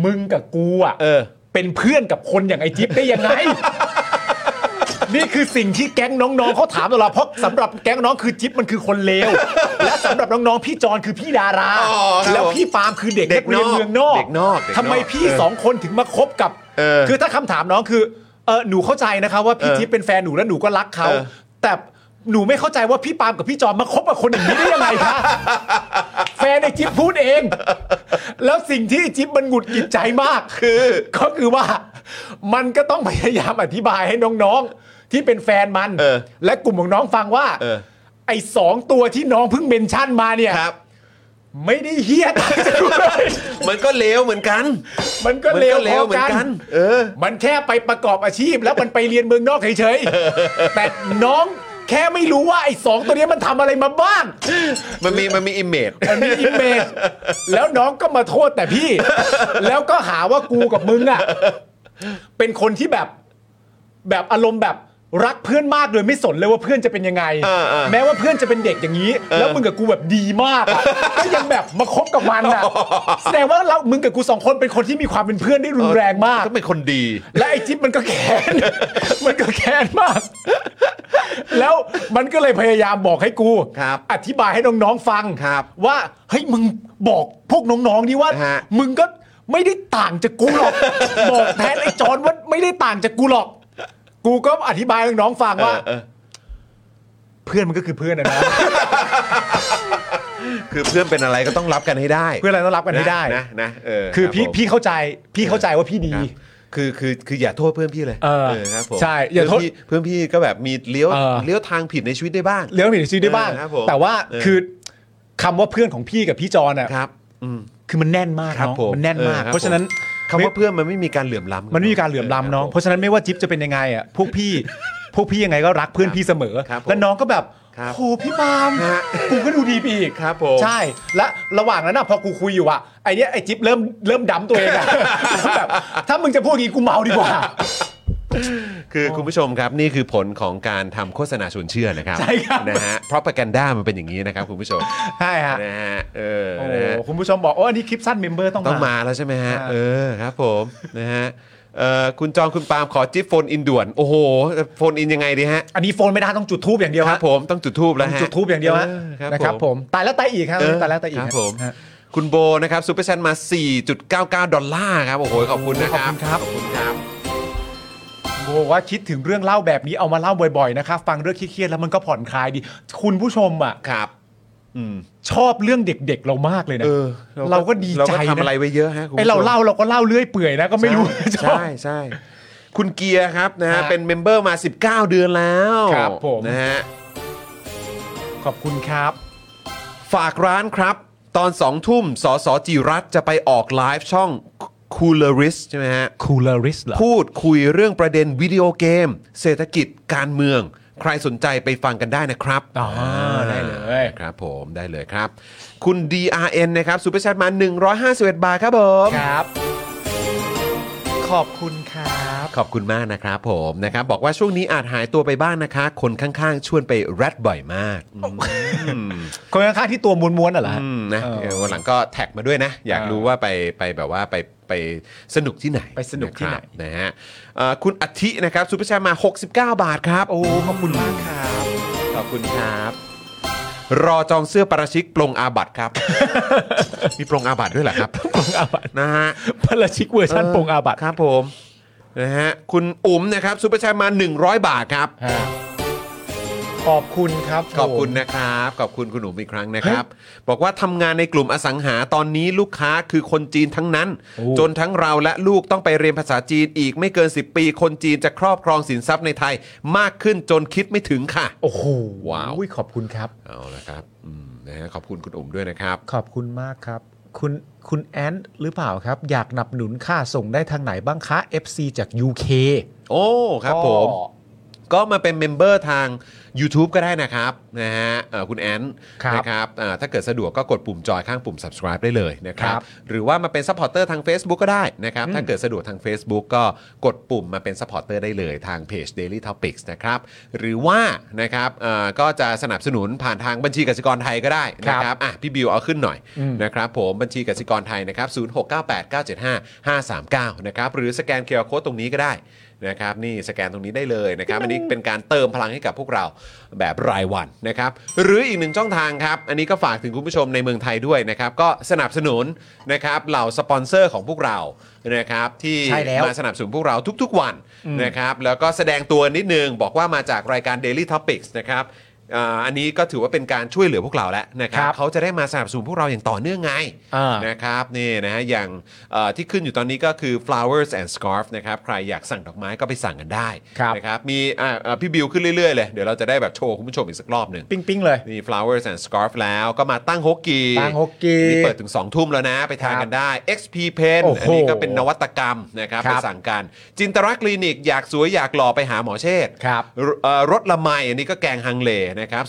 มึงกับกูอ่ะ
เออ
เป็นเพื่อนกับคนอย่างไอจิ๊บได้ยังไง [laughs] นี่คือสิ่งที่แก๊งน้องๆเขาถามตลอดเพราะสำหรับแก๊งน้องคือจิ๊บมันคือคนเลว [laughs] และสำหรับน้องๆพี่จอนคือพี่ดารา
อ๋อครับ
แล้วพี่ปาล์มคือเด็ก
เด็
นั
ก
กเรียน
นอก
เมืองนอก
เด็กนอกเด็กนอก
ทำไมพี่
เออ
สองคนถึงมาคบกับ
เออ
คือถ้าคำถามน้องคือเออหนูเข้าใจนะคะว่าพี่
เออ
จิ๊บเป็นแฟนหนูและหนูก็รักเขา
เออ
แต่หนูไม่เข้าใจว่าพี่ปาล์มกับพี่จอนมาคบกับคนอย่างนี้ได้ยังไง [laughs] คะ แฟนไอ้จิ๊บพูดเอง แล้วสิ่งที่ไอ้จิ๊บมันหงุดหงิดใจมาก คือ [laughs] ก็คือว่า มันก็ต้องพยายามอธิบายให้น้องๆ ที่เป็นแฟนมัน
เออ
และกลุ่มของน้องฟังว่า
เออ
ไอ้สองตัวที่น้องเพิ่งเมนชั่นมาเนี่ย
ครับ
ไม่ได้เฮี้ยต่างกัน
[laughs]
เลย
มันก็เลวเหมือนกัน
มันก็เลว
มันเลวเหมือนกัน เออ
มันแค่ไปประกอบอาชีพ แล้วมันไปเรียนเมืองนอกเฉยๆ แต่น้องแค่ไม่รู้ว่าไอ้สองตัวเนี้ยมันทำอะไรมาบ้าง
มันมี มันมีอิมเมจ
มันมีอิมเมจแล้วน้องก็มาโทษแต่พี่
[laughs]
แล้วก็หาว่ากูกับมึงอ่ะ เป็นคนที่แบบแบบอารมณ์แบบรักเพื่อนมากโดยไม่สนเลยว่าเพื่อนจะเป็นยังไง
อ่าอ่า
แม้ว่าเพื่อนจะเป็นเด็กอย่างนี้ แล้วมึงกับกูแบบดีมากอะก็ยังแบบมาคบกับมัน
[laughs]
อ่ะแสดงว่าเรามึงกับกูสองคนเป็นคนที่มีความเป็นเพื่อนได้รุนแรงมาก
็เป็นคนดี
และไอ้จิ๊บมันก็แค้น [laughs] มันก็แค้นมาก แล้วมันก็เลยพยายามบอกให้กู
ครับ
อธิบายให้น้องๆฟัง
ครับ
ว่าเฮ้ยมึงบอกพวกน้องๆดิว่า
ฮะ
มึงก็ไม่ได้ต่างจากกูหร
[laughs]
อก บอกแทนไอ้จอนว่าไม่ได้ต่างจากกูหรอก กูก็อธิบายให้น้องๆฟังว่า
เออ
เพื่อนมันก็คือเพื่อนนะนะ
[laughs] คือเพื่อนเป็นอะไรก็ต้องรับกันให้ได้
เพื่อนอะไรต้องรับกันให้ได้
นะนะเออ
คือ
รับ
พี่
ผม
พี่เข้าใจพี่เข้าใจว่าพี่ดี
ครับคือคือคืออย่าโทษเพื่อนพี่เลย
เออ
ครับผม
ใช่อย่าโทษ
เพื่อนพี่เพื่อนพี่ก็แบบมีเลี้ยว
เออ
เลี้ยวทางผิดในชีวิตได้บ้าง
เลี้ยงหนีชีวิตได้บ้าง
เออครับผม
แต่ว่าคือคำว่าเพื่อนของพี่กับพี่จอนอ่ะ
ครับอืม
คือมันแน่นมาก
ครับ
น้อง
ผม
มันแน่นมาก
เออครับ
เพราะฉะนั้น
คำว่าเพื่อนมันไม่มีการเหลื่อมล้ำ
มันไม่มีการเหลื่อมล้ำน้อง
ค
เพ
รับ
ราะฉะนั้นไม่ว่าจิ๊บจะเป็นยังไงอ่ะพวกพี่ พวกพี่ยังไงก็รักเพื่อนพี่เสมอ
ครับผม
แล้วน้องก็แบบ
ครับ
โหพี่ปาล์ม
ฮะ
กูก็ดูดีไปอีก
ครับผม
ใช่และระหว่างนั้นน่ะพอกูคุยอยู่อ่ะไอเนี้ยไอจิ๊บเริ่มเริ่มดำตัวเองอ่ะ แบบถ้ามึงจะพูดอย่างงี้กูเมาดีกว่า
คือคุณผู้ชมครับนี่คือผลของการทำโฆษณาชวนเชื่อนะครับ
ใช่ครับ
นะฮะเพราะปรกันด้ามันเป็นอย่างนี้นะครับคุณผู้ชม
ใช่ฮะ
นะฮะเออ
โอ้
นะฮะ
คุณผู้ชมบอกโอ้อันนี้คลิปสั้นเมมเบอร์ต้อง
ต้อง
มา
มาแล้วใช่ไหมฮะ
อ่า
เออครับผม นะฮะเอ่อคุณจอมคุณปาล์มขอจิ๊บโฟนอินด่วน โอ้โหโฟนอินยังไงดีฮะ
อันนี้โฟนไม่ได้ต้องจุดทูบอย่างเดียว
ค
ฮะ
รับผมต้องจุดทูบแล้ว
ต้อง
ฮะ
จุดทูบอย่างเดียวฮะนะ
นะ
ค
ค
รั
รั
บบ ผ
ผม ม
ตายแล้วตายอีกครับ
เออ
ตายแล้วตายอีก
ครับ
ฮะ
ผม
ฮะ
คุณโบนะครับซูเปอร์แชนมา 4.99 ดอลลาร์ครับ โอ้โห ขอบคุณนะครับ ขอบคุณครับ
โบอกว่าคิดถึงเรื่องเล่าแบบนี้เอามาเล่าบ่อยๆนะครับฟังเรื่องเครียดๆแล้วมันก็ผ่อนคลายดี คุณผู้ชมอ่ะ
ครับอืม
ชอบเรื่องเด็กๆเรามากเลยนะ
เออ
เราก็ดีใจ
เราก็ทำอะไร
นะ
ไว้เยอะฮะคุณ
ไอ
ผู้ชม
เราเล่าเราก็เล่าเรื่อยเปื่อยนะก็ไม่รู้
ใช่ใช่ใช่ คุณเกียร์ครับนะฮะ
ฮะ
เป็นเมมเบอร์มา 19 เดือนแล้ว
ครับผม
นะฮะ
ขอบคุณครับ
ฝากร้านครับ ตอนสองทุ่มสสจิรัตน์จะไปออกไลฟ์ช่องคูลริสใช่ไหมฮะ
คูลริสเหรอ
พูดคุยเรื่องประเด็นวิดีโอเกม เศรษฐกิจการเมือง ใครสนใจไปฟังกันได้นะครับ
อ๋อได้เลย
ครับผมได้เลยครับ คุณ DRN นะครับซูเปอร์แชทมา 151 บาทครับผม
ครับ ขอบคุณครับ
ขอบคุณมากนะครับผมนะครับ บอกว่าช่วงนี้อาจหายตัวไปบ้างนะคะ คนข้างๆ ชวนไปแรดบ่อยมาก
คนข้างๆที่ตัวม้วนๆน่ะเหรอฮะ
อืมนะ
เออ
เออวันหลังก็แท็กมาด้วยนะ อยาก
เออ
รู้ว่าไปไปแบบว่าไปไปสนุกที่ไหน
ไปสนุกที่ไหน
ะครับนะฮะเอ่อคุณอธินะครับซูเปอร์แชทมา 69 บาทครับ
โอ้ ขอบคุณมากครับ
ขอบคุณครับ รอจองเสื้อปาราชิกปลงอาบัตครับ
[laughs]
มีปลงอาบัตด้วยเหรอครับ
ปรงอาบัต
นะฮะ
พระราชิกเวอร์ชันปรงอาบัต
ครับผมนะฮะคุณอุ๋มนะครับซูเปอร์แชร์มา 100 บาทครับ
ขอบคุณครับ
ขอบคุณนะครับ ขอบคุณคุณหนุ่มอีกครั้งนะครับ บอกว่าทำงานในกลุ่มอสังหาตอนนี้ลูกค้าคือคนจีนทั้งนั้น จนทั้งเราและลูกต้องไปเรียนภาษาจีนอีกไม่เกิน 10 ปี คนจีนจะครอบครองสินทรัพย์ในไทย มากขึ้นจนคิดไม่ถึงค่ะ
โอ้โห
ว้าว
อุ๊ยขอบคุณครับ
เอาละครับอืมนะฮะขอบคุณคุณอุ๋มด้วยนะครับ
ขอบคุณมากครับ คุณคุณแอนหรือเปล่าครับ อยากหนับหนุนค่าส่งได้ทางไหนบ้างคะ FC จาก UK
โอ้ครับผม ก็มาเป็นเมมเบอร์ทาง YouTube ก็ได้นะครับนะฮะเอ่อคุณแอน
ครับ
นะครับเอ่อถ้าเกิดสะดวกก็กดปุ่มจอยข้างปุ่ม subscribe ได้เลยนะครับ
ครับ
หรือว่ามาเป็นซัพพอร์เตอร์ทาง Facebook ก็ได้นะครับ ถ้าเกิดสะดวกทาง Facebook ก็กดปุ่มมาเป็นซัพพอร์เตอร์ได้เลยทางเพจ Daily Topics นะครับหรือว่านะครับเอ่อก็จะสนับสนุนผ่านทางบัญชีกสิกรไทยก็ได้นะค
ครั
รับบ อ่ะพี่บิวเอาขึ้นหน่อยนะครับผมบัญชีกสิกรไทยนะครับ0698975539นะครับหรือสแกนเคอร์โคตรงนี้ก็ได้ นะครับนี่สแกนตรงนี้ได้เลยนะครับ อันนี้เป็นการเติมพลังให้กับพวกเราแบบรายวันนะครับหรืออีกหนึ่งช่องทางครับ อันนี้ก็ฝากถึงคุณผู้ชมในเมืองไทยด้วยนะครับ ก็สนับสนุนนะครับเหล่าสปอนเซอร์ของพวกเรานะครับที่
ใช่แล้ว
มาสนับสนุนพวกเราทุกๆวันนะครับแล้วก็แสดงตัวนิดนึง บอกว่ามาจากรายการ Daily Topics นะครับอ่าอันนี้ก็ถือว่าเป็นการช่วยเหลือพวกเราแล้วนะครับเขาจะได้มาสนับสนุนพวกเราอย่างต่อเนื่องไง
อ่า
นะครับนี่นะฮะอย่างเอ่อที่ขึ้นอยู่ตอนนี้ก็คือ flowers and scarf นะครับใครอยากสั่งดอกไม้ก็ไปสั่งกันได้
ครับ
นะครับมีอ่าอ่าพี่บิวขึ้นเรื่อยๆเลย เดี๋ยวเราจะได้แบบโชว์คุณผู้ชมอีกสักรอบหนึ่ง
ปิ้งปิ้งๆเลย
นี่ flowers and scarf แล้วก็มาตั้งฮกกี
ตั้งฮกกี
นี่เปิดถึง 2 ทุ่มแล้วนะ ไปทานกันได้ XP Pen
โอ้โห
อันนี้ก็เป็นนวัตกรรมนะครับ
ครั
ไป
บ
สั่งกัน จินตรักคลินิก อยากสวยอยากหล่อไปหาหมอเชษฐ์
ครับ
เอ่อรถละไมอันนี้ก็แกงฮังเลนะครั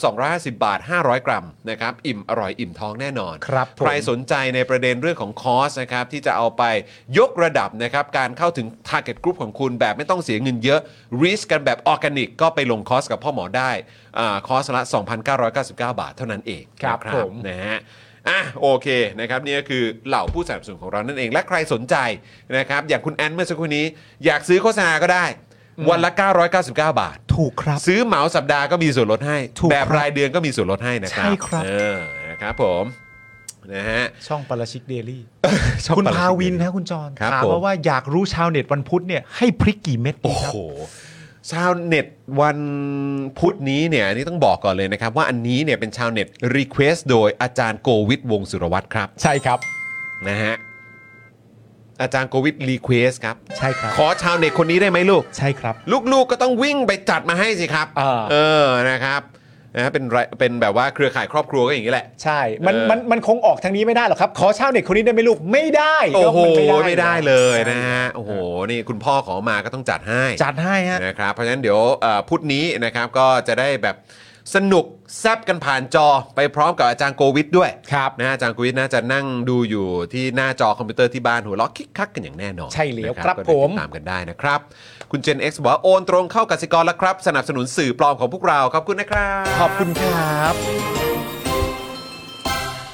บ250 บาท 500 กรัมนะครับอิ่มอร่อยอิ่มท้องแน่นอน
ครับผม
ใครสนใจในประเด็นเรื่องของคอร์สนะครับที่จะเอาไปยกระดับนะครับการเข้าถึง Target Group ของคุณแบบไม่ต้องเสียเงินเยอะ รีสกันแบบออร์แกนิก ก็ไปลงคอร์สกับพ่อหมอได้อาคอร์สละ 2,999 บาทเท่านั้นเอง
ครับ
นะ
ผม
นะฮะอ่ะโอเคนะครับนี่ก็คือเหล่าผู้สนับสนุนของเรานั่นเอง และใครสนใจนะครับอย่างคุณแอนเมื่อสักครู่นี้ อยากซื้อโฆษณาก็ได้ วันละ 999 บาท
ถูกครับ
ซื้อเหมาสัปดาห์ก็มีส่วนลดให้
ถูก
แบบ
ครับ
รายเดือนก็มีส่วนลดให้นะครับ
ใช่ครับ
เออนะครับผมนะฮะ
ช่องปาราชิกเดลี่
ช่อง
คุณ
ปาราชิก
พาวิน
Daily
นะคุณจร
ครับ
ถาม
ผม
มาว่าอยากรู้ชาวเน็ตวันพุธเนี่ยให้พริกกี่เม็ดดี
โอ้
ครับ
โห ชาวเน็ตวันพุธนี้เนี่ยอันนี่ต้องบอกก่อนเลยนะครับ ว่าอันนี้เนี่ยเป็นชาวเน็ตรีเควสโดยอาจารย์โกวิทวงศ์สุรวัตรครับ
ใช่ครับ
นะฮะอาจารย์โกวิทรีเควสครับ
ใช่ครับ
ขอชาวเน็ตคนนี้ได้ไหมลูก
ใช่ครับ
ลูกๆก็ต้องวิ่งไปจัดมาให้สิครับ
อ่า
เออนะครับนะฮะเป็นไรเป็นแบบว่าเครือข่ายครอบครัวก็อย่างนี้แหละ
ใช่ มัน
เออ
มันมันคงออกทางนี้ไม่ได้หรอกครับ ขอชาวเน็ตคนนี้ได้ไหมลูก ไม่ได้
โอ้โห
ก็น
ไม่ได้เลยนะฮะโอ้โหนี่คุณพ่อขอมาก็ต้องจัดให้
จัดให้ฮะ
นะครับเพราะฉะนั้นเดี๋ยวเอ่อพุธนี้นะครับก็จะได้แบบสนุกแซบกันผ่านจอไปพร้อมกับอาจารย์โกวิทด้วย
ครับ
นะฮะอาจารย์โกวิทน่าจะนั่งดูอยู่ที่หน้าจอคอมพิวเตอร์ที่บ้านหัวล็อกคิกคักกันอย่างแน่นอน
ใช่แล้ว
นะครับ ก็
ผ
เดี๋ยว
ม
ติดตามกันได้นะครับ คุณ Gen X บอกว่าโอนตรงเข้ากสิกรแล้วครับ สนับสนุนสื่อปลอมของพวกเราขอบคุณนะครับ
ขอบคุณครับ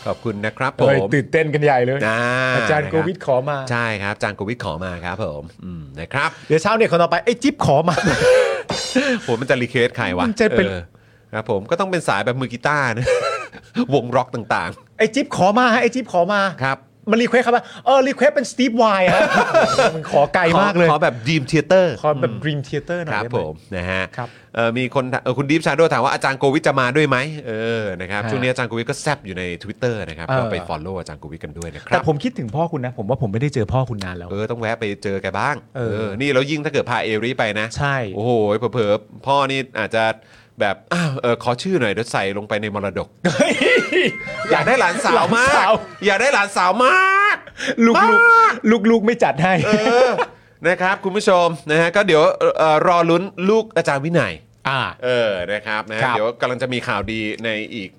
ขอบคุณนะครับผ
เฮ้ย
ม
ตื่นเต้นกันใหญ่เลย
อ่
อาจารย์โกวิทขอมา
ใช่ครับอาจารย์โกวิทขอมาครับผมอืมนะครับ
เดี๋ยวชาวเน็ตคนต่อไปไอ้จิ๊บขอมา [laughs]
ผมมันจะรีเควสใครวะ
มันจะเป็น
ออครับผมก็ต้องเป็นสายแบบมือกีตาร์นะ [laughs] วงร็อกต่าง
ไอ้จิ๊บขอมาฮะไอ้จิ๊บขอมา
ๆ ครับ
มันรีเควสครับว่าเออรีเควสเป็นสตีฟวายครับ [laughs] มันขอไกลมากเลย
ขอแบบดีมเทเตอร์
ขอแบบดรีมเทเตอร์หน่อย
ครับ
ได้ไห
ผมนะฮะ
ครับ
เอ่อมีคนเอ่อคุณดีฟชาโดถามว่าอาจารย์โกวิทจะมาด้วยไหมเออนะครับ
ฮะ
ช่วงนี้อาจารย์โกวิทก็แซบอยู่ใน Twitter นะครับ
เออ
ก็ไปฟอลโล่อาจารย์โกวิทกันด้วยนะค
แต่
รับ
ผมคิดถึงพ่อคุณนะ ผมว่าผมไม่ได้เจอพ่อคุณนานแล้ว
เออต้องแวะไปเจอแกบ้าง
เออ
นี่แล้วยิ่งถ้าเกิดพาเอริไปนะ
ใช่
โอ้โหเผลอๆพ่อนี่อาจจะแบบอ้าวเออขอชื่อหน่อยเดี๋ยวใส่ลงไปในมรดก อยากได้หลานสาวมาก
หลานสาว
อยากได้หลานสาวมาก
ลูกลูกลูกๆไม่จัดให้
เออ นะครับ คุณผู้ชมนะฮะก็เดี๋ยวเอ่อเอ่อรอลุ้นลูกอาจารย์วินัย
อ่า
เออนะครับนะฮะ
ครับ
เดี๋ยวกำลังจะมีข่าวดีในอีก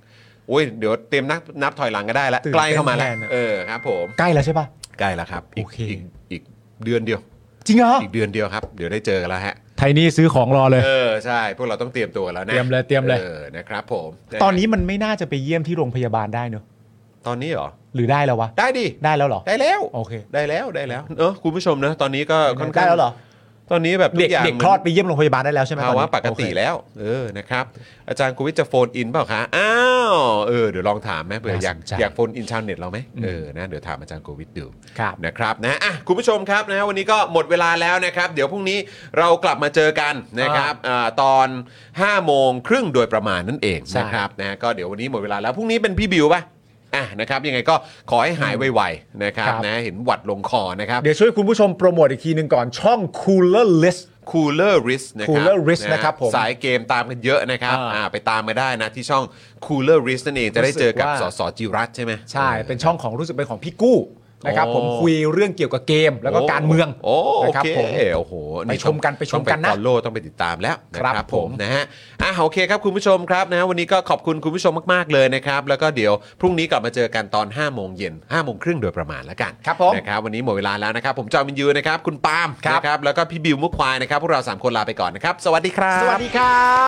โอ้ยเดี๋ยวเตรียมนับนับถอยหลังก็ได้แล้ว
ตื่น
ใกล้เข้ามา
เต้
แล้ว
นแทนอะ
เออครับผม
ใกล้แล้วใช่ป่ะ
ใกล้แล้วครับก
โอเค
กอีกเดือนเดียว
จริงเหรอ
อีกเดือนเดียวครับเดี๋ยวได้เจอกันแล้วฮะ
ไทนี่ซื้อของรอเลย
เออใช่ พวกเราต้องเตรียมตัวแล้วนะ
เตรียมเลยเตรียมเลย
ออนะครับผม
ตอนนี้มันไม่น่าจะไปเยี่ยมที่โรงพยาบาลได้เนอะ
ตอนนี้เหรอ
หรือได้แล้ววะ
ได้ดิ
ได้แล้วเหรอ
ได้แล้ว
โอเค
ได้แล้วได้แล้วเออคุณผู้ชมนะ ตอนนี้ก็ค่อนข้าง
ได้แล้วเหรอ
ตอนนี้แบบทุ
เด็ก
กอย่าง
เด็กคลอดไปเยี่ยมโรงพยาบาลได้แล้วใช่ไหม
ภา
อน
วะ
นี้
ปกติ
โอเค
แล้ว เออนะครับ อาจารย์กุวิทย์จะโฟนอินเปล่าคะอ้าวเออเดี๋ยวลองถามไหมเผื่ออยาก
น่าสนใจ
อยากโฟนอินชาวเน็ตเราไหมเออนะเดี๋ยวถามอาจารย์กุวิทย์ดู
ครับ
นะครับนะอ่ะคุณผู้ชมครับนะวันนี้ก็หมดเวลาแล้วนะครับ เดี๋ยวพรุ่งนี้เรากลับมาเจอกันนะครับอ่าตอน5โมงครึ่งโดยประมาณนั่นเองนะครับ ครับนะก็เดี๋ยววันนี้หมดเวลาแล้วพรุ่งนี้เป็นพี่บิวป่ะอ่ะนะครับยังไงก็ขอให้หายไวๆนะครับ
ครับ
นะเห็นหวัดลงคอนะครับ
เดี๋ยวช่วยคุณผู้ชมโปรโมทอีกทีหนึ่งก่อนช่อง Cooler List
Cooler Risk นะครั
Cooler Risk
ฮ
นะครับผม
สายเกมตามกันเยอะนะครับ
อ่า
อ่าไปตามมาได้นะที่ช่อง Cooler Risk นั่นเองจะได้เจอกับ
รู้สึก
ส
ว่า
สจิรัตน์ใช่ไหม
ใช่ เป็นช่องของรู้สึกเป็นของพี่กู้นะครับ ผม
โอ้
คุยเรื่องเกี่ยวกับเกม แล้วก็การเมือง
โอ้โอ
นะครั
เค
ผม
โอ้โห
ไปชมกันไปชมกัน
ต้
นะ
องไปฟอลโล่ต้องไปติดตามแล้วนะครับ
ผม
นะฮะอ่ะโอเคครับคุณผู้ชมครับนะวันนี้ก็ขอบคุณคุณผู้ชมมากๆเลยนะครับ แล้วก็เดี๋ยวพรุ่งนี้กลับมาเจอกันตอน5โมงเย็น5โมงครึ่งโดยประมาณแล้วกัน
ครับผม
นะครับวันนี้หมดเวลาแล้วนะครับ ผมจอมินยูนะครับคุณปาล์ม
ครับ
นะครับแล้วก็พี่บิวมุกควายนะครับพวกเราสามคนลาไปก่อนนะครับสวัสดีครับ
สวัสดีครับ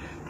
ถ